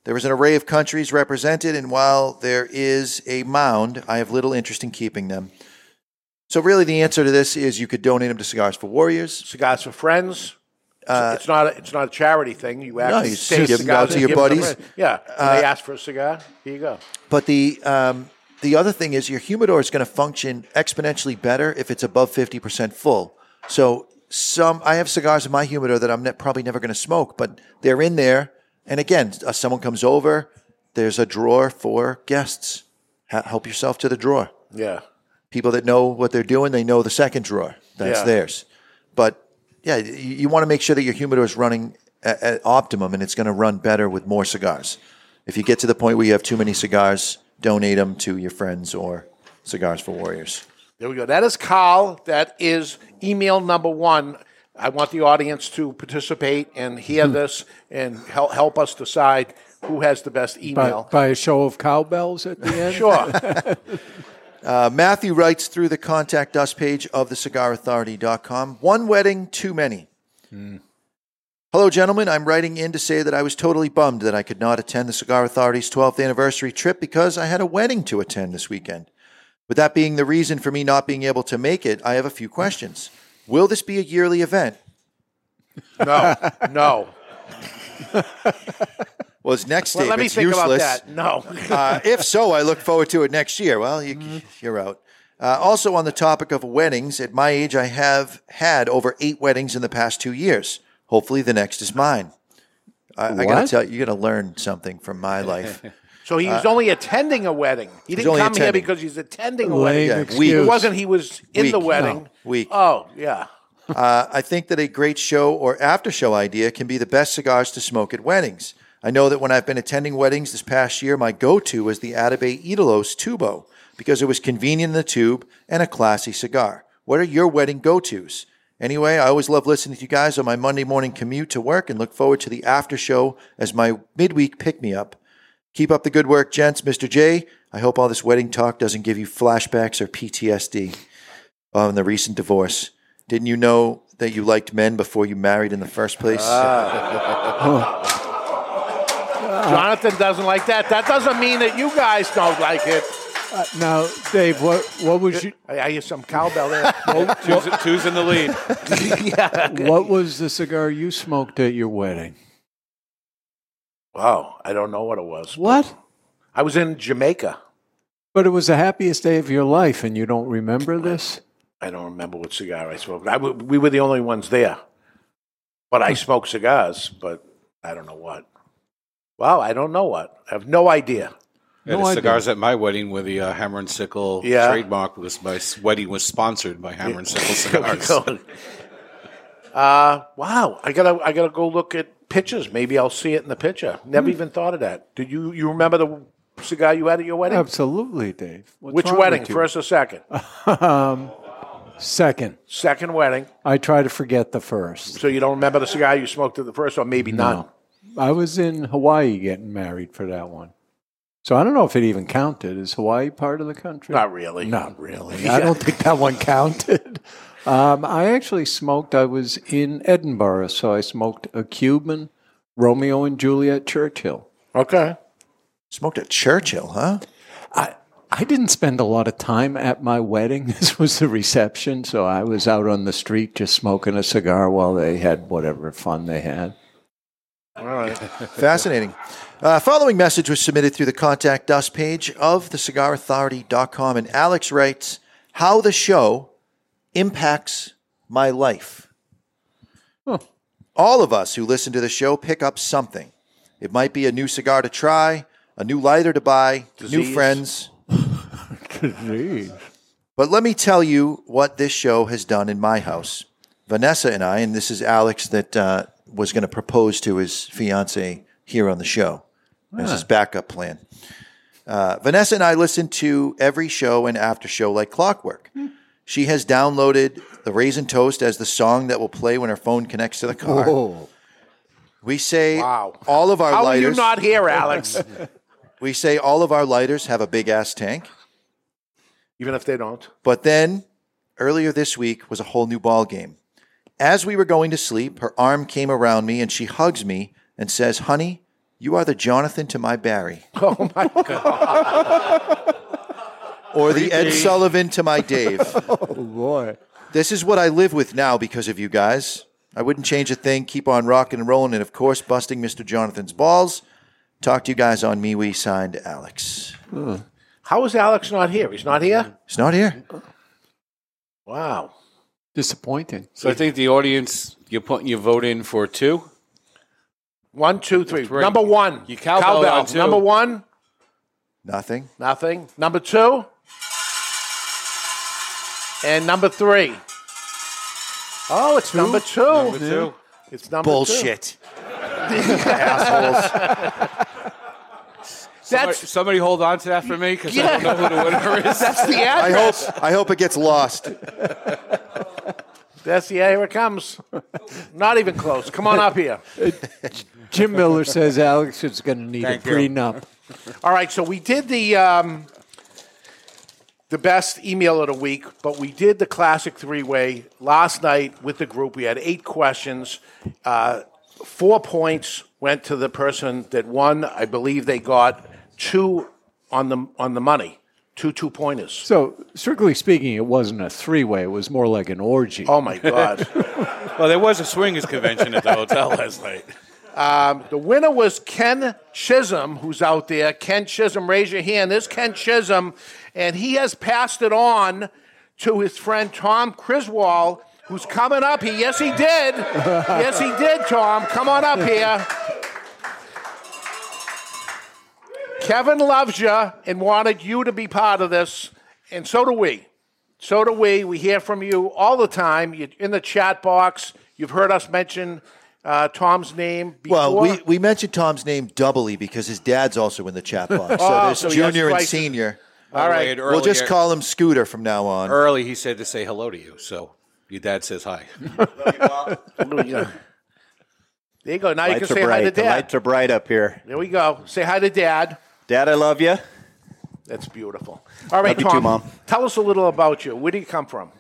Speaker 3: There is an array of countries represented, and while there is a mound, I have little interest in keeping them. So, really, the answer to this is you could donate them to Cigars for Warriors.
Speaker 2: Cigars for Friends.
Speaker 3: Uh,
Speaker 2: it's not. A, it's not a charity thing. You actually
Speaker 3: you
Speaker 2: save
Speaker 3: give them out
Speaker 2: cigars
Speaker 3: to
Speaker 2: and
Speaker 3: your
Speaker 2: give them
Speaker 3: buddies.
Speaker 2: friends. Yeah,
Speaker 3: Uh,
Speaker 2: and they ask for a cigar. Here you go.
Speaker 3: But the um, the other thing is your humidor is going to function exponentially better if it's above fifty percent full. So some I have cigars in my humidor that I'm ne- probably never going to smoke, but they're in there. And again, uh, someone comes over, there's a drawer for guests. Ha- help yourself to the drawer.
Speaker 2: Yeah.
Speaker 3: People that know what they're doing, they know the second drawer that's
Speaker 2: Yeah.
Speaker 3: theirs. But yeah, you, you want to make sure that your humidor is running at, at optimum, and it's going to run better with more cigars. If you get to the point where you have too many cigars, donate them to your friends or Cigars for Warriors.
Speaker 2: There we go. That is Carl. That is email number one. I want the audience to participate and
Speaker 3: Hmm.
Speaker 2: hear this and help help us decide who has the best
Speaker 5: By,
Speaker 2: email.
Speaker 5: by a show of cowbells at the
Speaker 3: *laughs*
Speaker 5: end? *laughs*
Speaker 2: Sure.
Speaker 3: Uh, Matthew writes through the contact us page of thecigarauthority.com. One wedding, too many. Hello, gentlemen. I'm writing in to say that I was totally bummed that I could not attend the Cigar Authority's 12th anniversary trip because I had a wedding to attend this weekend. With that being the reason for me not being able to make it, I have a few questions. Will this be a yearly event?
Speaker 2: No, no.
Speaker 3: Well, it's next
Speaker 2: Well,
Speaker 3: statement.
Speaker 2: let me think about
Speaker 3: useless.
Speaker 2: that. No.
Speaker 3: uh, if so, I look forward to it next year. Well, you,
Speaker 2: Mm-hmm.
Speaker 3: you're out. Uh, also, on the topic of weddings, at my age, I have had over eight weddings in the past two years. Hopefully, the next is mine. I, I got to
Speaker 2: What?
Speaker 3: tell you, you're going to learn something from my life.
Speaker 2: *laughs* So he was
Speaker 3: Uh,
Speaker 2: only attending a wedding. He
Speaker 3: he's
Speaker 2: didn't
Speaker 3: only
Speaker 2: come here
Speaker 3: attending.
Speaker 2: because he's attending a
Speaker 3: Lame
Speaker 2: wedding.
Speaker 3: Yeah, excuse.
Speaker 2: It wasn't he was in
Speaker 3: Weak.
Speaker 2: the wedding.
Speaker 3: No, weak.
Speaker 2: Oh, yeah.
Speaker 3: Uh, I think that a great show or after show idea can be the best cigars to smoke at weddings. I know that when I've been attending weddings this past year, my go to was the Atabey Edolos Tubo because it was convenient in the tube and a classy cigar. What are your wedding go tos? Anyway, I always love listening to you guys on my Monday morning commute to work and look forward to the after show as my midweek pick me up. Keep up the good work, gents. Mr. J, I hope all this wedding talk doesn't give you flashbacks or PTSD on Oh, the recent divorce. Didn't you know that you liked men before you married in the first place?
Speaker 2: Ah.
Speaker 3: *laughs*
Speaker 2: Jonathan doesn't like that. That doesn't mean that you guys don't like it.
Speaker 5: now, Dave, what what was you?
Speaker 2: I, I hear some
Speaker 4: *laughs*
Speaker 2: cowbell there.
Speaker 4: two's, two's in the lead.
Speaker 2: *laughs*
Speaker 5: What was the cigar you smoked at your wedding?
Speaker 2: Wow, I don't know what it was.
Speaker 5: What?
Speaker 2: I was in Jamaica.
Speaker 5: But it was the happiest day of your life, and you don't remember this?
Speaker 2: I don't remember what cigar I smoked. I w we were the only ones there. But
Speaker 5: Hmm.
Speaker 2: I smoked cigars, but I don't know what. Wow, I don't know what. I have no idea.
Speaker 4: Yeah, the cigars at my wedding with the uh, Hammer and Sickle
Speaker 2: Yeah.
Speaker 4: trademark was my s- wedding was sponsored by Hammer and
Speaker 2: *laughs*
Speaker 4: Sickle cigars.
Speaker 2: Uh, wow, I gotta, I gotta go look at pictures. Maybe I'll see it in the picture. Never
Speaker 5: Hmm.
Speaker 2: even thought of that. Did you? You remember the cigar you had at your wedding?
Speaker 5: Absolutely, Dave. *laughs* What's
Speaker 2: Which
Speaker 5: wrong
Speaker 2: wedding?
Speaker 5: with you?
Speaker 2: First or
Speaker 5: *laughs*
Speaker 2: second?
Speaker 5: um, second.
Speaker 2: Second wedding.
Speaker 5: I try to forget the first.
Speaker 2: So you don't remember the cigar you smoked at the first, or maybe not.
Speaker 5: I was in Hawaii getting married for that one. So I don't know if it even counted. Is Hawaii part of the country?
Speaker 2: Not really.
Speaker 5: Not
Speaker 2: *laughs* really.
Speaker 5: I don't think that one counted. Um, I actually smoked, I was in Edinburgh, so I smoked a Cuban, Romeo and Juliet Churchill.
Speaker 2: Okay.
Speaker 3: Smoked at Churchill, huh?
Speaker 5: I, I didn't spend a lot of time at my wedding. *laughs* This was the reception, so I was out on the street just smoking a cigar while they had whatever fun they had.
Speaker 2: All right.
Speaker 3: Fascinating. Uh, following message was submitted through the contact us page of thecigarauthority.com, and Alex writes, How the show impacts my life. All of us who listen to the show pick up something. It might be a new cigar to try, a new lighter to buy, new
Speaker 5: Disease.
Speaker 3: friends. But let me tell you what this show has done in my house. Vanessa and I, and this is Alex that uh, was going to propose to his fiance here on the show as his
Speaker 5: Ah.
Speaker 3: backup plan. Uh, Vanessa and I listen to every show and after show like clockwork. She has downloaded the Raisin Toast as the song that will play when her phone connects to the car. We say all of our
Speaker 2: How are
Speaker 3: lighters.
Speaker 2: you not *laughs* here, Alex?
Speaker 3: we say all of our lighters have a big ass tank.
Speaker 2: Even if they don't.
Speaker 3: But then earlier this week was a whole new ball game. As we were going to sleep, her arm came around me and she hugs me and says, "Honey, you are the Jonathan to my Barry."
Speaker 2: Oh my
Speaker 3: or the Ed
Speaker 5: Creepy.
Speaker 3: Sullivan to my Dave. oh boy. This is what I live with now because of you guys. I wouldn't change a thing. Keep on rocking and rolling, and of course, busting Mr. Jonathan's balls. Talk to you guys on me. We signed Alex.
Speaker 2: How is Alex not here? He's not here?
Speaker 3: He's not here.
Speaker 2: Wow.
Speaker 5: Disappointing.
Speaker 4: So I think the audience, you're putting your vote in for
Speaker 2: *laughs*
Speaker 4: two.
Speaker 2: One, two, three. Number one. You
Speaker 4: cowbell on two.
Speaker 2: Number one,
Speaker 3: Nothing.
Speaker 2: nothing. Number two. And number three. Oh, it's number two. Number
Speaker 4: two.
Speaker 2: It's number *laughs*
Speaker 3: Bullshit.
Speaker 4: Somebody, somebody hold on to that for me because I don't know who the winner
Speaker 3: *laughs*
Speaker 4: is.
Speaker 3: I hope. I hope it gets lost.
Speaker 2: two. That's yeah, here it comes. Not even close. Come on up here.
Speaker 5: Jim Miller says Alex is going to need
Speaker 2: Thank
Speaker 5: a
Speaker 2: you.
Speaker 5: prenup.
Speaker 2: All right, so we did the um, the best email of the week, but we did the classic three way last night with the group. We had eight questions. Uh, four points went to the person that won. I believe they got two on the on the money, two two pointers.
Speaker 5: So, strictly speaking, it wasn't a three way, it was more like an orgy.
Speaker 2: Oh, my God.
Speaker 4: *laughs* well, there was a swingers convention at the hotel last night.
Speaker 2: Um, the winner was Ken Chisholm, who's out there. Ken Chisholm, raise your hand. There's Ken Chisholm, and he has passed it on to his friend Tom Criswell, who's coming up here. Yes, he did. yes, he did, Tom. Come on up here. Kevin loves you and wanted you to be part of this, and so do we. So do we. We hear from you all the time. You're in the chat box. You've heard us mention uh, Tom's name before.
Speaker 3: Well, we, we mentioned Tom's name doubly because his dad's also in the
Speaker 2: *laughs*
Speaker 3: chat box. So
Speaker 2: Oh,
Speaker 3: there's
Speaker 2: so he has
Speaker 3: junior and
Speaker 2: twice-
Speaker 3: senior.
Speaker 4: All right.
Speaker 3: We'll just call him Scooter from now on.
Speaker 7: Er-
Speaker 4: Early, he said to say hello to you. So your dad says
Speaker 2: *laughs*
Speaker 4: hi.
Speaker 2: there you go. Now you can
Speaker 7: lights
Speaker 2: say
Speaker 7: are bright.
Speaker 2: hi to
Speaker 7: the
Speaker 2: Dad.
Speaker 7: lights are bright up here.
Speaker 2: There we go. Say hi to Dad.
Speaker 7: Dad, I love you.
Speaker 2: That's beautiful. All right,
Speaker 7: Love you
Speaker 2: Tom.
Speaker 7: too, Mom.
Speaker 2: Tell us a little about you. Where do you come from?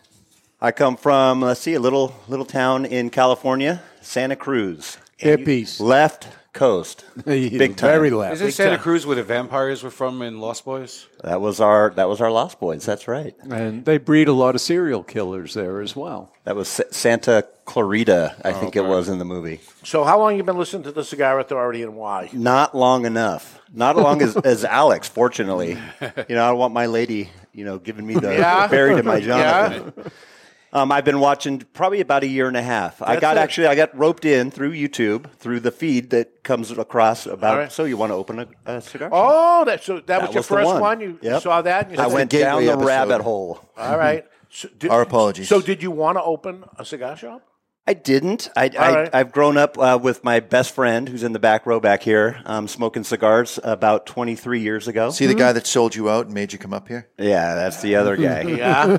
Speaker 7: I come from let's see, a little little town in California, Santa Cruz.
Speaker 5: Hippies.
Speaker 7: Left
Speaker 5: *laughs*
Speaker 7: coast. Big time.
Speaker 4: Is it Santa Cruz where the vampires were from in Lost Boys?
Speaker 7: That was our that was our Lost Boys. That's right.
Speaker 5: And they breed a lot of serial killers there as well.
Speaker 7: That was Sa- Santa Clarita, I
Speaker 2: Oh,
Speaker 7: think it
Speaker 2: okay.
Speaker 7: was in the movie.
Speaker 2: So, how long you been listening to the Cigar Authority and why?
Speaker 7: Not long enough. Not long
Speaker 2: *laughs*
Speaker 7: as, as Alex, fortunately. You know, I don't want my lady, you know, giving me the
Speaker 2: Yeah.
Speaker 7: buried in
Speaker 2: *laughs*
Speaker 7: my
Speaker 2: Yeah.
Speaker 7: Jonathan. Um, I've been watching probably about a year and a half. I
Speaker 2: That's
Speaker 7: got
Speaker 2: it.
Speaker 7: actually I got roped in through YouTube through the feed that comes across about.
Speaker 2: All right.
Speaker 7: So you want to open a, a cigar?
Speaker 2: Oh, that, so that, was your
Speaker 7: the
Speaker 2: first one. You
Speaker 7: Yep.
Speaker 2: saw that? And you
Speaker 7: I
Speaker 2: said-
Speaker 7: went down the rabbit hole.
Speaker 2: All
Speaker 7: *laughs*
Speaker 2: right. So did-
Speaker 7: Our apologies.
Speaker 2: So, did you want to open a cigar shop?
Speaker 7: I didn't. I,
Speaker 2: All
Speaker 7: I,
Speaker 2: right.
Speaker 7: I've grown up uh, with my best friend who's in the back row back here, um, smoking cigars about 23 years ago.
Speaker 3: See the
Speaker 2: Hmm.
Speaker 3: guy that sold you out and made you come up here?
Speaker 7: Yeah, that's the
Speaker 3: *laughs*
Speaker 7: other
Speaker 2: *laughs*
Speaker 7: guy.
Speaker 2: Yeah.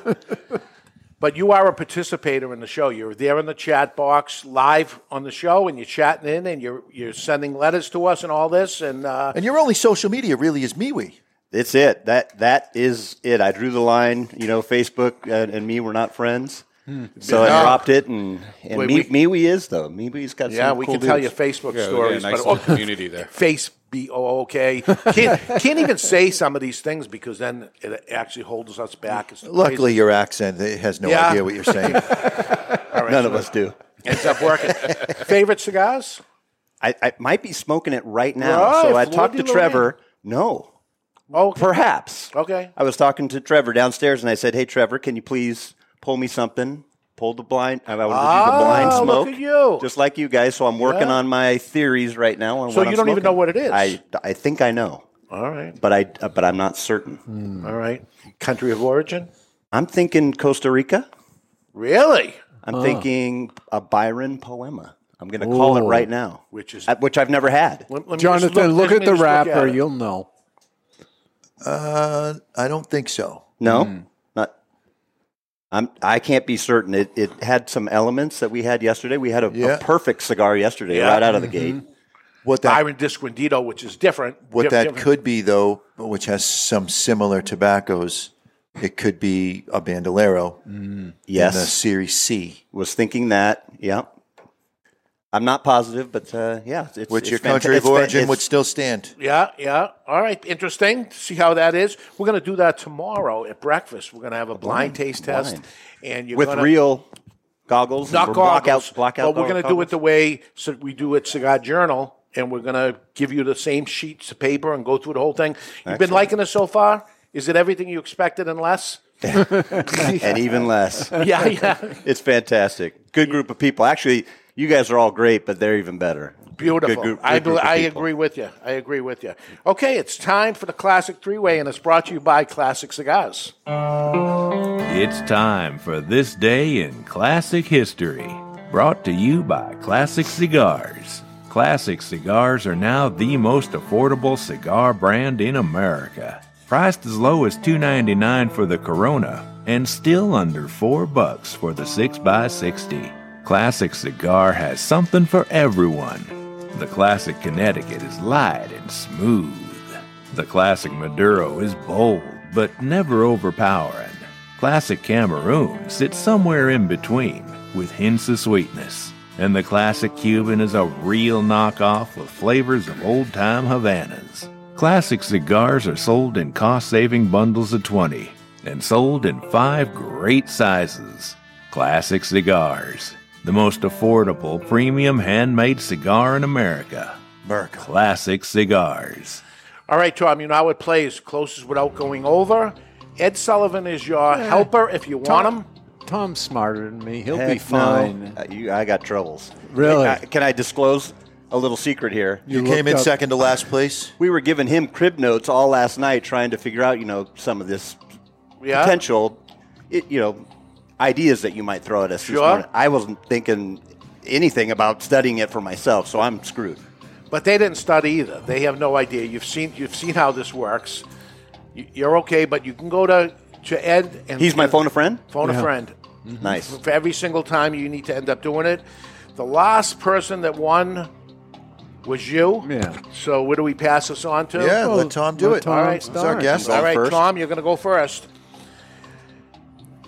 Speaker 2: But you are a participator in the show. You're there in the chat box, live on the show, and you're chatting in, and you're you're sending letters to us and all this. And uh,
Speaker 3: And your only social media really is MeWe.
Speaker 7: It's it. That that is it. I drew the line. You know, Facebook and, and me were not friends,
Speaker 2: Hmm.
Speaker 7: so I
Speaker 2: No.
Speaker 7: dropped it. And, and
Speaker 2: Wait,
Speaker 7: me,
Speaker 2: we-
Speaker 7: Miwi is though. Miwi's got
Speaker 2: yeah,
Speaker 7: some
Speaker 2: we
Speaker 7: cool
Speaker 2: can tell you
Speaker 7: dudes.
Speaker 2: Facebook stories. but, *laughs* oh,
Speaker 4: community there.
Speaker 2: Face B O O K. Can't can't even say some of these things because then it actually holds us back. It's
Speaker 3: Luckily, your accent it has no
Speaker 2: Yeah.
Speaker 3: idea what you're
Speaker 2: *laughs*
Speaker 7: *laughs*
Speaker 3: saying.
Speaker 2: right,
Speaker 7: None of
Speaker 2: so
Speaker 7: us do.
Speaker 2: ends up working. Favorite cigars?
Speaker 7: I, I might be smoking it right now.
Speaker 2: Right,
Speaker 7: so I
Speaker 2: Fleur
Speaker 7: talked
Speaker 2: de
Speaker 7: to Trevor. No.
Speaker 2: Oh,
Speaker 7: perhaps.
Speaker 2: Okay.
Speaker 7: I was talking to Trevor downstairs, and I said, "Hey, Trevor, can you please pull me something pulled the blind. I wanted to do
Speaker 2: Ah,
Speaker 7: the blind
Speaker 2: look
Speaker 7: smoke.
Speaker 2: at you.
Speaker 7: Just like you guys. So I'm working
Speaker 2: Yeah.
Speaker 7: on my theories right now. On
Speaker 2: So
Speaker 7: what
Speaker 2: you
Speaker 7: I'm
Speaker 2: don't even
Speaker 7: smoking.
Speaker 2: know what it is?
Speaker 7: I, I think I know.
Speaker 2: All right. Hmm.
Speaker 7: But I uh, but I'm not certain.
Speaker 2: All right. Country of origin?
Speaker 7: I'm thinking Costa Rica.
Speaker 2: Really?
Speaker 7: I'm
Speaker 2: Ah.
Speaker 7: thinking a Byron poema. I'm going to call it
Speaker 5: Ooh.
Speaker 7: right now,
Speaker 2: Which is
Speaker 7: Uh, which I've never had.
Speaker 5: Jonathan, look, at the wrapper. You'll know.
Speaker 3: Uh, I don't think so.
Speaker 7: No,
Speaker 2: Hmm.
Speaker 7: not. I'm. I can't be certain. It it had some elements that we had yesterday. We had a, a
Speaker 2: Yeah. Mm-hmm.
Speaker 7: perfect cigar yesterday, right out of the gate.
Speaker 3: What that
Speaker 2: Byron Disquindito, which is different.
Speaker 3: What
Speaker 2: Diff-
Speaker 3: that
Speaker 2: different.
Speaker 3: could be, though, which has some similar tobaccos, it could be a bandolero.
Speaker 7: Mm, Yes.
Speaker 3: In the Series C.
Speaker 7: Was thinking that. Yeah. I'm not positive, but uh, yeah, it's,
Speaker 3: Which
Speaker 7: it's
Speaker 3: your
Speaker 7: fanta-
Speaker 3: country of
Speaker 7: it's fa-
Speaker 3: origin
Speaker 7: it's-
Speaker 3: would still stand.
Speaker 2: Yeah, yeah. All right. Interesting. See how that is. We're going to do that tomorrow at breakfast. We're going to have a blind,
Speaker 7: blind-
Speaker 2: taste test,
Speaker 7: blind.
Speaker 2: and you're
Speaker 7: with
Speaker 2: gonna,
Speaker 7: real goggles,
Speaker 2: not
Speaker 7: or
Speaker 2: goggles,
Speaker 7: block out, block out.
Speaker 2: but we're going to do it the way so we do at Cigar Journal, and we're going to give you the same sheets of paper and go through the whole thing. You've been
Speaker 7: Excellent.
Speaker 2: liking us so far. Is it everything you expected and less?
Speaker 7: the and even
Speaker 2: *laughs*
Speaker 7: less.
Speaker 2: Yeah, yeah.
Speaker 7: *laughs* it's fantastic. Good group of people. Actually, you guys are all great, but they're even better. Good
Speaker 2: Beautiful.
Speaker 7: group-
Speaker 2: I,
Speaker 7: good group
Speaker 2: bel
Speaker 7: of
Speaker 2: I
Speaker 7: people.
Speaker 2: agree with you. I agree with you. Okay, it's time for the classic three way, and it's brought to you by Classic Cigars.
Speaker 21: It's time for This Day in Classic History, brought to you by Classic Cigars. Classic Cigars are now the most affordable cigar brand in America. Priced as low as $2.99 for the Corona and still under 4 bucks for the 6x60. Classic Cigar has something for everyone. The Classic Connecticut is light and smooth. The classic Maduro is bold, but never overpowering. Classic Cameroon sits somewhere in between, with hints of sweetness. And the classic Cuban is a real knockoff with flavors of old time Havanas. Classic cigars are sold in cost saving bundles of 20 and sold in five great sizes. Classic Cigars, the most affordable premium handmade cigar in America.
Speaker 3: America.
Speaker 21: Classic Cigars.
Speaker 2: All right, Tom, you know how it plays. Closes without going over. Ed Sullivan is your helper if you want him.
Speaker 5: *laughs* Tom's smarter than me. He'll
Speaker 7: Heck
Speaker 5: be
Speaker 7: no.
Speaker 5: fine.
Speaker 7: Uh, you, I got troubles.
Speaker 5: Really?
Speaker 7: I- can I disclose a little secret here?
Speaker 5: You You came looked in up- second
Speaker 3: to last place.
Speaker 7: We were giving him crib notes all last night, trying to figure out, you know, some of this
Speaker 2: Yeah.
Speaker 7: potential, it, you know, ideas that you might throw at us. this
Speaker 2: Sure.
Speaker 7: morning. I wasn't thinking anything about studying it for myself, so I'm screwed.
Speaker 2: But they didn't study either. They have no idea. You've seen you've seen how this works. You- You're okay, but you can go to to Ed and
Speaker 7: He's my phone a friend.
Speaker 2: Phone a friend.
Speaker 7: Nice.
Speaker 2: For every single time you need to end up doing it. The last person that won was you.
Speaker 5: Yeah.
Speaker 2: So where do we pass this on to?
Speaker 3: Yeah, let Tom do Let it. Tom
Speaker 2: All right,
Speaker 3: He's our guest.
Speaker 2: All right,
Speaker 3: Go first.
Speaker 2: Tom, you're going to go first.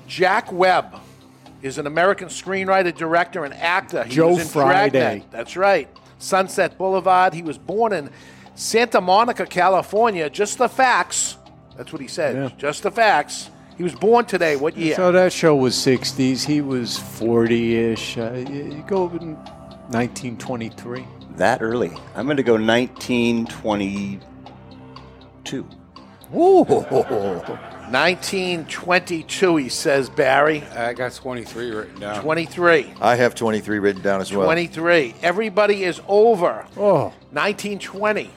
Speaker 2: Jack Webb is an American screenwriter, director, and actor. He
Speaker 5: Joe
Speaker 2: was in
Speaker 5: Friday.
Speaker 2: Dragnet. That's right. Sunset Boulevard. He was born in Santa Monica, California. Just the facts. That's what he said.
Speaker 5: Yeah.
Speaker 2: Just the facts. He was born today. What year?
Speaker 5: So that show was 60s. He was 40 ish. Uh, y- you go with 1923.
Speaker 7: That early. I'm going to go 1922.
Speaker 2: Ooh. 1922, he says, Barry.
Speaker 4: I got 23 written down.
Speaker 2: 23.
Speaker 3: I have 23 written down as well.
Speaker 2: 23. Everybody is over.
Speaker 5: Oh.
Speaker 2: 1920.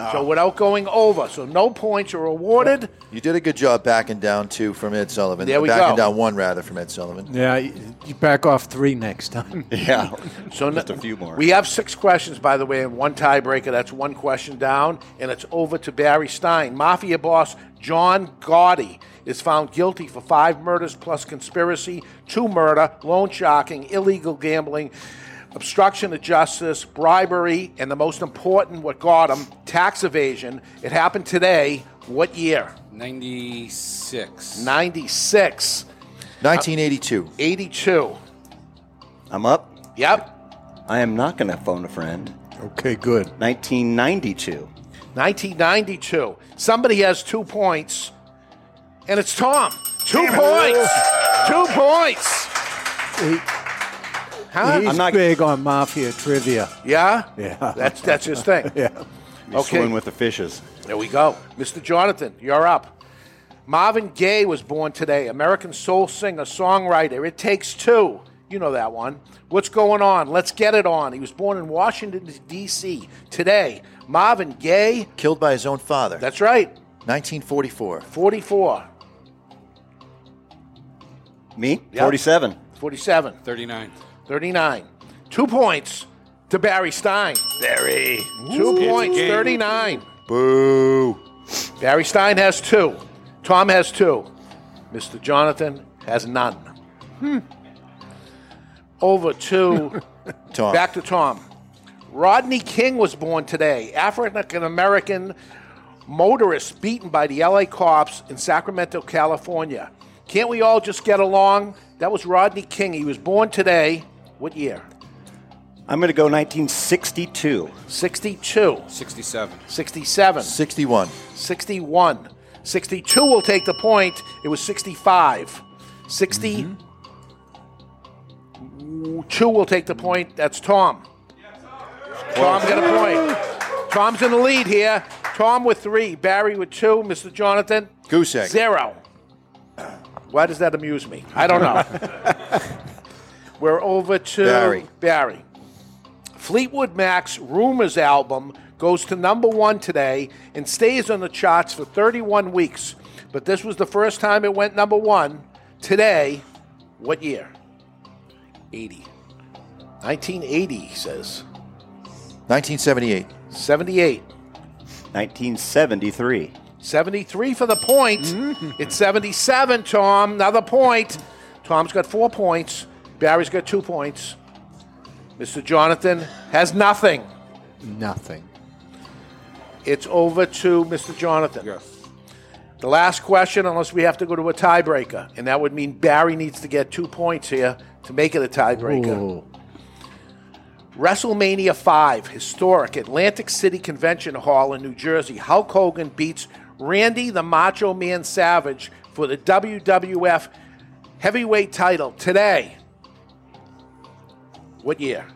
Speaker 3: Ah.
Speaker 2: So without going over. So no points are awarded.
Speaker 3: You did a good job backing down two from Ed Sullivan.
Speaker 2: There we
Speaker 3: backing
Speaker 2: go.
Speaker 3: down one, rather, from Ed Sullivan.
Speaker 5: Yeah, y- you back off three next time.
Speaker 7: Yeah.
Speaker 2: So
Speaker 3: Just
Speaker 2: n-
Speaker 3: a few more.
Speaker 2: We have six questions, by the way, and one tiebreaker. That's one question down, and it's over to Barry Stein. Mafia boss John Gotti is found guilty for five murders plus conspiracy, two murder, loan sharking, illegal gambling, obstruction of justice, bribery, and the most important, what got him, tax evasion. It happened today. What year?
Speaker 4: 96.
Speaker 2: 96.
Speaker 3: 1982.
Speaker 2: 82.
Speaker 7: I'm up.
Speaker 2: Yep.
Speaker 7: I am not going to phone a friend.
Speaker 5: Okay, good.
Speaker 7: 1992.
Speaker 2: 1992. Somebody has two points, and it's Tom. Two points. Two points. Huh?
Speaker 5: He's big on mafia trivia.
Speaker 2: Yeah.
Speaker 5: Yeah.
Speaker 2: That's that's his thing.
Speaker 5: *laughs* yeah.
Speaker 2: Okay.
Speaker 7: with the fishes.
Speaker 2: There we go, Mr. Jonathan. You're up. Marvin Gaye was born today, American soul singer, songwriter. It takes two. You know that one. What's going on? Let's get it on. He was born in Washington, D.C. today. Marvin Gaye.
Speaker 3: Killed by his own father.
Speaker 2: That's right.
Speaker 3: 1944.
Speaker 2: 44.
Speaker 7: Me?
Speaker 2: Yep.
Speaker 7: 47.
Speaker 2: 47.
Speaker 4: 39.
Speaker 2: 39. Two points to Barry Stein. Barry. Two
Speaker 7: Ooh.
Speaker 2: points,
Speaker 7: It's a game.
Speaker 2: 39.
Speaker 3: Boo.
Speaker 2: Barry Stein has two. Tom has two. Mr. Jonathan has none.
Speaker 9: Hmm.
Speaker 2: Over to
Speaker 3: Tom.
Speaker 2: Back to Tom. Rodney King was born today, African American motorist beaten by the LA cops in Sacramento, California. Can't we all just get along? That was Rodney King. He was born today. What year?
Speaker 7: I'm going to go 1962.
Speaker 2: 62.
Speaker 4: 67.
Speaker 2: 67.
Speaker 3: 61.
Speaker 2: 61. 62 will take the point. It was 65. 60. Two will take the point. That's Tom. Tom got a point. Tom's in the lead here. Tom with three, Barry with two, Mr. Jonathan.
Speaker 3: Goose egg.
Speaker 2: Zero. Why does that amuse me? I don't know. We're over to
Speaker 3: Barry.
Speaker 2: Barry. Fleetwood Mac's Rumors album goes to number one today and stays on the charts for 31 weeks. But this was the first time it went number one today. What year? 80. 1980, he says.
Speaker 3: 1978.
Speaker 2: 78.
Speaker 7: 1973.
Speaker 2: 73 for the point. It's 77, Tom. Another point. Tom's got four points. Barry's got two points. Mr. Jonathan has nothing.
Speaker 5: Nothing.
Speaker 2: It's over to Mr. Jonathan. Yes. The last question, unless we have to go to a tiebreaker, and that would mean Barry needs to get two points here to make it a tiebreaker. WrestleMania 5, historic Atlantic City Convention Hall in New Jersey. Hulk Hogan beats Randy the Macho Man Savage for the WWF heavyweight title today. What year?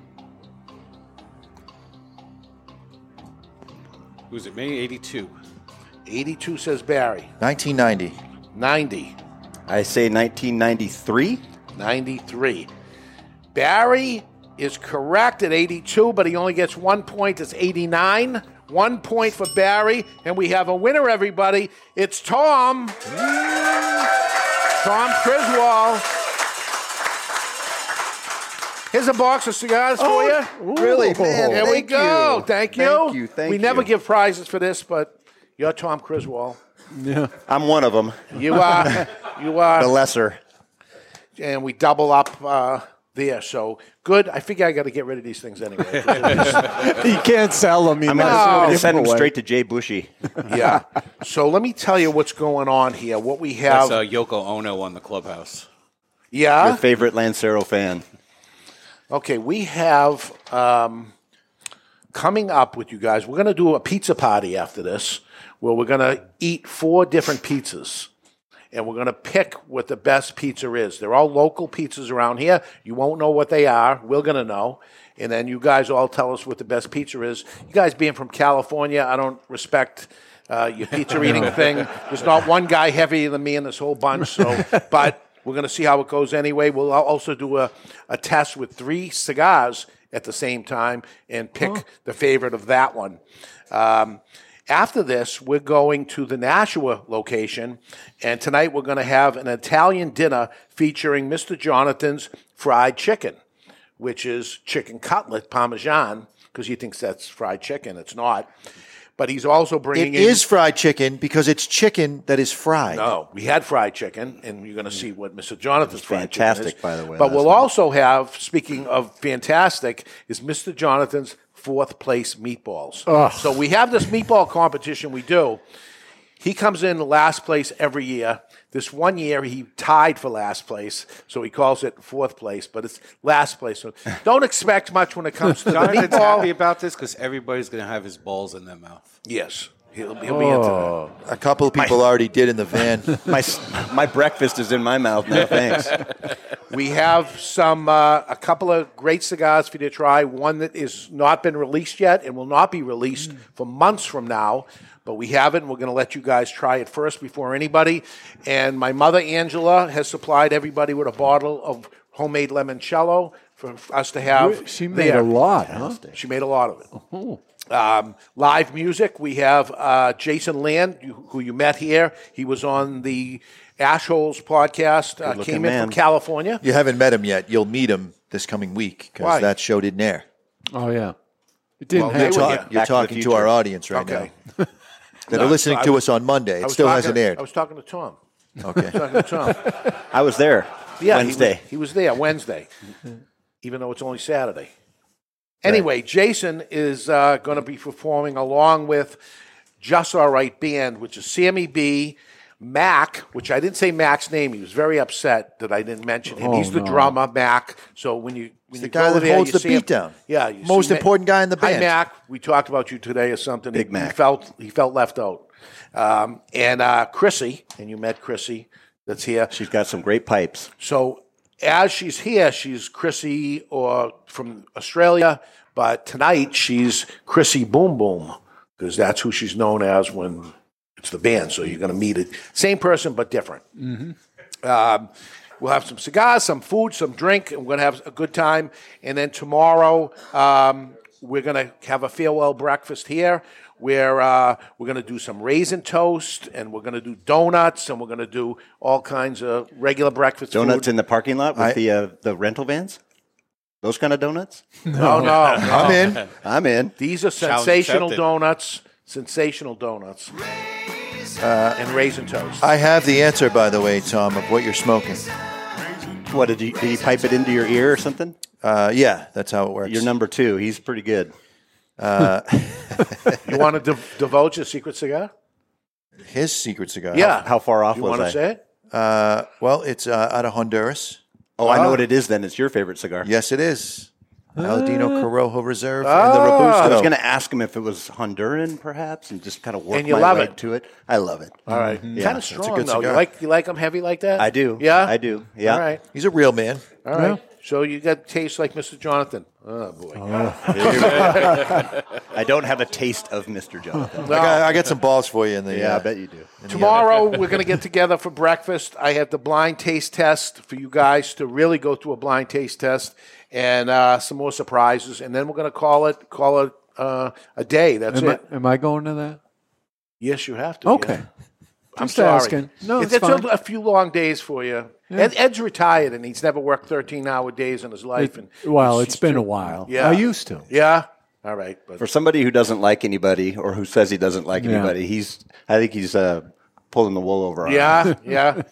Speaker 4: Who's it? Me? 82.
Speaker 2: 82 says Barry.
Speaker 3: 1990.
Speaker 2: 90.
Speaker 7: I say 1993.
Speaker 2: 93. Barry is correct at 82, but he only gets one point. It's 89. One point for Barry, and we have a winner, everybody. It's Tom. Tom Criswell. Here's a box of cigars for you.
Speaker 7: really? Man,
Speaker 2: Oh, There we
Speaker 7: thank
Speaker 2: go.
Speaker 7: you.
Speaker 2: Thank you.
Speaker 7: Thank you, thank
Speaker 2: we never
Speaker 7: you.
Speaker 2: give prizes for this, but you're Tom Criswell.
Speaker 7: Yeah. I'm one of them. *laughs*
Speaker 2: You are. you are.
Speaker 7: the lesser.
Speaker 2: and we double up uh, there. So good. I figure I got to get rid of these things
Speaker 7: *laughs*
Speaker 2: anyway. you
Speaker 5: can't sell them.
Speaker 7: I'm going to send him straight *laughs* to Jay Bushy.
Speaker 2: eh? *laughs* yeah. So let me tell you what's going on here. What we have.
Speaker 4: That's uh, Yoko Ono on the clubhouse.
Speaker 2: yeah.
Speaker 7: Your favorite Lancero fan.
Speaker 2: Okay, we have um, coming up with you guys. We're going to do a pizza party after this, where we're going to eat four different pizzas, and we're going to pick what the best pizza is. They're all local pizzas around here. You won't know what they are. We're going to know, and then you guys all tell us what the best pizza is. You guys being from California, I don't respect. Uh, your pizza eating thing. There's not one guy heavier than me in this whole bunch. So, but we're going to see how it goes anyway. We'll al- also do a, a test with three cigars at the same time and pick
Speaker 10: Oh.
Speaker 2: the favorite of that one. Um, after this, we're going to the Nashua location, and tonight we're going to have an Italian dinner featuring Mr. Jonathan's fried chicken, which is chicken cutlet parmesan, because he thinks that's fried chicken. It's not. But he's also
Speaker 3: It
Speaker 2: bringing in- Oh,
Speaker 3: is fried chicken because it's chicken that is fried.
Speaker 2: no, we had fried chicken, and you're going to see what Mr. Jonathan's fried chicken is.
Speaker 3: fantastic, by the way,
Speaker 2: But
Speaker 3: last
Speaker 2: we'll
Speaker 3: night.
Speaker 2: also have, speaking of fantastic, is Mr. Jonathan's fourth place meatballs.
Speaker 9: Ugh.
Speaker 2: So we have this meatball competition we do. He comes in last place every year. This one year he tied for last place, so he calls it fourth place, but it's last place. So don't expect much when it comes to the
Speaker 4: Jonathan's
Speaker 2: meatball.
Speaker 4: happy about this because everybody's going to have his balls in their mouth.
Speaker 2: Yes. He'll, he'll be
Speaker 7: Oh.
Speaker 2: into that. Uh,
Speaker 3: A couple of people already did in the van.
Speaker 7: *laughs* my s- my breakfast is in my mouth now. Thanks.
Speaker 2: *laughs* we have some uh, a couple of great cigars for you to try. One that is not been released yet and will not be
Speaker 5: Mm.
Speaker 2: released for months from now, but we have it, and we're going to let you guys try it first before anybody. And my mother Angela has supplied everybody with a bottle of homemade limoncello for us to have.
Speaker 5: She made
Speaker 2: there.
Speaker 5: a lot, huh?
Speaker 2: She made a lot of it. Um, live music. We have uh, Jason Land, you- who you met here. He was on the Ashholes podcast. Uh,
Speaker 3: Good-looking
Speaker 2: came in
Speaker 3: man.
Speaker 2: from California.
Speaker 3: You haven't met him yet. You'll meet him this coming week
Speaker 2: Why?
Speaker 3: because that show didn't air.
Speaker 5: Oh yeah, it didn't
Speaker 3: you're,
Speaker 5: happen.
Speaker 3: talk- you're talking to, our audience right
Speaker 2: Okay. *laughs*
Speaker 3: now that
Speaker 2: No,
Speaker 3: are listening
Speaker 2: I
Speaker 3: to
Speaker 2: was-
Speaker 3: us on Monday.
Speaker 2: I
Speaker 3: It
Speaker 2: was
Speaker 3: still
Speaker 2: talking-
Speaker 3: hasn't aired.
Speaker 2: I was talking to Tom.
Speaker 3: Okay.
Speaker 2: I was talking to Tom.
Speaker 7: I was there
Speaker 2: Yeah, he was-
Speaker 7: Wednesday.
Speaker 2: He was, there
Speaker 3: *laughs*
Speaker 2: Wednesday, even though it's only Saturday. Anyway, Jason is uh, going to be performing along with Just All Right Band, which is Sammy B, Mac, which I didn't say Mac's name. He was very upset that I didn't mention him.
Speaker 3: Oh,
Speaker 2: He's the
Speaker 3: no.
Speaker 2: drummer, Mac. So when you when
Speaker 3: the
Speaker 2: you
Speaker 3: guy
Speaker 2: go
Speaker 3: that
Speaker 2: there,
Speaker 3: holds
Speaker 2: you
Speaker 3: the
Speaker 2: see him-
Speaker 3: beat down.
Speaker 2: Yeah, you
Speaker 3: Most
Speaker 2: see Ma-
Speaker 3: important guy in the
Speaker 2: Hi,
Speaker 3: band.
Speaker 2: Mac. We talked about you today or something.
Speaker 3: Big
Speaker 2: He- He
Speaker 3: Mac.
Speaker 2: felt he felt left out. Um, and uh, Chrissy, and you met Chrissy. That's here.
Speaker 7: She's got some great pipes.
Speaker 2: So as she's here, she's Chrissy or from Australia, but tonight she's Chrissy Boom Boom because that's who she's known as when it's the band. So you're going to meet it, same person but different.
Speaker 5: Mm-hmm.
Speaker 2: Um, we'll have some cigars, some food, some drink, and we're going to have a good time. And then tomorrow, um, we're going to have a farewell breakfast here where uh, we're going to do some raisin toast and we're going to do donuts and we're going to do all kinds of regular breakfast
Speaker 7: Donuts
Speaker 2: food.
Speaker 7: in the parking lot with
Speaker 2: I-
Speaker 7: the uh, the rental vans. Those kind of donuts.
Speaker 2: No, no,
Speaker 7: I'm
Speaker 2: no.
Speaker 7: in. I'm in.
Speaker 2: These are sensational donuts, sensational donuts, Uh, and raisin toast.
Speaker 3: I have the answer, by the way, Tom, of what you're smoking.
Speaker 7: What did you, did you pipe it into your ear or something?
Speaker 3: Uh, yeah, that's how it works.
Speaker 7: Your number two. He's pretty good.
Speaker 3: Uh,
Speaker 7: *laughs*
Speaker 2: You *laughs* want to div- divulge a secret cigar?
Speaker 3: his secret cigar.
Speaker 2: Yeah. How- how
Speaker 7: far off
Speaker 2: You was wanna I? say it?
Speaker 3: Uh, well, it's uh, out of Honduras. Uh-huh.
Speaker 7: Oh, I know what it is. Then it's your favorite cigar.
Speaker 3: Yes, it is. Aladino Corojo Reserve and the
Speaker 7: Ah. I
Speaker 3: Robusto.
Speaker 7: was going to ask him if it was Honduran, perhaps, and just kind of work
Speaker 2: And you
Speaker 7: my
Speaker 2: love
Speaker 7: way
Speaker 2: it.
Speaker 7: to it. I love it.
Speaker 2: All right.
Speaker 7: Mm-hmm. Yeah,
Speaker 2: kind of
Speaker 7: it's a
Speaker 2: strong
Speaker 7: good
Speaker 2: though. You
Speaker 7: cigar.
Speaker 2: like you like them heavy like that?
Speaker 7: I do.
Speaker 2: Yeah,
Speaker 7: I do. Yeah.
Speaker 2: All right.
Speaker 3: He's a real man.
Speaker 2: All right. So you got taste like Mr. Jonathan. Oh boy.
Speaker 7: *laughs* I don't have a taste of Mr. Jonathan.
Speaker 3: I, got, I got some balls for you in the.
Speaker 7: *laughs* Yeah,
Speaker 3: uh,
Speaker 7: I bet you do.
Speaker 3: in the
Speaker 2: Tomorrow
Speaker 7: *laughs*
Speaker 2: we're going to get together for breakfast. I have the blind taste test for you guys to really go through a blind taste test and uh, some more surprises, and then we're going to call it call it uh, a day. That's
Speaker 5: am,
Speaker 2: it.
Speaker 5: I, am I going to that?
Speaker 2: Yes, you have to.
Speaker 5: Okay.
Speaker 2: yeah. I'm
Speaker 5: Just
Speaker 2: sorry.
Speaker 5: asking. No, it's
Speaker 2: a-
Speaker 5: fine.
Speaker 2: a few long days for you.
Speaker 5: Yeah.
Speaker 2: Ed, Ed's retired and he's never worked 13 hour days in his life. and
Speaker 5: It- well, it's been a while.
Speaker 2: Yeah.
Speaker 5: I used to.
Speaker 2: Yeah. All right. But
Speaker 7: For somebody who doesn't like anybody or who says he doesn't like
Speaker 5: Yeah.
Speaker 7: anybody, he's I think he's uh, pulling the wool over. our
Speaker 2: Yeah,
Speaker 7: eyes.
Speaker 2: yeah.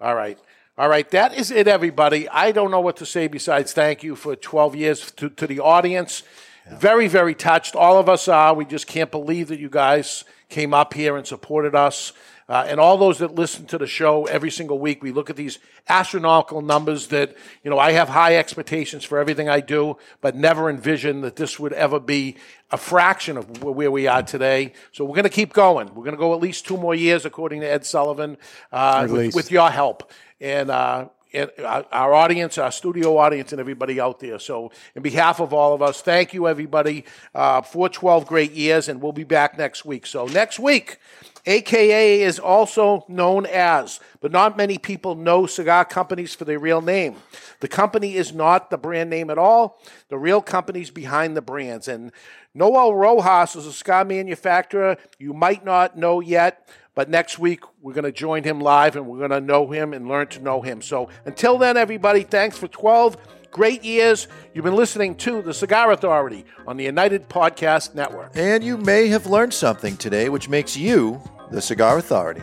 Speaker 2: All right. All right. That is it, everybody. I don't know what to say besides thank you for 12 years to, to the audience. Very, very touched. All of us are. We just can't believe that you guys came up here and supported us. Uh, and all those that listen to the show every single week, we look at these astronomical numbers that, you know, I have high expectations for everything I do, but never envisioned that this would ever be a fraction of wh- where we are today. So we're going to keep going. We're going to go at least two more years, according to Ed Sullivan, uh,
Speaker 5: At
Speaker 2: with,
Speaker 5: least.
Speaker 2: with your help. And, uh, and our our audience, our studio audience, and everybody out there. So, in behalf of all of us, thank you, everybody, uh, for 12 great years, and we'll be back next week. So, next week, AKA is also known as, but not many people know cigar companies for their real name. The company is not the brand name at all. The real companies behind the brands. And Noel Rojas is a cigar manufacturer you might not know yet, but next week we're going to join him live and we're going to know him and learn to know him. So until then, everybody, thanks for 12 great years. You've been listening to The Cigar Authority on the United Podcast Network.
Speaker 3: And you may have learned something today, which makes you the cigar authority.